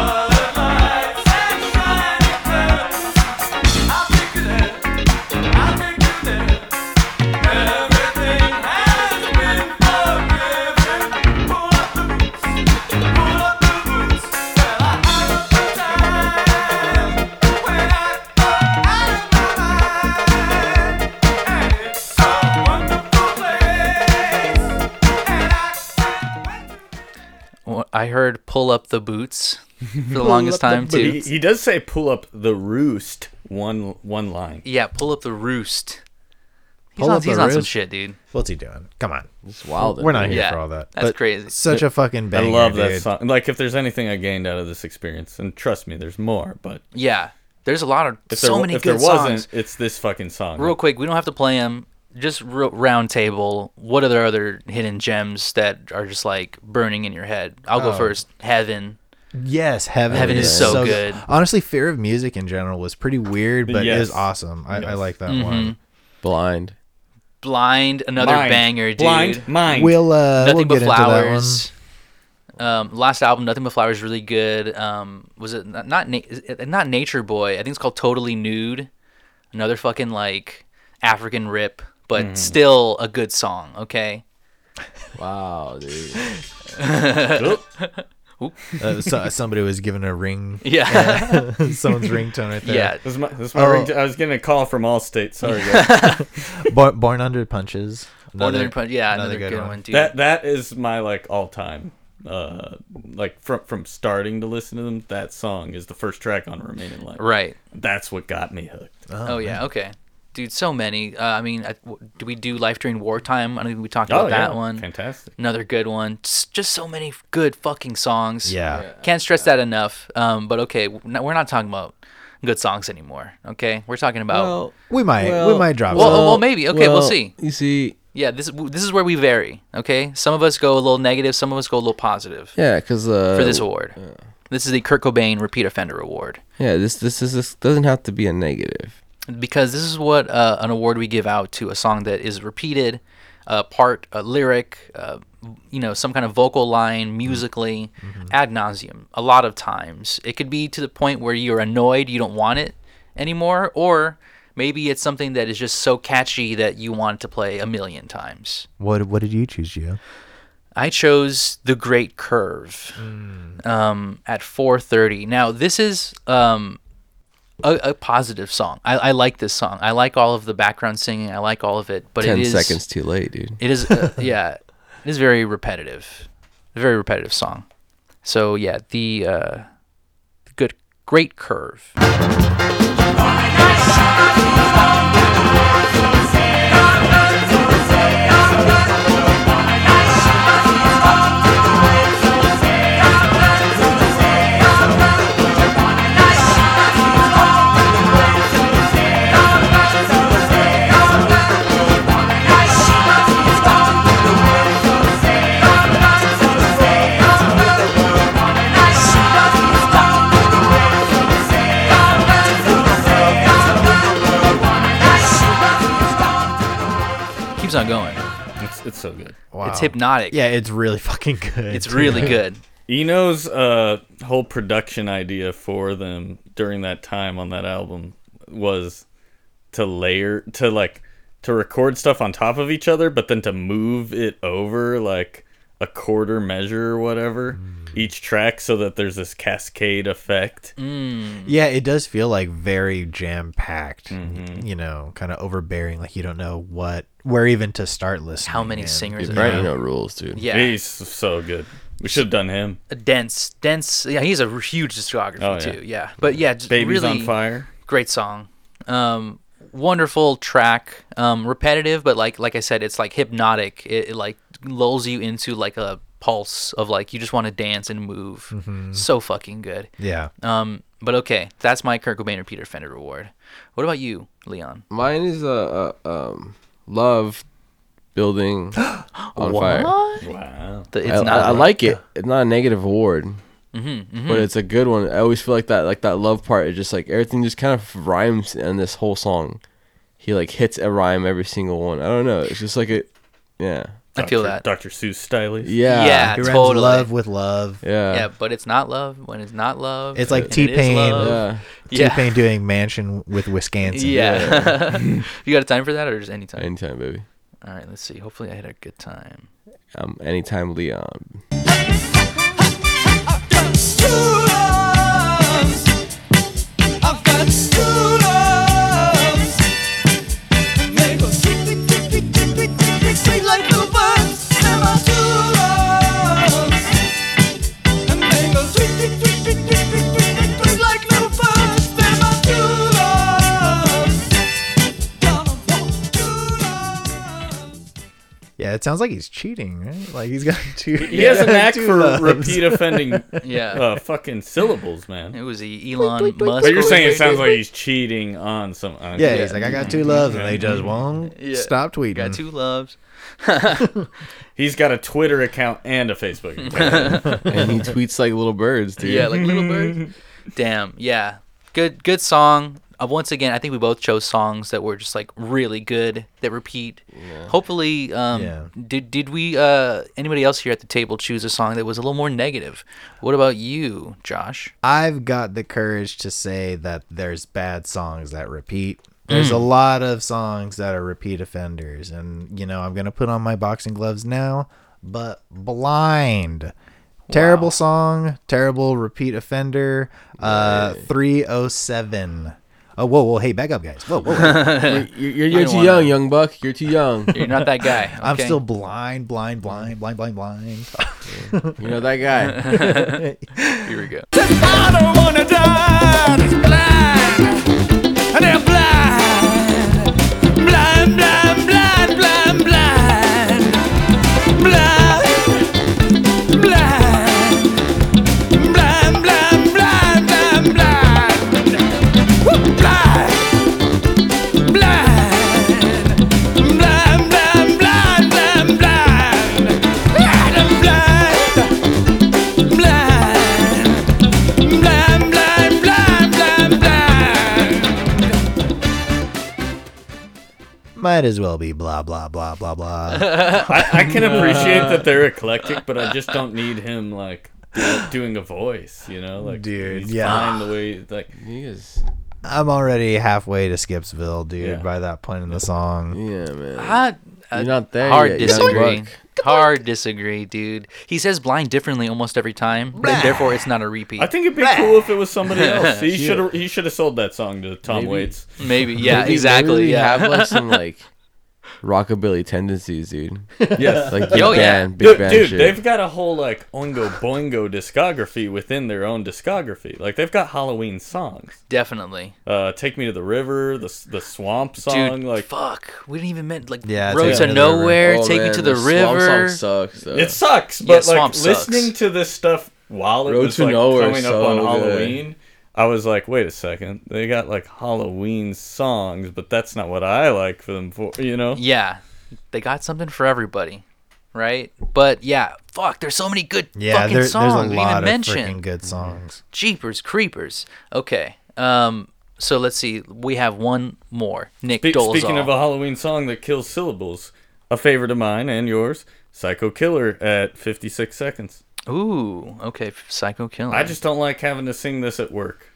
B: Well, I heard pull up the
E: <laughs>
B: boots for the longest time too.
E: He, he does say pull up the roost one one line.
B: Yeah, pull up the roost. He's
C: Pull
B: on,
C: up the
B: he's on some
C: roost?
B: shit, dude.
C: What's he doing? Come on.
D: It's wild.
C: We're not here
B: Yeah,
C: for all that.
B: that's crazy.
C: Such a fucking banger.
E: I love that
C: dude.
E: song. Like if there's anything I gained out of this experience, and trust me, there's more. But
B: Yeah, there's a lot of
E: if
B: so
E: there,
B: many
E: if
B: good
E: there wasn't,
B: songs.
E: it's this fucking song.
B: Real quick, we don't have to play them. Just real round table. What are the other hidden gems that are just like burning in your head? I'll go
C: Oh.
B: first. Heaven.
C: Yes, heaven.
B: Heaven is so good.
C: Honestly, fear of music in general was pretty weird, but it was
E: Yes.
C: awesome. I, I like
B: Mm-hmm.
C: that one.
D: blind.
B: Blind, another
E: Mind.
B: banger, dude.
E: Blind mind.
C: We'll uh,
B: Nothing
C: we'll
B: but
C: get
B: flowers. Um, last album, Nothing but flowers, really good. Um, was it uh, not not, na- is it not Nature Boy? I think it's called Totally Nude. Another fucking like African Rip, but still a good song. Okay.
H: Wow,
B: <laughs>
H: dude.
C: <laughs> Uh, so, somebody was given a ring,
B: <laughs> Yeah.
C: <laughs> someone's ringtone right there.
B: yeah.
E: This is my, this is my
C: Oh.
E: ringtone. I was getting a call from Allstate. Sorry, guys.
C: Born, Born Under Punches.
B: Born
C: Another-
B: Under Punch. Yeah, another, good, one, dude.
E: that that is my like all time. Uh, like from from starting to listen to them, that song is the first track on Remain in Life.
B: right.
E: That's what got me hooked.
B: Oh, yeah. Okay. Dude, so many. Uh, I mean, I, w- do we do life during wartime? I don't think we talked about that one.
E: Oh, fantastic.
B: Another good one. S- Just so many f- good fucking songs.
C: Yeah.
B: Can't stress that enough. Um, but okay, w- no- we're not talking about good songs anymore. Okay, we're talking about. Well,
C: We might we
H: Well-
C: might drop
B: Oh. well,
C: some.
B: maybe. Okay, we'll
H: well,
B: see.
H: You see,
B: Yeah, this w- this is where we vary. Okay, some of us go a little negative, some of us go a little positive
H: yeah, because uh,
B: for this award. This is the Kurt Cobain Repeat Offender Award.
H: yeah, this this is this doesn't have to be a negative.
B: because this is what uh, an award we give out to a song that is repeated uh, part a lyric uh, you know some kind of vocal line musically ad nauseum a lot of times it could be to the point where you're annoyed you don't want it anymore or maybe it's something that is just so catchy that you want to play a million times
C: What what did you choose, Gio?
B: I chose the Great Curve
H: Mm.
B: um, at 4:30. Now this is um, a, a positive song. I, I like this song. I like all of the background singing. I like all of it. But
H: Ten
B: it is
H: seconds too late, dude.
B: it is uh, <laughs> yeah, it is very repetitive. A very repetitive song. So yeah, the uh, good Great Curve. Keeps on going.
E: It's, it's so good.
C: Wow.
B: It's hypnotic.
C: Yeah, it's really <laughs> fucking good.
B: It's
H: <laughs>
B: really good.
E: Eno's uh, whole production idea for them during that time on that album was to layer to like to record stuff on top of each other, but then to move it over like a quarter measure or whatever each track, so that there's this cascade effect.
C: Yeah, it does feel like very jam packed.
B: Mm-hmm.
C: You know, kind of overbearing. Like you don't know what where even to start listening.
B: How many
C: in.
B: singers?
H: Dude,
B: are
H: Brian
B: there?
H: Eno rules, dude.
B: Yeah.
E: He's so good. We should have done him.
B: a dense, dense. Yeah, he's a huge discography
E: Oh, yeah.
B: too. Yeah, but yeah, just
E: Baby's
B: really
E: on fire.
B: great song. Um, wonderful track. Um, repetitive, but like like I said, it's like hypnotic. It, it like lulls you into like a pulse of like you just want to dance and move.
E: Mm-hmm.
B: So fucking good.
C: Yeah.
B: Um, but okay, that's my Kurt Cobain or Peter Fender award. What about you, Leon?
H: Mine is uh, uh um love
B: <gasps>
H: building on fire.
E: Wow.
B: The it's
H: I,
B: not. Mm-hmm,
H: I, I like it. It's not a negative award, but it's a good one. I always feel like that, like that love part. It just like everything just kind of rhymes in this whole song. He like hits a rhyme every single one. I don't know. It's just like it. Yeah.
B: I feel that.
E: Dr. Seuss style.
H: Yeah.
B: Yeah.
C: He runs
B: Totally.
C: love with love.
H: Yeah.
B: yeah, but it's not love when it's not love.
C: It's like
B: and it is
C: T-Pain.
B: love.
H: Yeah.
B: Yeah.
C: T-Pain doing Mansion with Wisconsin.
B: Yeah. <laughs> you got a time for that or just any time?
H: Anytime, baby.
B: All right, let's see. Hopefully, I had a good time.
H: Um. Anytime, Leon.
C: Yeah, it sounds like he's cheating, right? Like he's got two.
E: He
C: <laughs>
E: has a knack
C: two
E: for
C: loves.
E: repeat offending
B: <laughs> Yeah.
E: uh, fucking syllables, man.
B: it was the Elon Musk.
E: But you're saying it sounds like he's cheating on some. uh,
C: <laughs>
E: on-
C: Yeah, he's like, I got two loves, and they just won't
B: Yeah.
C: stop tweeting.
B: got two loves.
E: he's got a Twitter account and a Facebook account.
B: <laughs>
H: And he tweets like little birds, dude.
B: Yeah, like little bird. Damn. Yeah. Good. Good song. Uh, once again, I think we both chose songs that were just like really good that repeat. Hopefully, um,
C: Yeah.
B: did did we uh, anybody else here at the table choose a song that was a little more negative? What about you, Josh?
C: I've got the courage to say that there's bad songs that repeat. There's a lot of songs that are repeat offenders, and you know I'm gonna put on my boxing gloves now. But blind, terrible song, terrible repeat offender. Uh, three oh seven. Oh whoa whoa hey back up guys whoa whoa. whoa.
H: You're, you're, you're
B: don't
H: too
B: wanna-
H: young, young buck. You're too
B: <laughs>
H: young.
B: You're not that guy.
C: I'm
B: okay?
C: still blind blind blind blind blind blind.
H: you know that guy.
B: <laughs> Here we go.
G: I don't wanna die. It's blind. And they're blind. Blind, blind, blind, blind, blind. Blind. Blind. Blind, blind, blind, blind, blind. Woo, blind. Blind. Blind, blind, blind, blind, blind. Blind, I'm blind. Blind. Blind, blind, blind, blind, blind.
C: Might as well be blah blah blah blah blah.
E: I, I can appreciate that they're eclectic, but I just don't need him like do- doing a voice. You know, like
C: Dude,
E: he's
C: yeah.
E: fine the way like
H: He is-
C: I'm already halfway to Skipsville, dude,
E: Yeah.
C: by that point in the song.
H: yeah, man.
B: I,
H: You're not there
B: Hard
H: yet, young
B: disagree.
H: buck.
B: Hard disagree, dude. He says blind differently almost every time, and therefore it's not a repeat.
E: I think it'd be cool if it was
B: <laughs>
E: somebody else. He should have he should have sold that song to Tom Waits.
B: Maybe, yeah,
H: Maybe- maybe
B: exactly.
H: we
B: Yeah.
H: have like
B: <laughs>
H: some like rockabilly tendencies, dude.
E: Yes.
H: Like big
B: Oh, yeah.
H: band, big
E: Dude,
H: band
E: dude,
H: shit.
E: they've got a whole like Oingo Boingo discography within their own discography. Like they've got Halloween songs.
B: Definitely,
E: Uh, Take Me to the River, the s- the Swamp song.
B: dude.
E: like
B: fuck, we didn't even meant like
C: Yeah,
B: road
C: Take
B: to
C: Me to the River.
B: nowhere,
H: Oh,
B: take me
H: man,
B: to the
H: this swamp Song
B: river.
H: sucks. Though.
B: <laughs>
E: it sucks,
B: Yeah,
E: but like
B: Swamp sucks.
E: listening to this stuff while it
H: Road
E: was
H: to
E: like
H: Nowhere
E: coming
H: is
E: up on
H: so good.
E: Halloween, I was like, wait a second, they got like Halloween songs, but that's not what I like for them for. You know,
B: Yeah, they got something for everybody, right? But yeah, fuck, there's so many good
C: Yeah,
B: fucking
C: there, there's
B: songs
C: a
B: we
C: lot of
B: didn't even mention.
C: freaking
E: Mm.
C: good songs.
B: Jeepers creepers. Okay, um, so let's see. We have one more. Nick
E: Spe-
B: Dolezal.
E: speaking of a Halloween song that kills syllables, a favorite of mine and yours, Psycho Killer at 56 seconds.
B: Ooh, okay, Psycho Killer.
E: I just don't like having to sing this at work.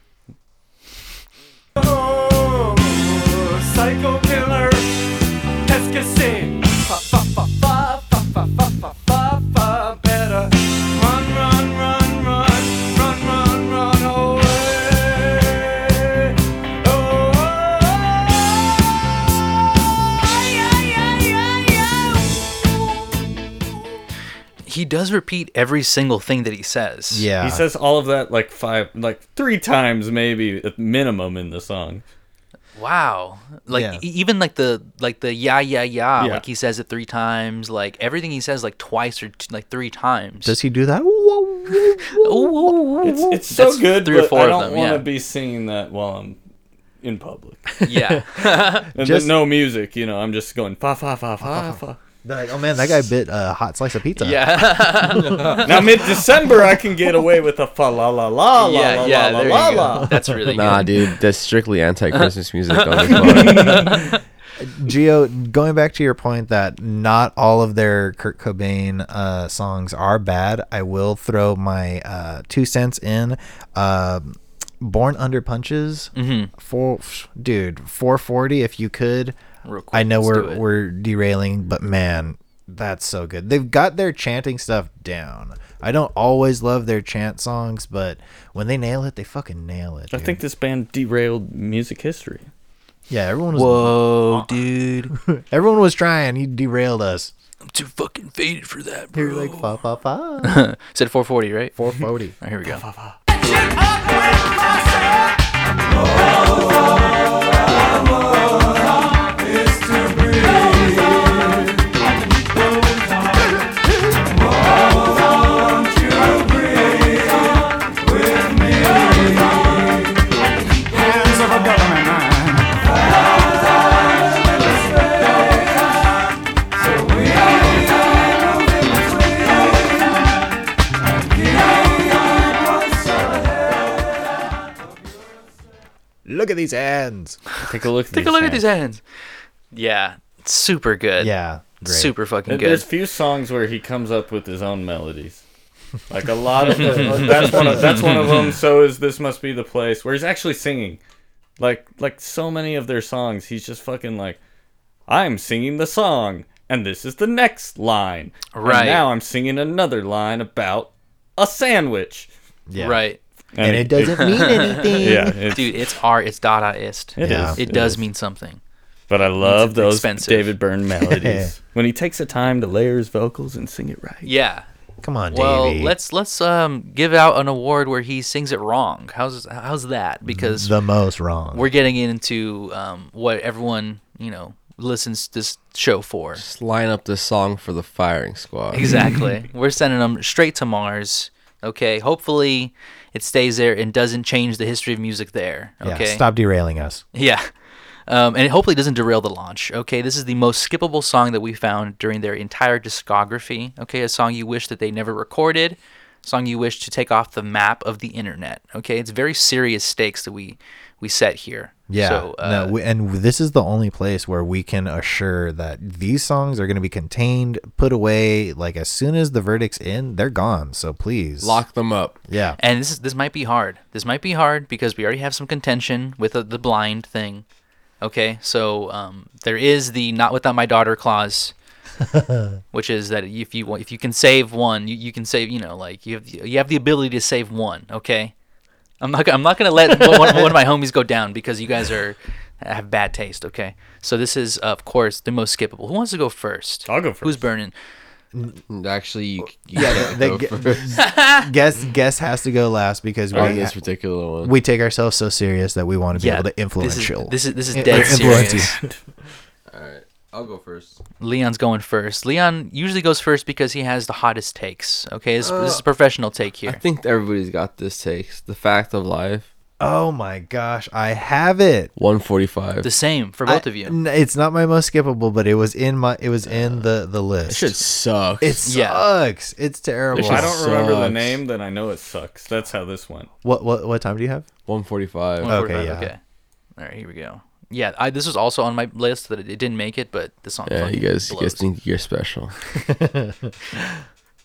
G: Psycho killer. Let's get seen. Fa fa fa fa fa fa fa fa fa fa better. Run run run run run run run away.
B: he does repeat every single thing that he says.
C: Yeah.
E: He says all of that like five, like three times maybe at minimum in the song.
B: Wow. Like
C: Yeah.
B: e- even like the like the yeah yeah yeah
E: Yeah.
B: like he says it three times. Like everything he says like twice or t- like three times.
C: Does he do that? Whoa, whoa,
E: <laughs>
C: whoa.
E: It's, it's so
B: That's
E: good,
B: three or
E: but
B: four
E: I
B: of
E: don't
B: them,
E: want to
B: yeah.
E: be singing that while I'm in public.
B: <laughs> yeah.
E: <laughs> And
C: Just-
E: then no music, you know. I'm just going fa fa fa fa fa.
C: They're like, oh man, that guy bit a hot slice of pizza.
B: yeah. <laughs>
E: <laughs> Now mid December, I can get away with a fa la la la la
B: yeah.
E: la
B: Yeah.
E: la
B: There
E: la
B: you go. <laughs>
E: la.
B: That's really
H: Nah,
B: good.
H: dude, that's strictly anti-Christmas music on this
B: <laughs>
H: one.
C: Geo, going back to your point that not all of their Kurt Cobain uh, songs are bad, I will throw my uh, two cents in. Um Born Under Punches,
B: Mm-hmm.
C: four, dude, 440 if you could.
B: Real quick,
C: I know
B: let's do
C: we're
B: it.
C: we're derailing, but man, that's so good. They've got their chanting stuff down. I don't always love their chant songs, but when they nail it, they fucking nail it.
E: I
C: dude.
E: think this band derailed music history.
C: yeah, everyone was
E: Uh-huh.
B: Whoa,
E: <laughs>
B: dude.
C: everyone was trying. You derailed us.
B: I'm too fucking faded for that,
C: You're
B: bro.
C: like fa
B: <laughs>
C: fa fa.
B: Said 440, right?
C: Four forty.
B: All right, here we go.
G: Hands of a government man.
C: Look at these hands.
E: Take a look.
B: Take a look at these hands. Yeah. Super good.
C: Yeah, great.
B: Super fucking good.
E: There's few songs where he comes up with his own melodies.
C: <laughs>
E: Like a lot of the, that's one of that's one of them. So is this must be the place where he's actually singing. Like like so many of their songs, he's just fucking like, I'm singing the song, and this is the next line. And
B: Right.
E: now I'm singing another line about a sandwich.
C: Yeah.
B: Right.
C: And it
B: <laughs>
C: doesn't mean anything.
E: <laughs> Yeah, it's,
B: Dude, it's art. It's Dadaist.
E: it
C: Yeah.
E: is,
B: It does mean something.
E: But I love those
B: expensive.
E: David
C: <laughs>
E: Byrne melodies when he takes the time to layer his vocals and sing it right.
B: Yeah.
C: Come on,
B: Well,
C: Davey.
B: let's let's um give out an award where he sings it wrong. How's how's that? Because
C: Mm, the most wrong.
B: we're getting into um what everyone you know listens to this show for.
D: Just line up this song for the firing squad.
C: <laughs>
B: Exactly. We're sending them straight to Mars. Okay. Hopefully, it stays there and doesn't change the history of music there.
C: yeah,
B: Okay.
C: stop derailing us.
B: Yeah. Um, and it hopefully doesn't derail the launch. Okay, this is the most skippable song that we found during their entire discography. Okay, a song you wish that they never recorded, a song you wish to take off the map of the internet. Okay, it's very serious stakes that we we set here.
C: Yeah.
B: So, uh,
C: no, we, and this is the only place where we can assure that these songs are going to be contained, put away. Like as soon as the verdict's in, they're gone. So please
D: Lock them up.
C: Yeah.
B: and this is, this might be hard. This might be hard because we already have some contention with the, the blind thing. Okay, so um, there is the not without my daughter clause, which is that if you want, if you can save one, you, you can save. You know, like you have you have the ability to save one. Okay, I'm not gonna- I'm not gonna let one, one of my homies go down because you guys are have bad taste. Okay, so this is of course the most skippable. Who wants to go first?
E: I'll go
B: Who's
E: first.
B: burning?
D: Actually, you, you can't
C: they
D: go
C: get-
D: first
C: guess guess has to go last because we
D: on this particular one.
C: we take ourselves so serious that we want to be able to influential.
B: This is this is, this is
C: in-
B: dead
C: influence
B: serious.
C: you.
D: I'll go first.
B: Leon's going first. Leon usually goes first because he has the hottest takes. Okay, this, this is
E: Uh,
B: a professional take
D: I
B: here.
D: think everybody's got this takes. The fact of life.
C: Oh my gosh, I have it.
D: 145.
B: The same for both
C: I-
B: of you.
C: n- It's not my most skippable, but it was in my it was in
B: Uh,
C: the the
D: It
C: list.
D: should suck.
C: It
B: Yeah.
C: sucks. It's terrible.
E: If I don't remember the
D: Sucks.
E: name, then I know it sucks. That's how this went.
C: What what what time do you have?
D: 145.
C: Oh. okay,
B: 145,
C: yeah.
B: All right, here we go. Yeah, I, this was also on my list that it, it didn't make it, but the song.
D: yeah,
B: fucking
D: you guys, you
B: blows.
D: guys think you're special.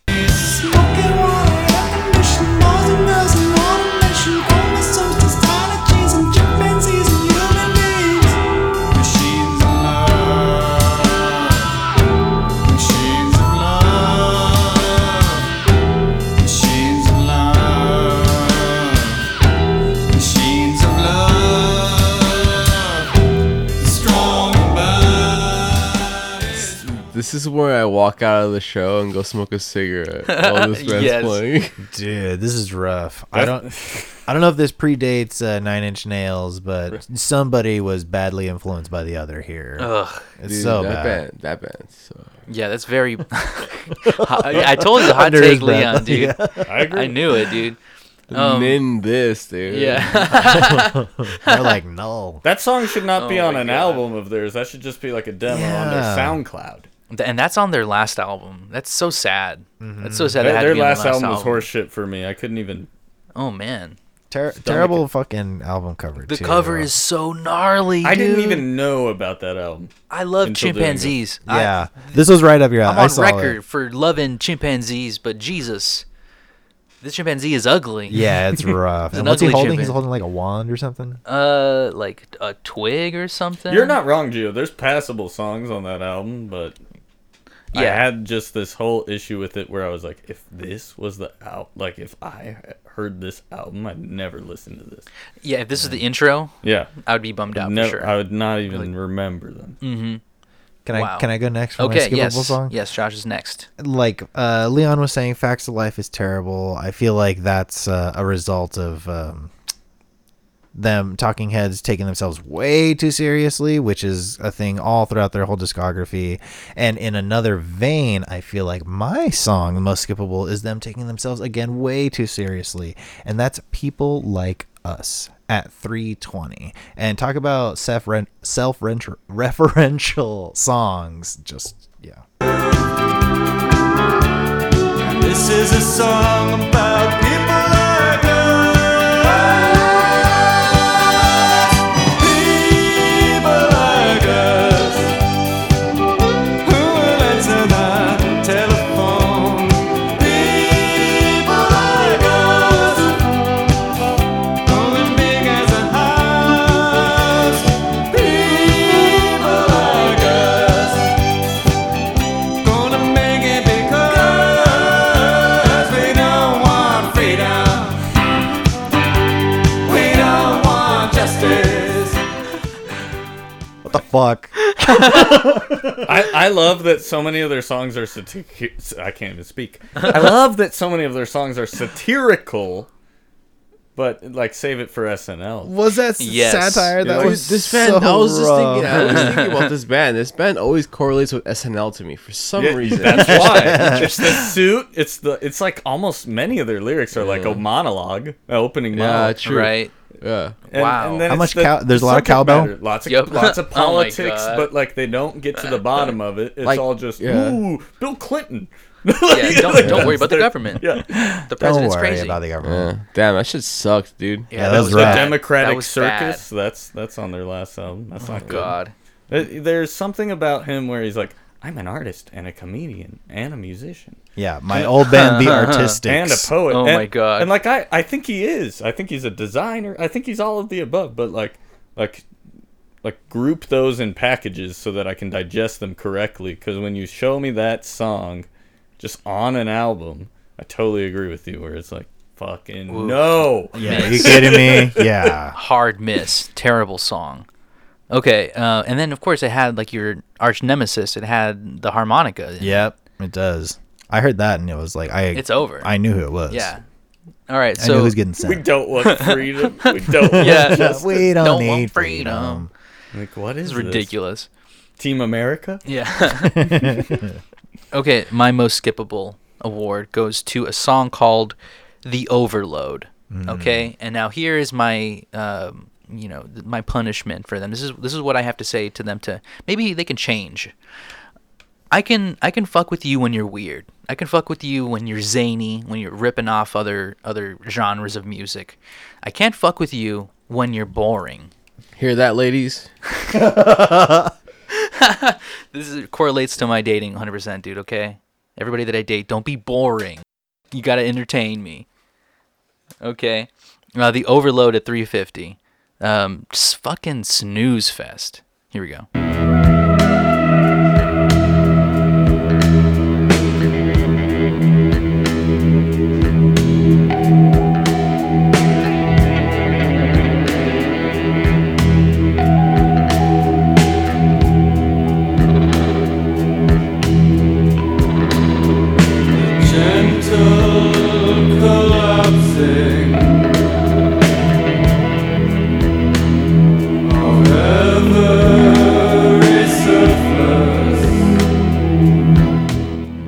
I: Smoking water, recognition, noise and noise and automation, chromosomes, distorted genes, and chimpanzees and human beings.
G: Machines of love. Machines of love. Machines of love. Machines of love. Strong bodies.
D: This is where I walk out of the show and go smoke a cigarette while this band's
B: Yes.
D: playing.
C: Dude, this is rough. I don't <laughs> I don't know if this predates uh, Nine Inch Nails, but somebody was badly influenced by the other here.
B: Ugh.
C: it's
D: Dude,
C: so
D: that
C: bad. <laughs>
D: band, that band. So.
B: Yeah, that's
E: <laughs>
B: very. <laughs> I, I told you the hot
C: Under his
B: take,
C: breath.
B: Leon, dude.
E: I
B: <laughs>
E: agree.
B: I knew it, dude. Um,
D: Nin this, dude.
B: Yeah.
E: <laughs>
C: They're like, no.
E: That song should not be
B: Oh
E: on
B: my
E: an
B: God.
E: album of theirs. That should just be like a demo on their
C: Yeah.
E: SoundCloud.
B: and that's on their last album. That's so sad. That's so sad. that had
E: Mm-hmm. Their,
B: to be on the
E: their last album was horseshit for me. I couldn't even.
B: Oh man,
C: Ter- terrible fucking album cover.
B: the
C: too.
B: cover is so gnarly.
E: I didn't
B: dude.
E: even know about that album.
B: I love
E: until doing it.
B: chimpanzees. I-
C: Yeah. this was right up your alley.
B: I'm
C: I
B: on
C: saw
B: record
C: It.
B: for loving chimpanzees, but Jesus, this chimpanzee is ugly.
C: Yeah,
B: <laughs>
C: it's rough.
B: an
C: and what's he
B: ugly
C: holding?
B: chip
C: He's
B: in.
C: holding like a wand or something.
B: Uh, like a twig or something.
E: You're not wrong, Gio. There's passable songs on that album, but I
B: Yeah.
E: had just this whole issue with it where I was like, if this was the out, like if I heard this album, I'd never listen to this.
B: Yeah, if this is the intro,
E: Yeah,
B: I would be bummed out
E: never.
B: for sure.
E: I would not even remember them.
C: Can I
B: Wow.
C: can I go next for
B: okay.
C: my skippable
B: Yes.
C: song?
B: Yes. Josh is next.
C: Like uh, Leon was saying, Facts of Life is terrible. I feel like that's uh, a result of um, them talking heads taking themselves way too seriously, which is a thing all throughout their whole discography. And in another vein, I feel like my song, the most skippable, is them taking themselves again way too seriously. And that's People Like Us at 320. And talk about self referential songs. Just, yeah.
G: This is a song about people like us. People like us. Who will answer the telephone? People like us. Going big as a house.
C: fuck.
E: I, I love that so many of their songs are satirical. I can't even speak.
C: <laughs>
E: I love that so many of their songs are satirical, but like save it for SNL.
C: Was that
B: Yes. satire?
C: satire?
D: That
C: <laughs> That was
D: this band. I was just thinking. I was thinking about this band. This band always correlates with SNL to me for some
E: Yeah,
D: reason.
C: <laughs>
E: <laughs> That's why it's the suit. It's the. It's like almost many of their lyrics are like a monologue, a opening
D: yeah,
E: monologue.
D: true.
B: Right.
D: Yeah.
E: And-
B: Wow.
E: and then
C: How
E: it's
C: much
E: the
C: cow- there's a lot of
E: subject
C: cowbell?
E: matter. Lots of
B: Yep.
E: lots of
B: <laughs> Oh my
E: politics,
B: God.
E: but like they don't get to the bottom of it. It's
D: Like,
E: all just
D: yeah.
E: ooh, Bill Clinton. <laughs>
B: Yeah, don't, don't worry about the government.
E: Yeah,
B: The
C: Don't
B: president's
C: worry
B: crazy.
C: about the government.
D: Yeah. Damn, that shit sucked, dude.
B: yeah,
C: that
B: that
C: was
B: was
E: the
C: Right.
B: That
E: Democratic
B: was Oh,
E: Circus. That's that's on their last album. That's not good.
B: God.
E: It- there's something about him where he's like, I'm an artist and a comedian and a musician
C: Yeah, my old band,
B: <laughs> Uh-huh.
C: The Artistics.
E: and a poet.
B: Oh
E: and,
B: my God.
E: And like I, I think he is. I think he's a designer. I think he's all of the above. But like, like, like group those in packages so that I can digest them correctly. Because when you show me that song, just on an album, I totally agree with you. Where it's like, fucking no.
C: Yeah, you kidding me?
B: <laughs>
C: Yeah.
B: Hard miss. Terrible song. Okay, uh, and then of course it had like your arch nemesis. It had the harmonica. in it.
C: Yep, it does. I heard that and it was like I
B: It's over.
C: I knew who it was.
B: Yeah. All right.
C: I knew
B: So
C: who's getting
E: We
C: sent.
E: don't want freedom.
B: <laughs>
E: We don't. Want
B: Yeah.
E: justice.
C: We don't,
B: Don't want
C: need
B: freedom.
C: freedom.
E: Like what is
B: it's
E: this?
B: ridiculous.
E: Team America.
B: Yeah.
C: <laughs>
B: okay, my most skippable award goes to a song called "The Overload."
C: Mm.
B: Okay, and now here is my, um, you know, th- my punishment for them. This is this is what I have to say to them to maybe they can change. I can I can fuck with you when you're weird. I can fuck with you when you're zany, when you're ripping off other other genres of music. I can't fuck with you when you're boring.
D: Hear that, ladies?
B: <laughs> This is, correlates to my dating 100%, dude, okay? Everybody that I date, don't be boring. You got to entertain me. Okay? Uh, the overload at 350. Um, s- fucking snooze fest. Here we go.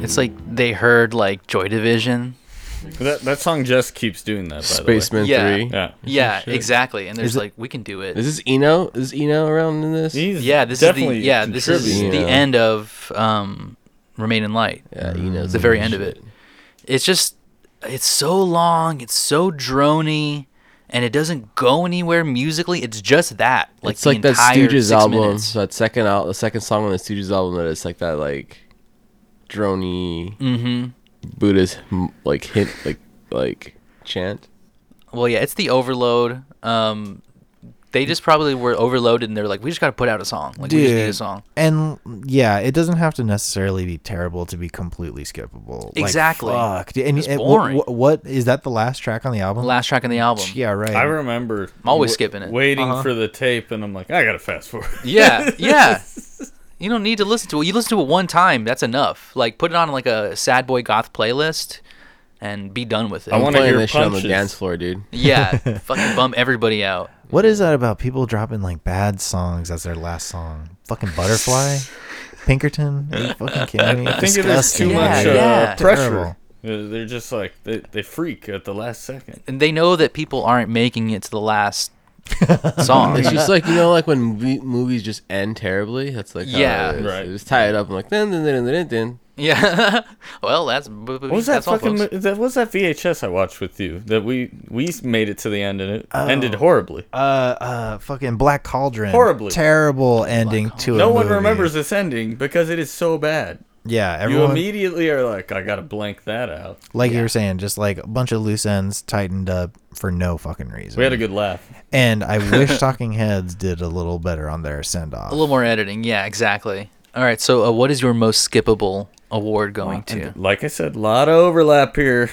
B: It's like they heard like Joy Division.
E: That that song just keeps doing that. By
D: Spaceman
B: Yeah.
D: Three.
E: The way. Yeah.
B: Yeah, exactly. And there's
C: it-
B: like, we can do it.
D: Is this Eno? Is Eno around in this?
E: He's
B: yeah, this is the
E: definitely
B: yeah, this is
D: contributing,
B: the
D: you know.
B: end of um, Remain in Light.
D: Yeah, Eno's
B: the
D: in
B: very
D: this
B: end of
D: shit.
B: it. It's just it's so long, it's so drony, and it doesn't go anywhere musically. It's just that. Like
D: it's
B: the
D: like that
B: entire
D: Stooges
B: six
D: album.
B: minutes.
D: That second out, the second song on the Stooges album that it's like that like drony
B: Mm-hmm.
D: Buddhist m- like hint like like chant.
B: Well, yeah, it's the overload. Um they just probably were overloaded and they're like, We just gotta put out a song. Like we just need a
C: Dude.
B: song.
C: <laughs> And yeah, it doesn't have to necessarily be terrible to be completely skippable. Like,
B: Exactly.
C: fuck. And
B: It's
C: it- wh-
B: boring.
C: wh- what is that? The last track on the album?
B: Last track on the album.
C: Yeah, right.
E: I remember.
B: I'm always skipping it. Uh-huh.
E: Waiting for the tape, and I'm like, I gotta fast forward.
B: Yeah, yeah. You don't need to listen to it. You listen to it one time, that's enough. Like put it on like a sad boy goth playlist and be done with it.
E: I
D: I'm
E: wanna
D: playing
E: hear
D: this shit on the
E: punches.
D: dance floor, dude.
B: <laughs>
E: <laughs>
B: yeah, fucking bum everybody out.
C: What is that about people dropping like bad songs as their last song? Fucking
E: <laughs>
C: Butterfly? Pinkerton? Are you fucking kidding me?
E: <laughs> I think it is too
C: Disgusting,
E: much
C: dude.
E: uh,
B: yeah.
E: pressure.
C: Terrible.
E: Uh, They're just like they, they freak at the last second.
B: and they know that people aren't making it to the
E: <laughs>
B: last song.
D: It's just like you know, like when movie, movies just end terribly. That's like how
B: Yeah.
D: it is.
E: Right.
D: They Just tie it up. I'm like, then then then then then.
B: yeah. <laughs> well, that's what
E: What was that fucking?
B: All,
E: mo-
B: folks.
E: That what was that VHS I watched with you that we we made it to the end and it ended horribly.
C: Uh, uh, fucking Black Cauldron.
E: Horribly.
C: Terrible ending to a
E: No one
C: movie.
E: remembers this ending because it is so bad.
C: Yeah, everyone.
E: You immediately are like, I gotta blank that out.
C: like you were saying, just like a bunch of loose ends tightened up for no fucking reason.
E: We had a good laugh.
C: and
E: <laughs>
C: I wish Talking Heads did a little better on their send off.
B: a little more editing. Yeah, exactly. All right. So, uh, what is your most skippable award going to?
E: Like I said, a lot of overlap here.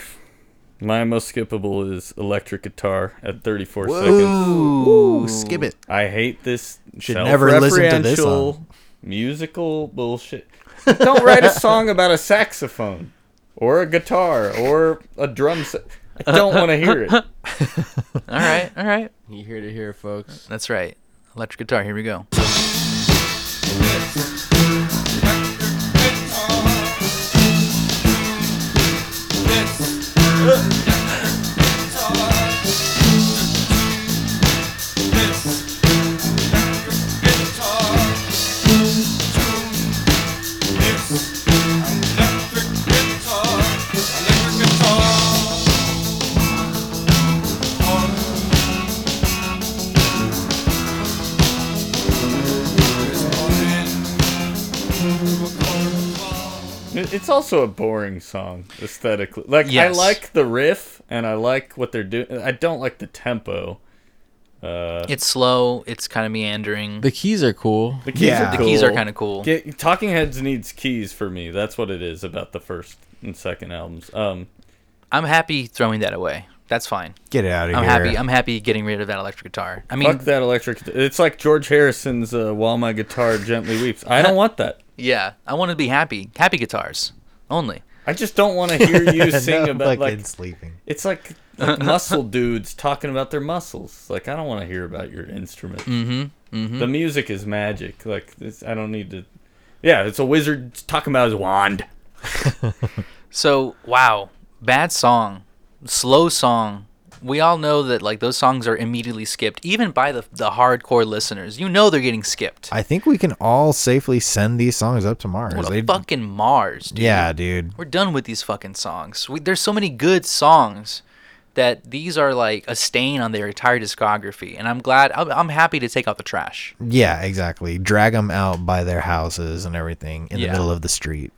E: My most skippable is electric guitar at 34 seconds.
C: Ooh, skip it.
E: I hate this
C: Should never listen to this
E: self-referential
C: song.
E: musical bullshit. Don't write a song about a saxophone or a guitar or a drum set. I don't want to hear it.
B: All right, all right.
H: You hear to hear, folks.
B: That's right. Electric guitar. Here we go.
E: It- It's also a boring song aesthetically. Like
B: Yes.
E: I like the riff and I like what they're doing. I don't like the tempo. Uh,
B: It's slow. It's kind of meandering.
H: The keys are cool.
E: the keys
C: Yeah.
E: are
C: The
E: cool.
B: keys are kinda cool.
E: Get, Talking Heads needs keys for me. That's what it is about the first and second albums. Um,
B: I'm happy throwing that away. That's fine.
C: Get it out of
B: I'm
C: here.
B: happy. I'm happy getting rid of that electric guitar. I mean,
E: fuck that electric. It's like George Harrison's uh, "While My Guitar Gently Weeps." I don't want that.
B: yeah, I want to be happy. Happy guitars only.
E: I just don't want to hear you
C: <laughs>
E: sing
C: No
E: about like
C: fucking sleeping.
E: it's like, like muscle dudes talking about their muscles. Like I don't want to hear about your instrument. Mm-hmm, The music is magic. Like this, I don't need to. Yeah, it's a wizard talking about his wand.
B: So wow, bad song, slow song. We all know that like those songs are immediately skipped, even by the the hardcore listeners. You know they're getting skipped.
C: I think we can all safely send these songs up to Mars.
B: What
C: They-
B: a fucking Mars, dude.
C: Yeah, dude.
B: We're done with these fucking songs. We, there's so many good songs that these are like a stain on their entire discography, and I'm glad. I'm, I'm happy to take out the trash.
C: Yeah, exactly. Drag them out by their houses and everything in
B: Yeah.
C: the middle of the street.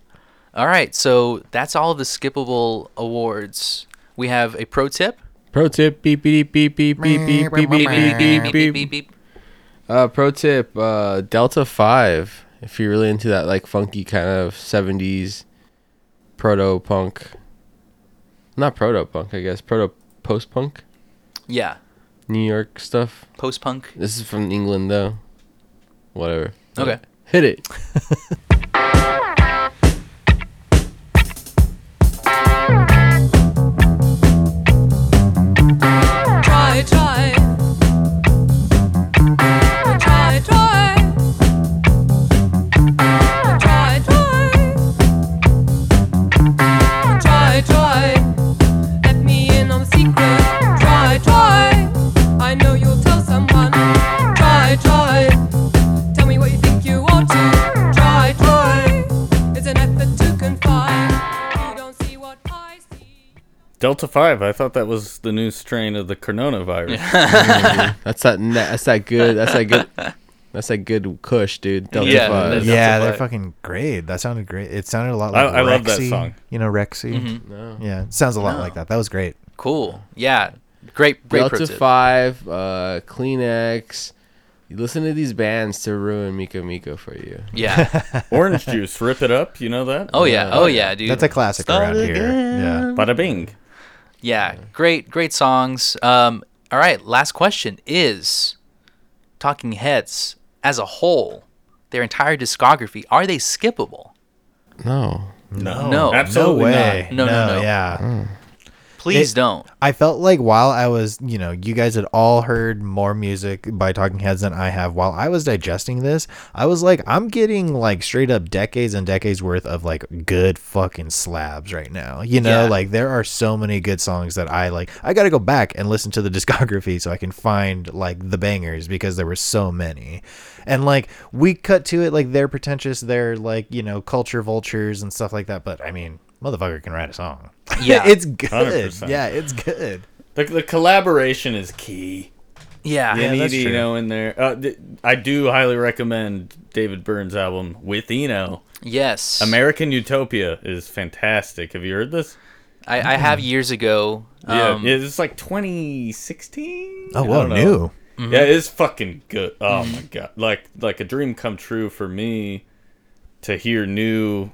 B: All right, so that's all of the skippable awards. We have a pro tip.
H: Pro tip: beep beep beep beep beep beep beep beep beep beep beep beep. Uh, pro tip: uh, Delta Five. If you're really into that like funky kind of '70s proto punk, not proto punk, I guess proto post punk
B: Yeah,
H: New York stuff.
B: post punk.
H: This is from England though. Whatever.
B: Okay.
H: Hit it.
F: Try, try. Try, try. Try, try. Try, try. Let me in on the secret. Try, try. I know you'll tell someone. Try, try. Tell me what you think you want to. Try, try. It's an effort to confine. You don't see what I see.
E: Delta Five. I thought that was the new strain of the coronavirus.
H: That's that. ne- That's that good. That's that good. That's that good Kush, dude. Delta
B: Yeah,
H: Five.
B: that's-
C: yeah,
B: a
C: they're
B: vibe.
C: fucking great. That sounded great. It sounded a lot
E: I-
C: like
E: I love that
C: Rexy.
E: song.
C: You know Rexy?
B: Mm-hmm.
C: Yeah, it sounds a lot like that. That was great.
B: Cool. Yeah, great, great pro
H: Delta
B: tip.
H: Five, uh, Kleenex. You listen to these bands to ruin Miko Miko for you.
B: Yeah.
E: Orange juice, rip it up. You know that?
B: Oh yeah. Oh yeah, dude.
C: That's a classic around here. Yeah.
E: Bada bing.
B: Yeah, great, great songs. Um, all right, last question is Talking Heads as a whole, their entire discography, are they skippable?
H: No.
E: No,
B: No.
C: No
E: absolutely
C: way.
B: not. No, no, no.
C: Yeah.
B: Please
C: It-
B: don't.
C: I felt like while I was, you know, you guys had all heard more music by Talking Heads than I have. While I was digesting this, I was like, I'm getting like straight up decades and decades worth of like good fucking slabs right now. You know,
B: Yeah.
C: like there are so many good songs that I like. I got to go back and listen to the <laughs> discography so I can find like the bangers because there were so many. And like we cut to it, like they're pretentious, they're like, you know, culture vultures and stuff like that. But I mean, motherfucker can write a song. <laughs>
B: Yeah.
C: it's good.
E: 100%.
C: Yeah, it's good.
E: The, the collaboration is key.
B: Yeah.
E: You need
C: that's true.
E: Eno in there. Uh, th- I do highly recommend David Byrne's album with Eno.
B: Yes.
E: American Utopia is fantastic. Have you heard this?
B: I, I have years ago.
E: Yeah,
B: Um,
E: it's like 2016.
C: Oh,
E: I
C: well,
E: don't know.
C: new.
B: Mm-hmm.
E: Yeah, it's fucking good. Oh my god, like like a dream come true for me to hear new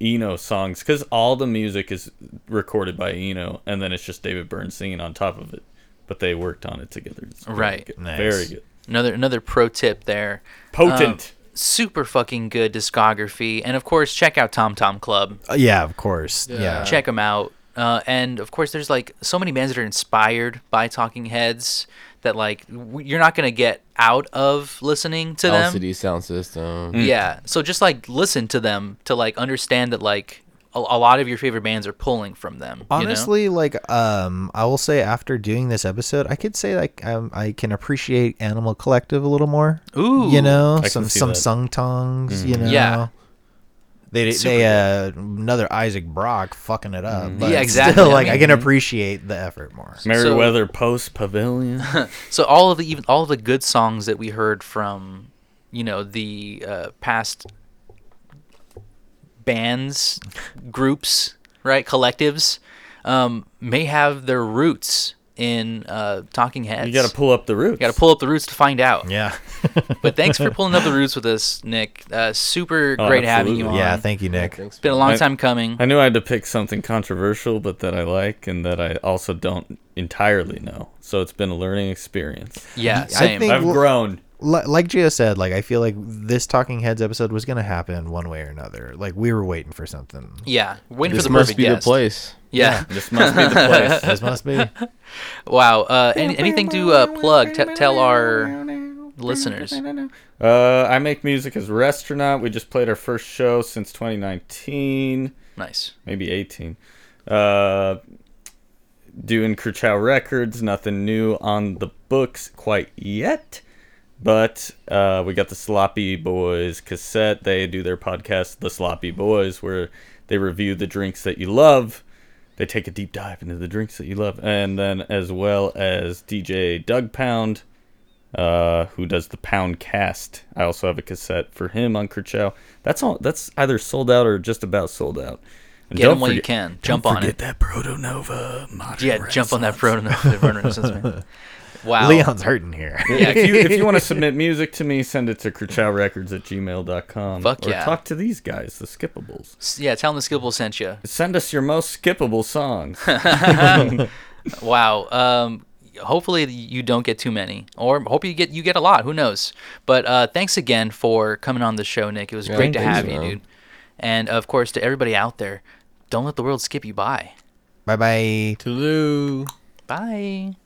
E: Eno songs because all the music is recorded by Eno, and then it's just David Byrne singing on top of it. But they worked on it together. It's very
B: Right.
E: good.
C: Nice.
E: Very good.
B: Another another pro tip there.
E: Potent.
B: Um, super fucking good discography, and of course, check out Tom Tom Club.
C: Uh, yeah, of course. Yeah.
B: Check them out. Uh, and of course, there's like so many bands that are inspired by Talking Heads that like w- you're not gonna get out of listening to them. Mm.
H: LCD sound system.
B: Yeah. So just like listen to them to like understand that like a, a lot of your favorite bands are pulling from them. you know?
C: Honestly, like um, I will say after doing this episode, I could say like um, I can appreciate Animal Collective a little more.
B: Ooh.
C: you know,
E: can
C: some
E: see
C: some
E: that. Mm-hmm.
C: sung tongs. You know,
B: Yeah.
C: They
B: Super
C: they uh, another Isaac Brock fucking it up.
E: Mm-hmm.
C: But
B: Yeah, exactly.
C: Still, like
B: I mm-hmm.
C: I can appreciate the effort more.
E: Meriwether Post
B: <laughs>
E: Pavilion.
B: so all of the even all of the good songs that we heard from, you know, the uh, past bands, groups, right, collectives, um, may have their roots in uh, Talking Heads.
E: you got to pull up the roots.
B: Got to pull up the roots to find out.
C: Yeah,
B: But thanks for pulling up the roots with us, Nick. Uh, super
E: Oh,
B: great having you on.
E: absolutely.
C: yeah. Thank you, Nick.
B: it's been a long
E: I-
B: time coming.
E: I knew I had to pick something controversial, but that I like and that I also don't entirely know. So it's been a learning experience.
B: yeah,
C: I
B: same.
C: think-
E: I've
C: Well-
E: grown.
C: Li- like Gio said, like I feel like this Talking Heads episode was gonna happen one way or another. Like we were waiting for something.
B: yeah, waiting for
H: This
B: the
H: must
B: perfect
H: be
B: guest.
H: the place.
B: Yeah.
E: This must be the place.
C: This must be.
B: Wow. Uh, any, anything to uh, plug? T- tell our listeners.
E: Uh, I make music as a restaurant. We just played our first show since 2019,
B: Nice.
E: maybe 18. Uh, doing Kerchow Records. Nothing new on the books quite yet. But uh, we got the Sloppy Boys cassette. They do their podcast, The Sloppy Boys, where they review the drinks that you love. They take a deep dive into the drinks that you love. And then, as well as DJ Doug Pound, uh, who does the Pound Cast. I also have a cassette for him on Kerchow. That's all. That's either sold out or just about sold out. And
B: Get
E: don't
B: them while you
E: forget-
B: can.
E: don't
B: Jump on
E: forget
B: it.
E: that Proto Nova modern
B: Yeah, jump on that Vernon.
E: <laughs>
B: Vernon wow.
C: Leon's hurting here.
E: yeah, if you, if you
B: <laughs>
E: want to submit music to me, send it to kerchowrecords at gmail.com.
B: Fuck
E: or
B: yeah.
E: talk to these guys, the Skippables.
B: S- Yeah, tell them the Skippable sent you.
E: Send us your most skippable songs.
B: Wow. Um, hopefully you don't get too many, or hope you get you get a lot. Who knows? But uh, thanks again for coming on the show, Nick. It was great to
H: thanks,
B: have you,
H: man.
B: dude. And of course, to everybody out there, don't let the world skip you by.
C: bye bye.
H: Hello.
B: Bye.